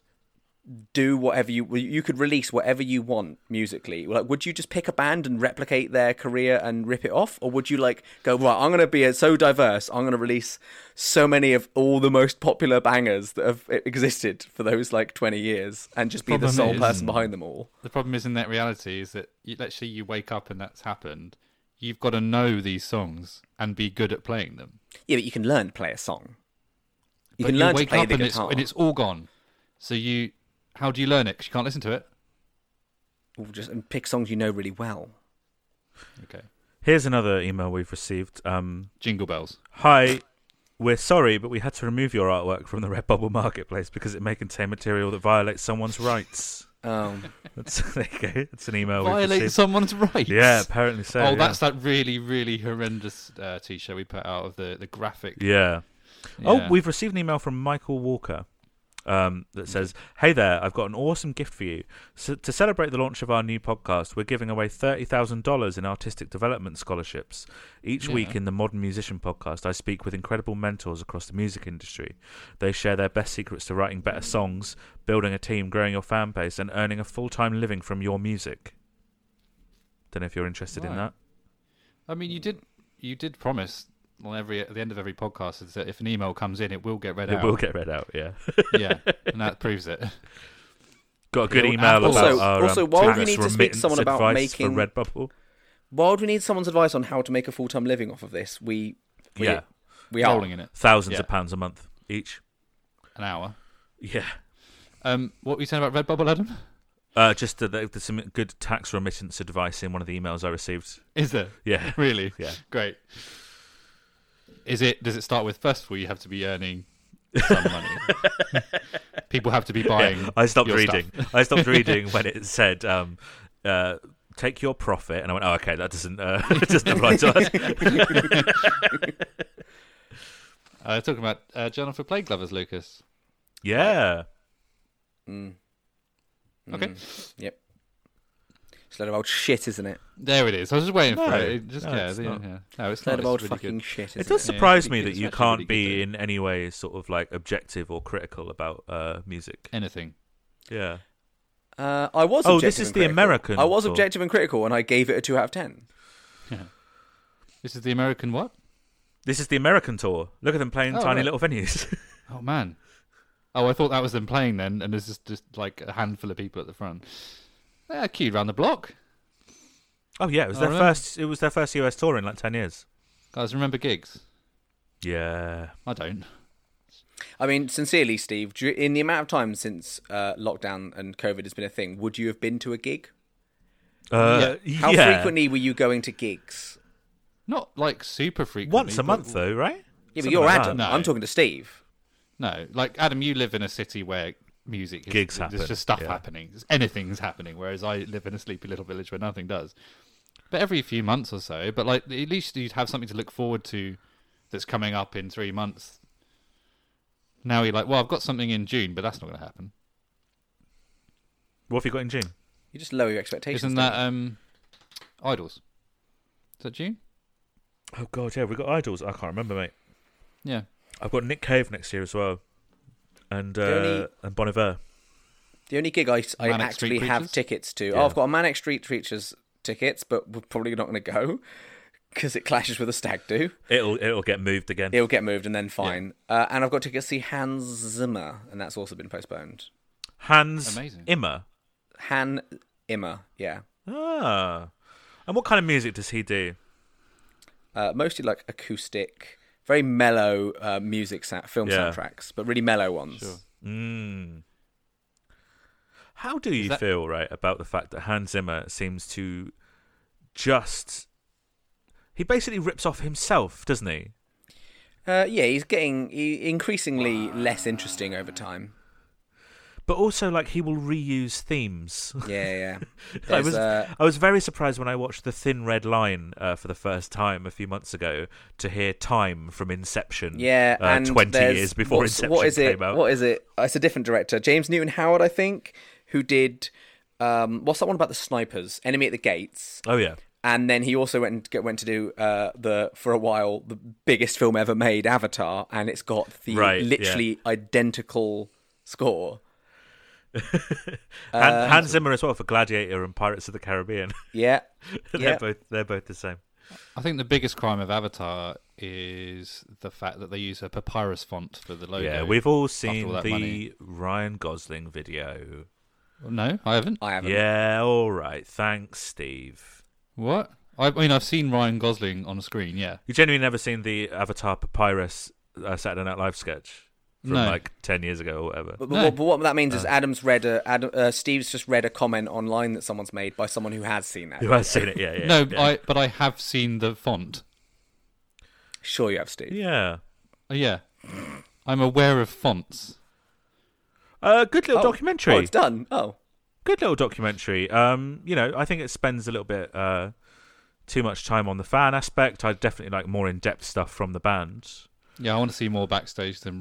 do whatever you well, you could release whatever you want musically. Like, would you just pick a band and replicate their career and rip it off, or would you like go right? I'm gonna be uh, so diverse. I'm gonna release so many of all the most popular bangers that have e-, existed for those like 20 years, and just be the Problem sole is- person behind them all. The problem is in that reality is that you, let's say you wake up and that's happened. You've got to know these songs and be good at playing them. Yeah, but you can learn to play a song. You But can learn to wake play up the and guitar. It's, and it's all gone. So you, how do you learn it? 'Cause you can't listen to it. Or just and pick songs you know really well. Okay. Here's another email we've received. Um, Jingle bells. Hi, we're sorry, but we had to remove your artwork from the Redbubble marketplace because it may contain material that violates someone's rights. Um, That's there you go. It's an email. we've Violate received. someone's rights. Yeah, apparently so. oh, yeah. that's that really, really horrendous uh, t-shirt we put out of the the graphic. Yeah. Oh, Yeah. we've received an email from Michael Walker um, that says, "Hey there, I've got an awesome gift for you. So, to celebrate the launch of our new podcast, we're giving away thirty thousand dollars in artistic development scholarships. Each Yeah. week in the Modern Musician podcast, I speak with incredible mentors across the music industry. They share their best secrets to writing better songs, building a team, growing your fan base, and earning a full-time living from your music." Don't know if you're interested in Right. that. I mean, you did you did promise on every at the end of every podcast is that if an email comes in, it will get read It out. will get read out. Yeah, yeah, and that proves it. got a good Yeah, email also- about our also, um, why would tax we need to speak to remittance someone about advice making- for Redbubble. why would we need someone's advice on how to make a full time living off of this? We, we Yeah. we are Rolling in it thousands Yeah. of pounds a month each. an hour. Yeah, Um, what were you saying about Redbubble, Adam? uh, just that there's some good tax remittance advice in one of the emails I received. Is there Yeah, really? Yeah. great. Is it? Does it start with first of all you have to be earning some money? People have to be buying. Yeah, I stopped your stuff. reading. I stopped reading when it said. Um, uh, Take your profit, and I went. Oh, okay, that doesn't uh, it doesn't apply to us. Uh, talking about uh, Journal for Plague Lovers, Lucas. Yeah, Mm. Mm. Okay, Yep. It's a load of old shit, isn't it? there it is. I was just waiting for No, it. it. Just no, yeah, it's yeah, not. yeah. No, it's It's a not. Oh, load It's of old really fucking good. shit, isn't it does it? Yeah, it's surprise really me good. that It's you actually can't really good be though. in any way sort of like objective or critical about uh, music. Anything. Yeah, Uh, I was. Oh, objective this is and the critical. American I was thought. objective and critical, and I gave it a two out of ten. This is the American what? This is the American tour. Look at them playing Oh, tiny right. little venues. Oh man. Oh, I thought that was them playing then, and this is just like a handful of people at the front. They're queued round the block. oh yeah, it was Oh, their really? first. It was their first US tour in like ten years. Guys, remember gigs? Yeah. I don't. I mean, sincerely, Steve, do you, in the amount of time since uh, lockdown and COVID has been a thing, would you have been to a gig? Uh, yeah. How frequently were you going to gigs? Not like super frequently. Once a but- month though, right? Yeah, but Something you're like Adam. that. No. I'm talking to Steve. No, like Adam, you live in a city where music is, Gigs there's happen, just stuff yeah. happening. Anything's happening, whereas I live in a sleepy little village where nothing does. But every few months or so, but like at least you'd have something to look forward to that's coming up in three months. Now you're like, well, I've got something in June, but that's not going to happen. What have you got in June? You just lower your expectations. Isn't that um, Idols? Is that June? Oh god, yeah, we got idols. I can't remember, mate. Yeah. I've got Nick Cave next year as well, and uh, The only- and Bon Iver. The only gig I, I Manic actually Street have Preachers? tickets to. Oh, I've got a Manic Street Preachers tickets, but we're probably not going to go because it clashes with a stag do. It'll it'll get moved again. It'll get moved and then fine. Uh, and I've got tickets to see Hans Zimmer, and that's also been postponed. Hans Amazing. Immer. Han Immer, yeah. Ah. And what kind of music does he do? Uh, mostly like acoustic, very mellow uh, music, sa- film Yeah. soundtracks, but really mellow ones. Sure. Mm. How do you that- feel, right, about the fact that Hans Zimmer seems to just. He basically rips off himself, doesn't he? Uh, yeah, he's getting he, increasingly less interesting over time. But also, like, he will reuse themes. Yeah, yeah. I There's, was uh, I was very surprised when I watched The Thin Red Line uh, for the first time a few months ago to hear "Time" from Inception. Yeah, uh, and twenty there's- years before what's- Inception what is it, came out. What is it? Uh, It's a different director, James Newton Howard, I think, who did um, what's that one about the snipers, Enemy at the Gates, oh yeah, and then he also went and get, went to do uh, the for a while the biggest film ever made, Avatar, and it's got the Right, yeah. literally identical score. Uh, and Hans Zimmer as well for Gladiator and Pirates of the Caribbean. Yeah, they're yeah. both they're both the same. I think the biggest crime of Avatar is the fact that they use a papyrus font for the logo. Yeah, we've all After seen all that the money. Ryan Gosling video. No, I haven't. I haven't. Yeah, all right. Thanks, Steve. What? I mean, I've seen Ryan Gosling on screen. Yeah. You genuinely never seen the Avatar Papyrus uh, Saturday Night Live sketch from No. like ten years ago or whatever. But, but, No. what, but what that means is Adam's read a, Adam, uh, Steve's just read a comment online that someone's made by someone who has seen that. Who has seen it? Yeah, yeah. no, yeah. I but I have seen the font. Sure, you have, Steve. Yeah. Uh, yeah, I'm aware of fonts. Uh, good little Oh, documentary. Oh, it's done. Oh, good little documentary. Um, you know, I think it spends a little bit uh, too much time on the fan aspect. I definitely like more in depth stuff from the band. Yeah, I want to see more backstage than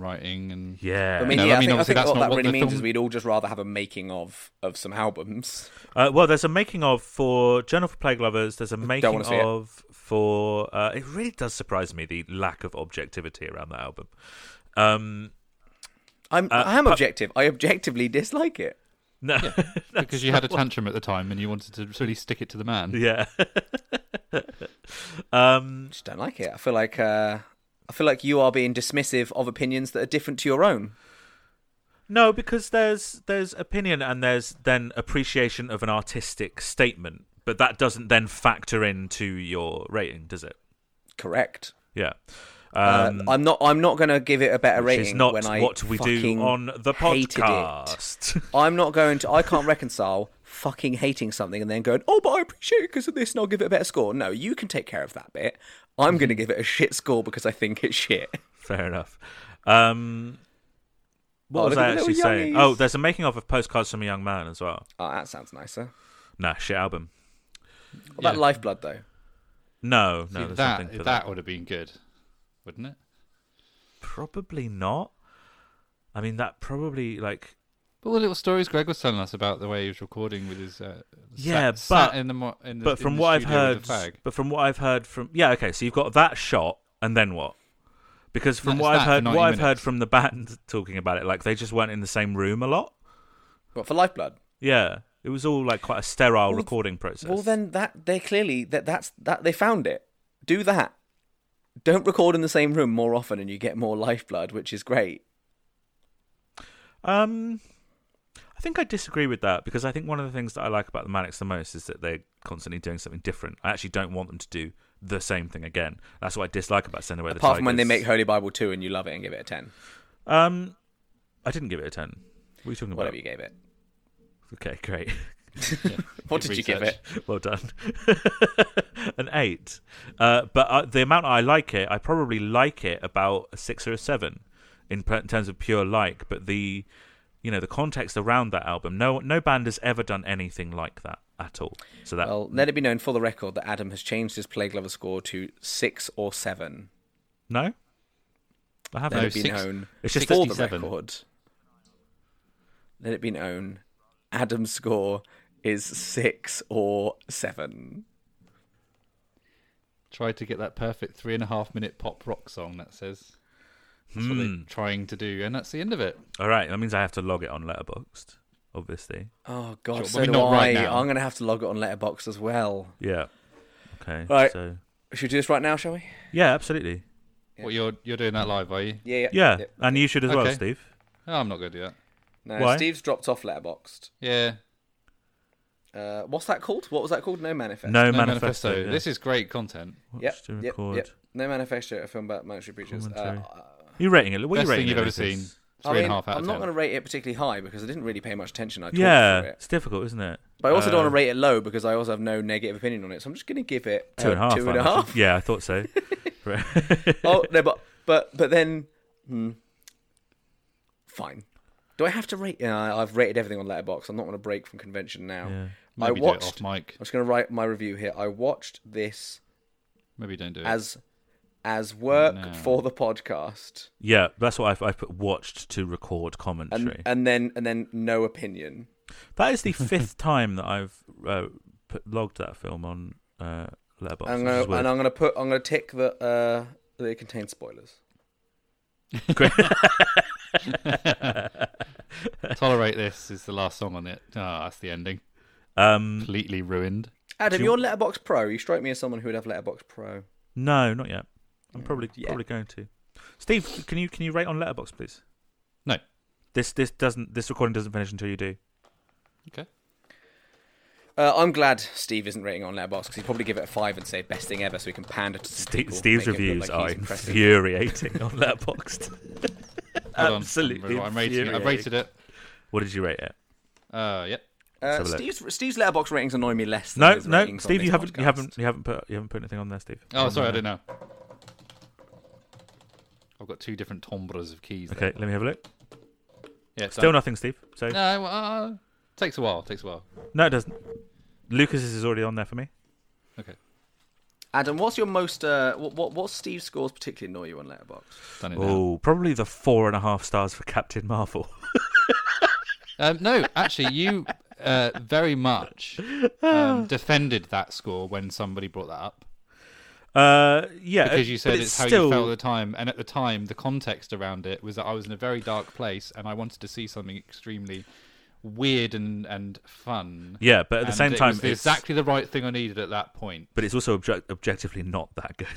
writing and. Yeah. I mean, No, yeah, I I, mean, think, I obviously think that's what not that what really the means film- is we'd all just rather have a making of of some albums. uh, well, there's a making of for Journal for Plague Lovers. There's a making wanna see it. of for. Uh, it really does surprise me the lack of objectivity around that album. Um, I'm I am Uh, but- objective. I objectively dislike it. no, Because you had a tantrum at the time and you wanted to really stick it to the man. yeah. um, Just don't like it. I feel like uh, I feel like you are being dismissive of opinions that are different to your own. No, because there's there's opinion and there's then appreciation of an artistic statement, but that doesn't then factor into your rating, does it? Correct. Yeah. Uh, Um, I'm not. I'm not going to give it a better which rating. is not when I what we do fucking on the hated it. podcast. I'm not going to. I can't reconcile fucking hating something and then going, oh, but I appreciate it because of this, and I'll give it a better score. No, you can take care of that bit. I'm Mm-hmm. going to give it a shit score because I think it's shit. Fair enough. Um, what Oh, was look at I the actually little saying? youngies. Oh, there's a making of of postcards from a young man as well. Oh, that sounds nicer. Nah, shit album. What about Yeah. Lifeblood though? No, See, no, there's that nothing for that, that. would have been good, wouldn't it? Probably not. I mean, that probably like But all the little stories Greg was telling us about the way he was recording with his uh, Yeah, sat, sat but- in the mo- in the, but in from the what I've studio heard, with the fag. but from what I've heard from yeah, okay, so you've got that shot and then what? Because from That's what I've that for heard, what 90 I've heard minutes. from the band talking about it, like they just weren't in the same room a lot. What for Lifeblood? Yeah, it was all like quite a sterile recording process. Well, then that they clearly that that's that they found it. Do that. don't record in the same room more often and you get more lifeblood, which is great. Um, I think I disagree with that because I think one of the things that I like about the Manics the most is that they're constantly doing something different. I actually don't want them to do the same thing again. That's what I dislike about Send Away the Apart from when they Tigers. make Holy Bible 2 and you love it and give it a 10. Um, I didn't give it a ten. What are you talking about? Whatever you gave it. Okay, great. What did you give it? research. well done. An eight. Uh, but uh, the amount I like it, I probably like it about a six or a seven in, per- in terms of pure like. But the you know the context around that album, no no band has ever done anything like that at all. So that Well, let it be known for the record that Adam has changed his Plague Lover score to 6 or 7. no, I haven't. Let No, it be six- known it's just for the 67. record. Let it be known Adam's score is 6 or 7. Try to get that perfect three and a half minute pop rock song that says. That's what Hmm. they're trying to do, and that's the end of it. All right, that means I have to log it on Letterboxd, obviously. Oh, God, Sure, so maybe do not I. right now. I'm going to have to log it on Letterboxd as well. Yeah. Okay. Right. So Should we do this right now, shall we? yeah, absolutely. Well, you're you're doing that live, are you? Yeah, yeah. Yeah, and you should as well, Okay. Steve. Oh, I'm not going to do that. No, Why? Steve's dropped off Letterboxd. Yeah, Uh, what's that called? What was that called? No manifest. No, no manifesto. manifesto. yeah. This is great content. Watch Yep, to yep, record. yep. No manifesto. A film about monetary breaches. Commentary. Uh, You rating it? What are Best you rating thing you've it, ever Lucas? seen. I Three and a mean, half out I'm of not 10. going to rate it particularly high because I didn't really pay much attention. I talked Yeah, through it, it's difficult, isn't it? but I also don't Uh, want to rate it low because I also have no negative opinion on it. So I'm just going to give it Uh, uh, two and a half. Two and I a imagine. half. Yeah, I thought so. Right. oh no, but but but then, hmm. fine. Do I have to rate? Uh, I've rated everything on Letterbox. I'm not going to break from convention now. Yeah. Maybe I do watched. it off mic. I'm just going to write my review here. I watched this Maybe don't do it. as as work No. for the podcast yeah, that's what I've, I put watched to record commentary. and uh, and then and then no opinion that is the fifth time that I've uh, put, logged that film on uh, Letterboxd. I'm which gonna, is weird. and I'm gonna put I'm gonna tick that uh that it contains spoilers uh, Tolerate this is the last song on it. Ah, that's the ending. um, Completely ruined. Adam Do you- you... are letterbox pro you strike me as someone who would have letterbox pro no, not yet. I'm probably yeah. probably going to. Steve, can you can you rate on Letterboxd, please? No. This this doesn't this recording doesn't finish until you do. Okay. uh, I'm glad Steve isn't rating on letterbox because he'd probably give it a five and say best thing ever so we can pander to some Steve, people, Steve's make it reviews look like are he's impressive. infuriating on Letterboxd. Hold Absolutely On. I'm, rating it. I've rated it. what did you rate it? Uh, yep. Let's uh, have a look. Steve's Steve's letterbox ratings annoy me less. Than No, his no, ratings on Steve, this you haven't, podcast. you haven't, you haven't put, you haven't put anything on there, Steve. Oh, On, sorry, uh, I don't know. I've got two different timbres of keys. Okay, There. let me have a look. Yeah, Still done. nothing, Steve. So no. No, uh, takes a while. Takes a while. it doesn't. Lucas is already on there for me. Okay, Adam, what's your most uh, what, what what's Steve's scores particularly annoy you on letterbox? done it now. Oh, probably the four and a half stars for Captain Marvel. Um, no, actually, you uh, very much um, defended that score when somebody brought that up. Uh, yeah, because you but said it's, how still- you felt at the time, and at the time, the context around it was that I was in a very dark place, and I wanted to see something extremely weird and and fun. Yeah, but at the And same it time, was the- it's- exactly the right thing I needed at that point. But it's also object- objectively not that good.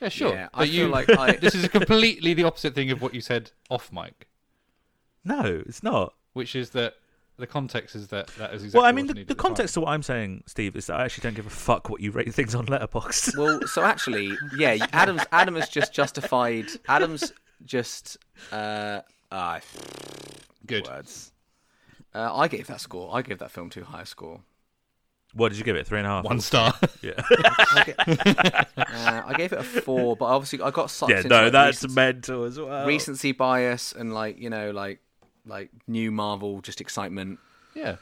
Yeah, sure. Yeah, I but feel you, like I- this is completely the opposite thing of what you said off mic, No, it's not. which is that the context is that that is exactly. well, I mean, what the, the context of what I'm saying, Steve, is that I actually don't give a fuck what you rate things on Letterboxd. Well, so actually, yeah, Adam's Adam has just justified. Adam's just uh, ah, Good. words. Uh, I gave that score. I gave that film too high a score. what did you give it? Three and a half. One star. Yeah, I, ga- uh, I gave it a four, but obviously I got sucked yeah. into No, like, that's recency, mental as well. recency bias and like you know like like new Marvel just excitement. yeah.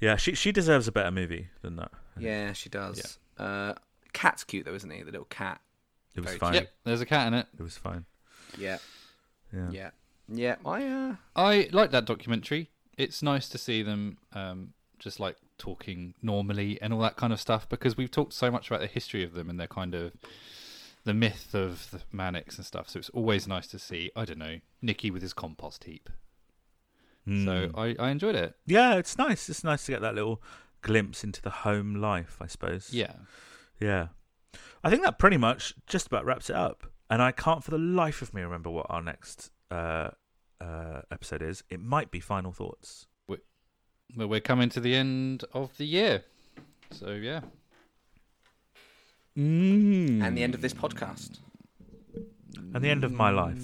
Yeah, she she deserves a better movie than that. Yeah, she does. Uh, cat's cute though, isn't he? The little cat. It was Very fine. Yep. There's a cat in it. It was fine. Yeah, Yeah. yeah, yeah. I uh, I like that documentary. It's nice to see them um, just like talking normally and all that kind of stuff because we've talked so much about the history of them and their kind of the myth of the manics and stuff. So it's always nice to see. I don't know Nicky with his compost heap. So uh, I, I enjoyed it. Hmm. Yeah, it's nice. It's nice to get that little glimpse into the home life, I suppose. Yeah. Yeah. I think that pretty much just about wraps it up. And I can't for the life of me remember what our next uh, uh, episode is. It might be final thoughts. Well, we're coming to the end of the year. So, yeah. Mm. and the end of this podcast. And the end of my life.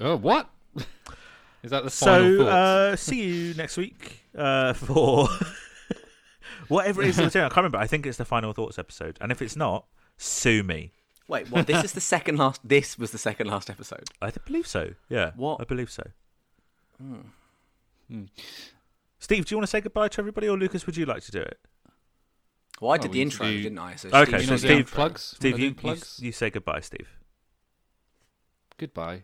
Oh, what? Is that the final So thought? uh, see you next week uh, for whatever it is. that we're doing. I can't remember. I think it's the final thoughts episode. And if it's not, sue me. Wait, what? This is the second last. This was the second last episode. I th- believe so. Yeah. What? I believe so. Hmm. Steve, do you want to say goodbye to everybody, or Lucas? Would you like to do it? Well, I Oh, did we need the to intro, do- didn't I? So Okay, You so know, Steve, Steve, Steve- plugs? Steve, Wanna do you, you, plugs? you say goodbye, Steve. Goodbye.